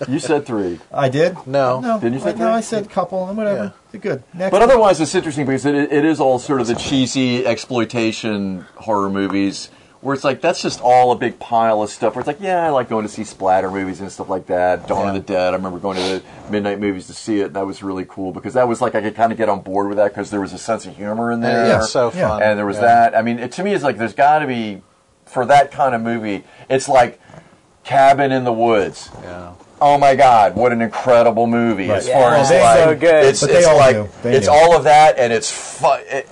You said three.
I did.
No.
no,
Didn't you say
I, no,
three?
I said couple and whatever. Good. Next.
But otherwise, it's interesting because it, it is all sort of the cheesy exploitation horror movies where it's like that's just all a big pile of stuff. Where it's like, yeah, I like going to see splatter movies and stuff like that. Dawn of the Dead. I remember going to the midnight movies to see it, and that was really cool because that was like I could kind of get on board with that because there was a sense of humor in there.
Yeah, so
Yeah.
fun.
and there was
Yeah.
that. I mean, it, to me, it's like there's got to be for that kind of movie. It's like Cabin in the Woods.
Yeah.
Oh my God! What an incredible movie! As
Right.
far
Yeah.
as
They-
like,
so good.
it's,
But they
it's
all
like
do. They
it's
do.
all of that, and it's fun. It,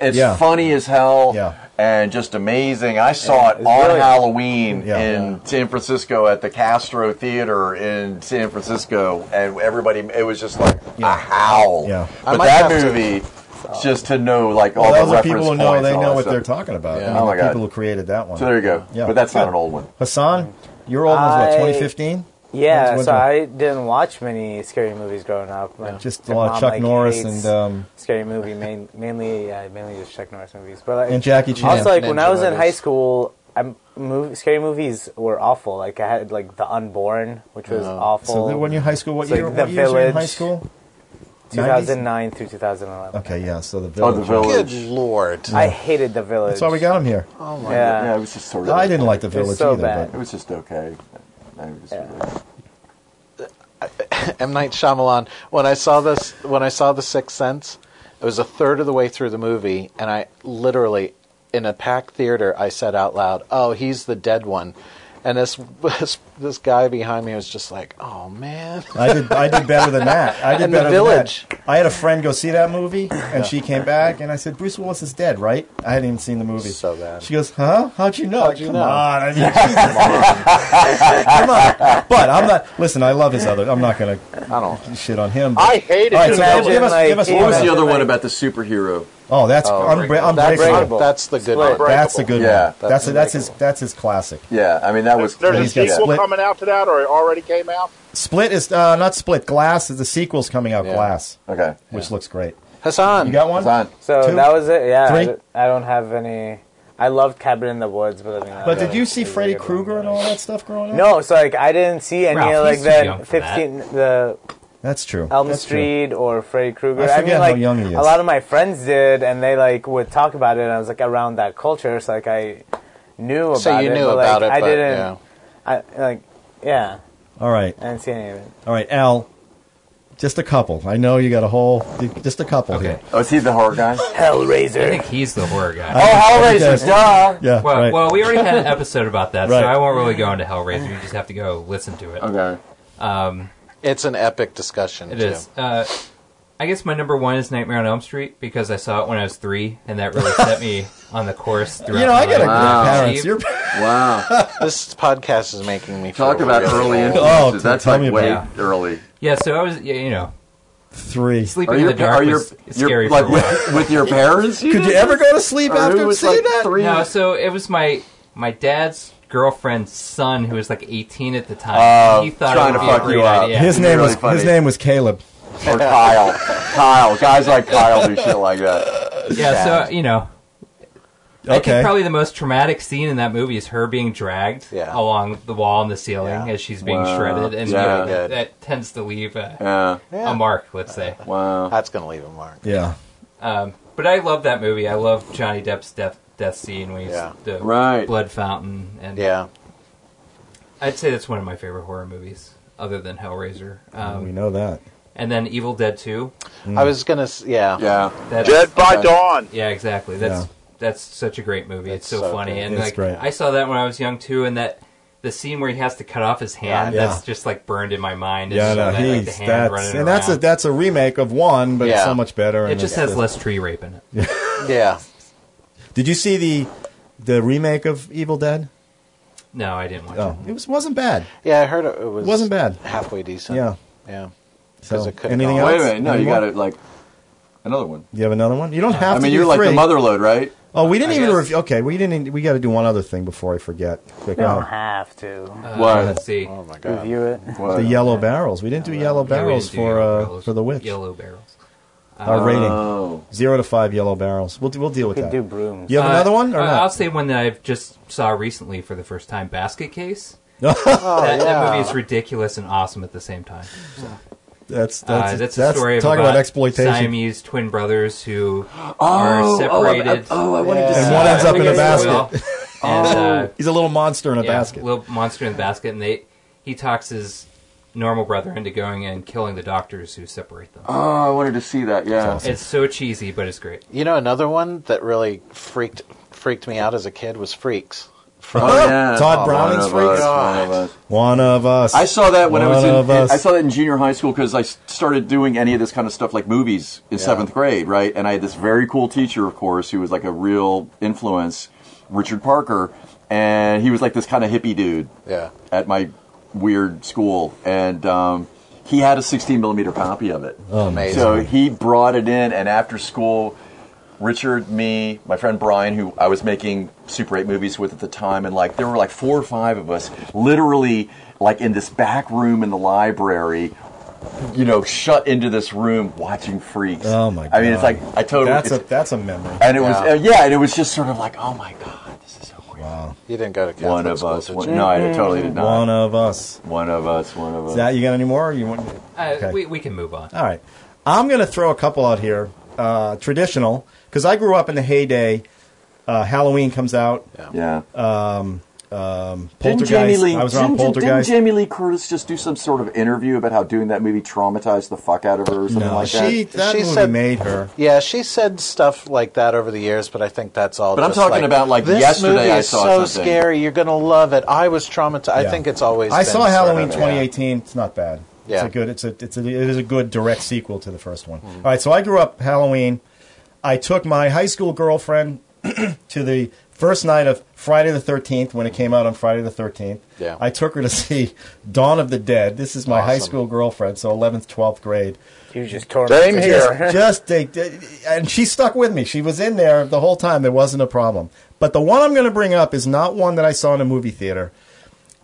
it's
Yeah.
funny as hell,
Yeah.
and just amazing. I saw it
it's
on
brilliant.
Halloween
Yeah.
in San Francisco at the Castro Theater in San Francisco, and everybody. It was just like
Yeah.
a howl.
Yeah.
I
But
might
that
have to-
movie, just to know like all
well,
the
those are
reference
people who
points.
know. They
and all
know
that
what
stuff.
they're talking about.
Yeah.
I mean,
Oh my
the
God.
people who created that one.
So there you go.
Yeah.
But that's not
Good.
an old one.
Hassan, your old one's what?
I-
2015.
Yeah,
When's-
so
when's-
I didn't watch many scary movies growing up. Like,
Just a
my
lot of
mom,
Chuck
like,
Norris
hates
and um,
scary movie main, mainly yeah, mainly just Chuck Norris movies. But like,
And Jackie Chan.
Also, like when
Ninja
I was in
movies.
high school, I mov scary movies were awful. Like I had like The Unborn, which was
Oh.
awful.
So then when you're in high school, what
It's like
year?
The
what years were you in high
Village.
school?
2009 through 2011.
Okay, yeah. So the
Oh,
village.
the village.
Good lord.
I hated The Village.
That's why we got him here.
Oh my
Yeah.
Yeah, it was just sort of.
I didn't like the
It
village
was so
either.
bad.
It was just okay. I was just
M Night Shyamalan. When I saw this, when I saw The Sixth Sense, it was a third of the way through the movie, and I literally, in a packed theater, I said out loud, "Oh, he's the dead one," and this this, this guy behind me was just like, "Oh man."
But I did. I did better than that. I did
And the
better
village.
than that. I had a friend go see that movie, and she came back, and I said, "Bruce Willis is dead, right?" I hadn't even seen the movie.
So bad.
She goes, "Huh? How'd you know?"
How'd you
Come
know?
on. I mean, come on. But I'm not. Listen, I love his other. I'm not going to
I don't.
shit on him. but-
I hate it.
all right, so
Imagine,
give us,
like,
give us
what
What was
one
the other
other-
one about the superhero?
Oh, that's unbra-
That's,
unbreakable.
that's the good
Split.
one.
That's a good
Yeah,
one. That's that's, a, that's his that's his classic.
Yeah, I mean that was.
There's
Yeah,
a
he's got
sequel
split.
coming out to that, or it already came out.
Split is uh, not split. Glass is the sequel's coming out.
Yeah.
Glass,
Okay.
which looks great.
Hassan.
You got one?
It's on.
so
Two?
that was it. Yeah,
Three?
I don't- I don't have any. I loved Cabin in the Woods, but I mean,
But did you see Freddy Krueger and all that stuff growing up?
No, so like I didn't see any
Ralph,
like
he's too young
the
for that.
15 the
that's true.
Elm
That's true.
Street or Freddy Krueger.
I
I,
forget
mean,
how
like
young he is.
a lot of my friends did, and they like would talk about it. And I was like around that culture, so like I knew about
So you
it.
knew
but, like,
about it,
I
but
didn't.
yeah.
I like yeah,
All right,
I didn't see any of it.
all right, Al. Just a couple. I know you got a whole. Just a couple here.
Oh, is he the horror guy? oh,
I
Hellraiser.
think he's the horror guy.
Hellraiser, duh.
Yeah.
Well,
right.
well, we already had an episode about that,
Right.
so I won't really go into Hellraiser. You just have to go listen to it.
Okay.
Um,
It's an epic discussion.
it
too.
is. Uh, I guess my number one is Nightmare on Elm Street because I saw it when I was three, and that really set me on the course throughout.
You know,
my
I got a
life.
wow.
Steve,
parents. Your
Wow.
This podcast is making me
Talk
feel
about
really
early
old.
Oh,
influences. That's
tell me
like
about
way
it.
early.
yeah, so I was, yeah, you know,
three.
sleeping in the dark was scary.
like
for a while.
with, with your parents?
Could you ever go to sleep
Or who
after
was,
seeing
like,
that?
Three?
No, so it was my my dad's girlfriend's son who was like 18 at the time.
Oh,
he thought
trying
it
to
would be
fuck
a great
you up.
idea.
His
It'd be
name
really
was
funny.
his name was Caleb.
Or Kyle. Kyle. Guys like Kyle do shit like that.
yeah, so you know, I
Okay.
think probably the most traumatic scene in that movie is her being dragged
Yeah.
along the wall and the ceiling
Yeah.
as she's being
Wow.
shredded, and
Yeah.
you know,
Good.
that, that tends to leave a,
Yeah.
Yeah.
a mark, let's say.
Wow.
That's gonna leave a mark.
Yeah.
Um, but I love that movie. I love Johnny Depp's death death scene when he's
Yeah.
the
Right.
blood fountain, and
Yeah.
I'd say that's one of my favorite horror movies, other than Hellraiser.
we
Um,
know that.
and then Evil Dead Two.
I was gonna. s- Yeah.
Yeah.
That's,
Dead by
Okay.
Dawn.
Yeah, exactly. That's that's such a great movie.
That's
it's so,
so
funny,
good.
and
It's
like
great.
I saw that when I was young too, and that the scene where he has to cut off his hand
Yeah.
that's just like burned in my mind. It's
Yeah,
just
no,
that, like, the
he's
hand
that's
running
and that's a
around.
that's a remake of one, but it's
Yeah.
so much better.
it
and
just
it's-
has less tree rape in it.
Yeah.
Did you see the the remake of Evil Dead?
No, I didn't watch
Oh,
it.
it was wasn't bad.
Yeah. I heard it, it was.
Wasn't bad.
Halfway decent.
Yeah.
Yeah.
So
'Cause it could've
anything
gone.
else?
Wait a minute. No, you
Anymore?
got to like another one.
You have another one? You don't have
I
to.
mean,
do
you're like the
three.
motherload, right?
Oh, we didn't
I
even
guess.
review. Okay, we didn't. e, We got to do one other thing before I forget. Quick,
You don't
uh,
have to
Uh,
What?
Let's see.
Oh my god.
review it.
What?
the yellow barrels. We didn't do yellow
Yeah, we
barrels
didn't do
for
yellow
uh,
barrels.
for the witch.
Yellow barrels. Uh,
Our rating
Oh.
zero to five yellow barrels. We'll do- we'll deal with
You could do
that.
brooms.
You have
Uh,
another one or
I- I'll
not?
say one that I've just saw recently for the first time. Basket Case.
Oh,
that, that
yeah.
movie is ridiculous and awesome at the same time.
That's
That's,
that's
uh, that's,
that's
a story of
talking
about,
about exploitation.
Siamese twin brothers who
Oh,
are
Oh, I- I,
separated.
oh, I wanted to
And
uh,
see
one
that.
ends up in a
Against
basket. Oh.
the will. And, uh,
He's a little monster in a
yeah,
basket.
Little monster in the basket, and they he talks his normal brother into going and killing the doctors who separate them.
Oh, I wanted to see that. Yeah.
It's so cheesy, but it's great.
You know, another one that really freaked freaked me out as a kid was Freaks.
Oh, yeah.
Todd
Oh,
Browning's
one of
Freaks?
us, one of us.
One of us.
I saw that when I was
One
in.
of us.
I saw that in junior high school because I s- started doing any of this kind of stuff like movies in seventh grade, right? And I had this very cool teacher, of course, who was like a real influence, Richard Parker, and he was like this kind of hippie dude
Yeah.
at my weird school, and um, he had a 16 millimeter copy of it.
Oh,
Amazing.
So he brought it in, and after school, Richard, me, my friend Brian, who I was making Super 8 movies with at the time, and like there were like four or five of us, literally like in this back room in the library, you know, shut into this room watching Freaks.
Oh, my
I mean, it's
God.
like I totally.
that's a
it's-
that's a memory.
and it was
Yeah.
uh, yeah, and it was just sort of like, oh my god, this is so weird.
you didn't go to Catholic
One of
school,
us.
did
One,
you?
no, I totally did not.
One of us.
One of us, one of us.
Is that you got any more? You want?
Uh,
Okay.
we, we can move on.
All right. I'm going to throw a couple out here. Uh, traditional, because I grew up in the heyday. Uh, Halloween comes out.
yeah.
Uh, Poltergeist. I was around
didn't, didn't
Poltergeist.
Jamie Lee Curtis just do some sort of interview about how doing that movie traumatized the fuck out of her or something like
she
that?
that
She
movie
said-
made her.
Yeah, she said stuff like that over the years, but I think that's all.
But I'm
just
talking about, like,
this
yesterday
movie
I
is
saw
so
something.
scary. You're gonna love it. I was traumatized. I
Yeah.
think it's always.
I
been
saw
sort
Halloween
of-
2018. It's not bad.
Yeah. Mm-hmm.
It's a good. It's a. It's a. It is a good direct sequel to the first one. All right. So I grew up Halloween. I took my high school girlfriend to the first night of Friday the 13th when it came out on Friday the 13th.
Yeah.
I took her to see Dawn of the Dead. This is my high
Awesome.
school girlfrield, so 11th, 12th grade.
You just tore
Same here.
Just they, they- and she stuck with me. She was in there the whole time. There wasn't a problem. But the one I'm going to bring up is not one that I saw in a movie theater.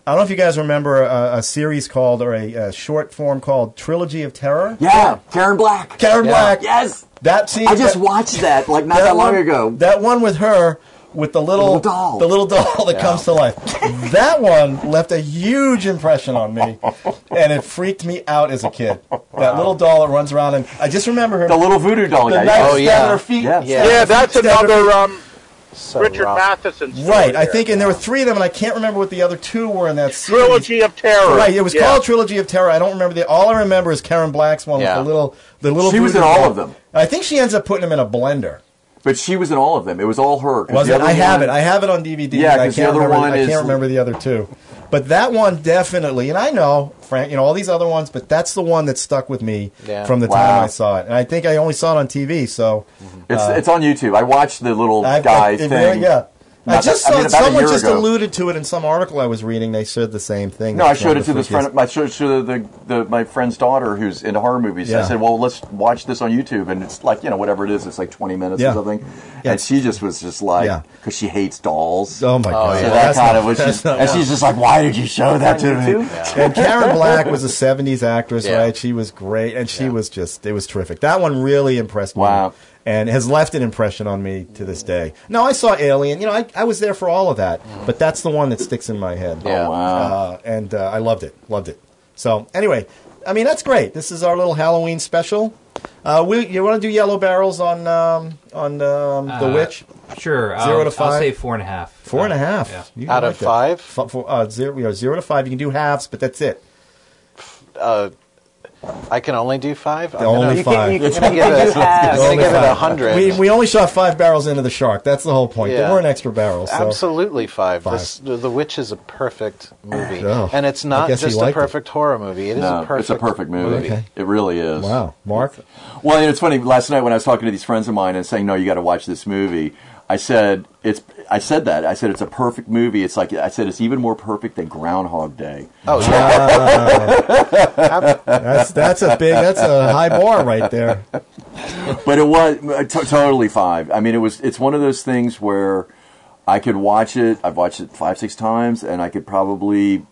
I don't know if you guys remember a, a series called or a, a short form called Trilogy of Terror.
Yeah, Karen Black.
Karen Black.
Yes,
That scene.
I just
that-
watched that like not that, long
one,
ago.
That one with her with the little,
little doll.
the little doll that comes to life. that one left a huge impression on me, and it freaked me out as a kid. That little doll that runs around, and I just remember her.
the little voodoo doll
The
guy.
knife
Oh,
stabbing
yeah.
her feet.
Yes.
Yeah.
Yeah, that's
Stabber-
another um,
So
Richard
rough.
Matheson. story
Right, I
there.
think, and there were three of them, and I can't remember what the other two were in that series.
Trilogy of Terror.
Right, it was
Yeah.
called Trilogy of Terror. I don't remember the. All I remember is Karen Black's one
Yeah.
with the little, the little.
She was
voodoo
in all
doll.
of them.
I think she ends up putting them in a blender.
But she was in all of them. It was all her. 'Cause
Was
the
it?
other
I have
one-
it. I have it on DVD.
Yeah,
and I
'cause the
can't
other
remember.
one
I
is-
can't remember the other two. But that one definitely, and I know Frank, you know all these other ones, but that's the one that stuck with me
Yeah.
from the time
Wow. Mm-hmm.
I saw it. And I think I only saw it on TV, so
It's it's on YouTube. I watched the little
I,
guy
I, it
thing.
really- yeah. I
Not
just
that-
saw
I mean, about a
someone
year
just
ago.
alluded to it in some article I was reading. They said the same thing.
No,
That
I
was
showed
one
it
of
to
the
this friend,
freakiest-
my, showed, showed the, the, my friend's daughter who's into horror movies.
Yeah.
I said, well, let's watch this on YouTube. And it's like, you know, whatever it is, it's like 20 minutes
Yeah.
or something.
Yeah.
And she just was just like,
Yeah.
because she hates dolls.
Oh my god!
So
Yeah,
that
that's
kind
not-
of was
that's
just,
not-
and she's just like, why did you show that to
On
me?
YouTube?
And Karen Black was a '70s actress,
Yeah.
right? She was great, and she was just—it was terrific. That one really impressed me,
Wow.
and has left an impression on me to this day. No, I saw Alien. You know, I, I was there for all of that,
Mm.
but that's the one that sticks in my head.
Yeah.
Oh, wow.
Uh, and uh, I loved it, loved it. So anyway, I mean that's great. This is our little Halloween special. Uh, we, you want to do Yellow Barrels on um, on um,
Uh,
the Witch?
Sure. um,
Zero to
I'll, I'll
five?
say four and a half.
Four and a
Uh,
half.
yeah.
You
Out of
like that.
five?
F- four, uh, zero, you know, zero to five. You can do halves, but that's it.
I can only do five. I'm
only
You
gonna,
Fine.
can, you
I'm
can,
gonna
you
give
can
it.
do
I'm
halves.
gonna give it
five.
a hundred.
We, we only shot five barrels into the shark. That's the whole point. There
Yeah.
weren't extra barrels. So.
Absolutely five.
Five.
This, the, the Witch is a perfect movie,
Oh,
and it's
I
not
guess he
just a
liked it.
perfect horror movie. It is
No,
a perfect.
it's a perfect movie.
Okay.
It really is.
Wow, Mark.
Well, and it's funny. Last night when I was talking to these friends of mine and saying, "No, you got to watch this movie," I said, "It's." I said that. I said it's a perfect movie. It's like I said it's even more perfect than Groundhog Day.
Oh yeah,
That's that's a big. That's a high bar right there.
But it was t- totally five. I mean, it was. It's one of those things where I could watch it. I've watched it five, six times, and I could probably.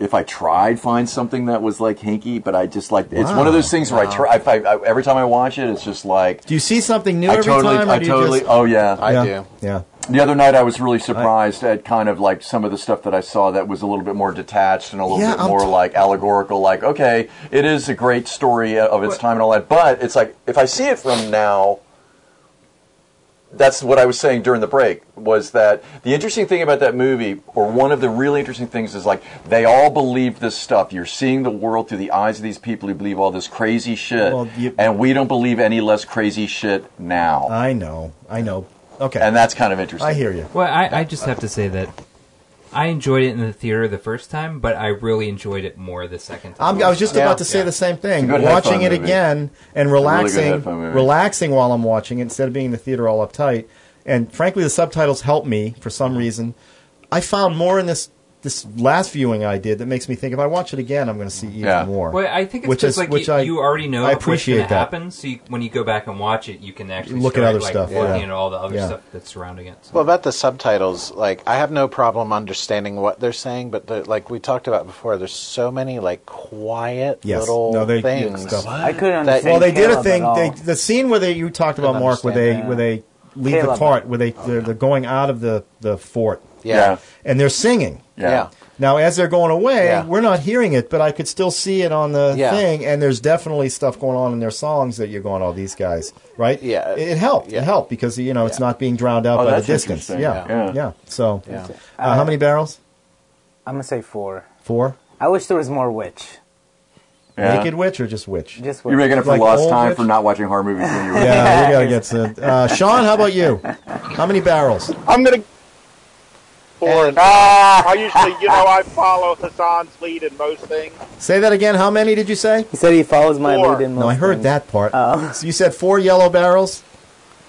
If I tried, find something that was like hinky, but I just like it's one of those things where I try. If I, I, every time I watch it, it's just like
Do you see something new
I
every
totally,
time? or
I
do you
totally.
just-
oh yeah,
I
yeah,
do.
Yeah.
The other night, I was really surprised at kind of like some of the stuff that I saw that was a little bit more detached and a little
Yeah,
bit
I'm
more
t-
like allegorical. Like, okay, it is a great story of its time and all that, but it's like if I see it from now, that's what I was saying during the break was that the interesting thing about that movie, or one of the really interesting things, is like they all believe this stuff. You're seeing the world through the eyes of these people who believe all this crazy shit,
Well, you-
and we don't believe any less crazy shit now.
I know. I know. Okay.
and that's kind of interesting.
I hear you.
Well, I, I just have to say that I enjoyed it in the theater the first time, but I really enjoyed it more the second time.
I'm, I was just
Yeah.
about to say the same thing.
It's a good
Watching it
headphone movie.
again and
really good
relaxing,
headphone movie.
relaxing while I'm watching it instead of being in the theater all uptight. And frankly, the subtitles help me for some reason. I found more in this this last viewing I did that makes me think if I watch it again, I'm going to see even
Yeah.
more.
Well, I think it's
which
which
is
like
which
you,
I
you already know
I appreciate
what's
that.
gonna happen, so you, when you go back and watch it, you can actually
Look at
start,
other
like,
stuff,
Looking
yeah.
at all the other
Yeah.
stuff that's surrounding it. So.
Well, about the subtitles, like I have no problem understanding what they're saying, but the, like we talked about before, there's so many like quiet
Yes.
little
No, they- yeah,
things.
stuff.
I couldn't
That-
understand
well, they did a
Caleb at
thing.
all.
They, the scene where they you talked about
Didn't
Mark, where they
understand
where they leave the
Caleb.
fort, where they they're, they're going out of the the fort,
Yeah.
and they're singing.
Yeah.
Yeah.
Now, as they're going away,
Yeah.
we're not hearing it, but I could still see it on the
Yeah.
thing. And there's definitely stuff going on in their songs that you're going, "Oh, these guys, right?"
Yeah.
it, it helped.
Yeah.
It helped because you know it's not being drowned out by
Oh,
the
that's
distance. Yeah. yeah,
interesting. Yeah.
So,
Yeah.
Uh, how many barrels?
I'm gonna say four.
Four.
I wish there was more witch.
Yeah.
Naked witch or just witch?
Just witch.
You're making up for
Like
lost
old
time
rich-
for not watching horror movies when you were.
yeah, we gotta get some. Uh, Sean, how about you? How many barrels?
I'm gonna. Ah.
Or
I usually, you know, I follow Hassan's lead in most things.
Say that again. How many did you say?
He said he follows my
Four.
lead in most
No, I heard
things.
that part.
Oh.
So you said four yellow barrels.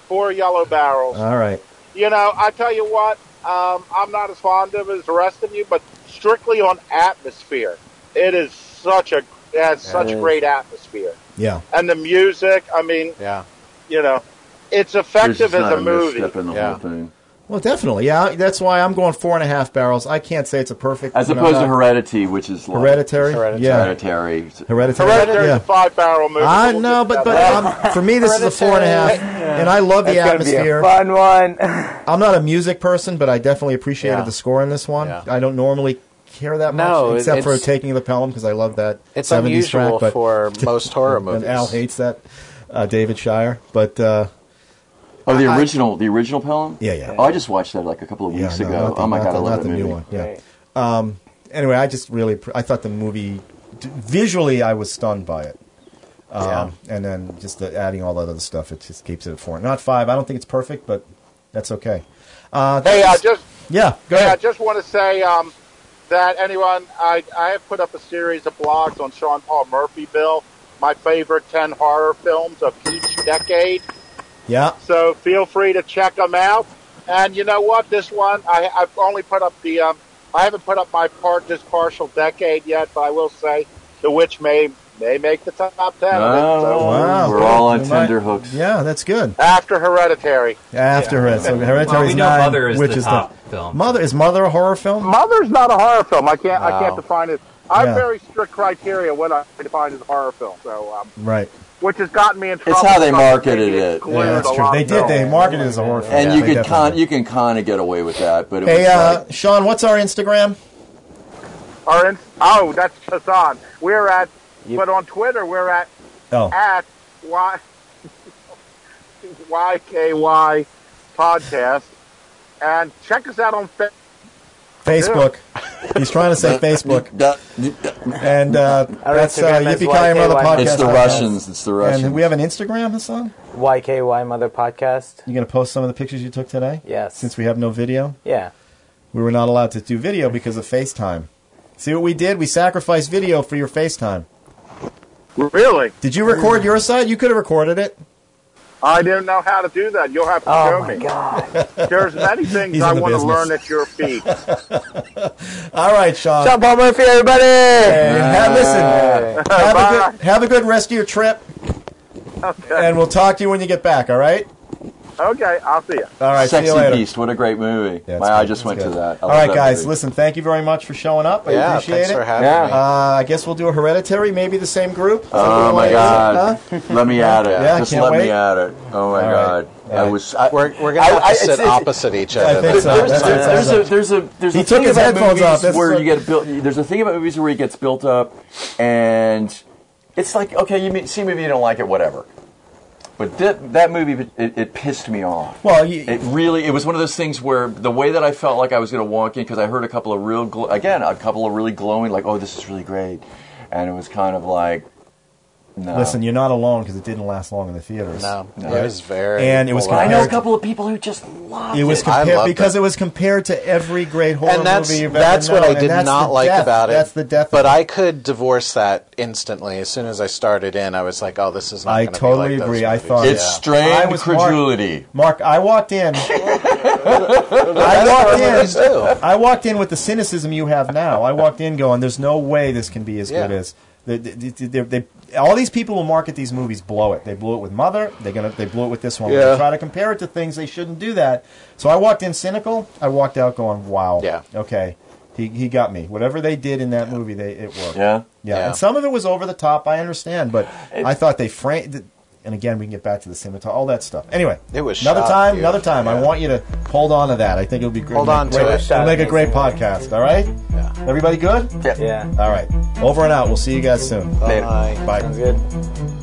Four yellow barrels.
All right.
you know, I tell you what, um, I'm not as fond of it as the rest of you, but strictly on atmosphere, it is such a it has such
is.
great atmosphere,
Yeah.
and the music. I mean,
yeah,
you know, it's
There's just
effective as
not
a movie.
misstep in the
Yeah.
whole thing.
Well, definitely. Yeah, that's why I'm going four and a half barrels. I can't say it's a perfect.
As
you know,
opposed to
not-
Heredity, which is like
hereditary.
Hereditary.
Yeah.
hereditary.
Hereditary.
Hereditary's
Yeah.
a five barrel movie.
I
We'll
know,
get
but
to
but
that
um, for me, this is a four and a half, and I love the
That's gonna be a
atmosphere.
fun one.
I'm not a music person, but I definitely appreciated
Yeah.
the score in this one.
Yeah.
I don't normally care that much,
No, it-
except for
it's-
Taking the Pelham because I love that
it's
70s
unusual
track. But
for most horror movies.
and Al hates that uh, David Shire, but uh,
Oh, the original, the original Pelham.
Yeah, yeah.
Oh, I just watched that like a couple of
yeah,
weeks
no,
ago.
not the-
oh my
not
god,
the,
I love
not
that
the
movie.
new one. Yeah.
Right.
Anyway, I just really I thought the movie d- visually I was stunned by it. Um, And then just the, adding all that other stuff, it just keeps it at four. Not five. I don't think it's perfect, but that's okay. Uh,
Hey, I just
yeah, go
hey, I
ahead.
just want to say, um, that, anyone, I, I have put up a series of blogs on Sean Paul Murphyville, my favorite 10 horror films of each decade.
Yeah.
So feel free to check them out. And you know what? This one, I, I've only put up the, um, I haven't put up my part this partial decade yet, but I will say The Witch may may make the top 10 of it.
Oh,
So,
wow.
We're all on
We might-
tender hooks.
Yeah, that's good.
after Hereditary.
After yeah. so Hereditary
Well, we
is
know
nine,
Mother is
which
the
is
top
the
film.
Mother is Mother a horror film?
Mother's not a horror film. I can't, I
Wow.
can't define it. I
Yeah.
have very strict criteria what I define as a horror film. So, um,
Right.
which has gotten me in trouble.
how they
because
marketed
they
it.
excluded
Yeah, that's
a
true.
lot
They
of
did.
films.
They marketed it as a horror film.
And
Yeah,
you
they
could
definitely
con
did.
you can kind of get away with that, but it
Hey,
was
uh,
like,
Sean, what's our Instagram?
Or in, oh, that's Hassan. We're at,
You-
but on Twitter we're at
Oh,
at y yky podcast, and check us out on Facebook.
Facebook. He's trying to say Facebook.
Duh, duh.
And uh,
Our
that's uh,
Instagram is
Yippee Ki Mother
YKY.
Podcast.
it's the
Podcast.
Russians. It's the Russians.
And we have an Instagram, Hassan?
YKY Mother Podcast.
You going to post some of the pictures you took today?
Yes.
Since we have no video?
Yeah.
We were not allowed to do video because of FaceTime. See what we did? We sacrificed video for your FaceTime.
Really,
Did you record your side? You could have recorded it.
I didn't know how to do that. You'll have to
Oh
show
my
me.
god.
There's many things
He's
I
in the
want to
business.
learn at your feet.
All right, Sean.
Sean Paul Murphy, everybody.
And ha- listen,
Hey.
have a,
Bye.
good, have a good rest of your trip,
Okay,
and we'll talk to you when you get back, all right?
okay, I'll see you.
All right,
Sexy
see you later.
Beast. What a great movie.
Yeah, it's
My eye
good.
just
It's
went
good.
to that. I
All
love
right,
that
guys,
movie.
listen, thank you very much for showing up. I
yeah,
appreciate
thanks
it.
for having
Yeah.
me.
uh, I guess we'll do a hereditary, maybe the same group.
Oh
Something
my
like that,
God!
huh?
Let me at it.
Yeah, I
Just
can't
let
wait.
me at it. Oh my
All right.
God!
All
I
right.
was. I,
We're, we're going to
I-
have to
I-
sit
it's- it-
opposite each other.
I think
That's
so.
fine.
there's,
That's it.
there's, a, there's a there's a
He
thing
took his
about
headphones
movies
off. That's
where
what-
you get built. There's a thing about movies where it gets built up, and it's like okay, you mean, see a movie you don't like it, whatever. But that that movie it, it pissed me off.
Well, you,
It really, it was one of those things where the way that I felt like I was going to walk in, because I heard a couple of real, gl- again, a couple of really glowing, like, oh, this is really great. And it was kind of like, no.
listen, you're not alone because it didn't last long in the theaters.
No,
No.
it was very.
And it was
polarizing.
I know a
compared-
couple of people who just loved
It was
I
compared
loved
because
it.
it was compared to every great horror
and that's
movie you've
that's what
ever known,
I
and
did
that's
not
the
like
death.
about it.
That's the death.
But
of it.
I could divorce that instantly as soon as I started in. I was like, "Oh, this is not."
I
gonna be
totally
like those
agree. I
movies.
thought-
It's
Yeah.
I
strained
was smart.
credulity.
Mark, I walked in.
That's what
I
I
walked in.
do.
I walked in with the cynicism you have now. I walked in going, "There's no way this can be as
Yeah.
good as." They, they, they, they- all these people who market these movies blow it. They blew it with Mother. They're gonna. They blew it with this one. They
Yeah.
try to compare it to things they shouldn't do that. So I walked in cynical. I walked out going, "Wow,
Yeah.
okay, he, he got me." Whatever they did in that movie, they it worked.
Yeah.
Yeah,
Yeah.
and some of it was over the top. I understand, but I thought they framed. And again, we can get back to the cinematography, all that stuff. Anyway,
It was
another
shot
time.
beautiful,
Another time. I
yeah.
want you to hold on to that. I think it'll be great.
Hold on to it.
great, It'll make a great podcast. All right.
Yeah.
Everybody good?
Yeah.
All right. Over and out. We'll see you guys soon.
Bye.
Bye.
Sounds good.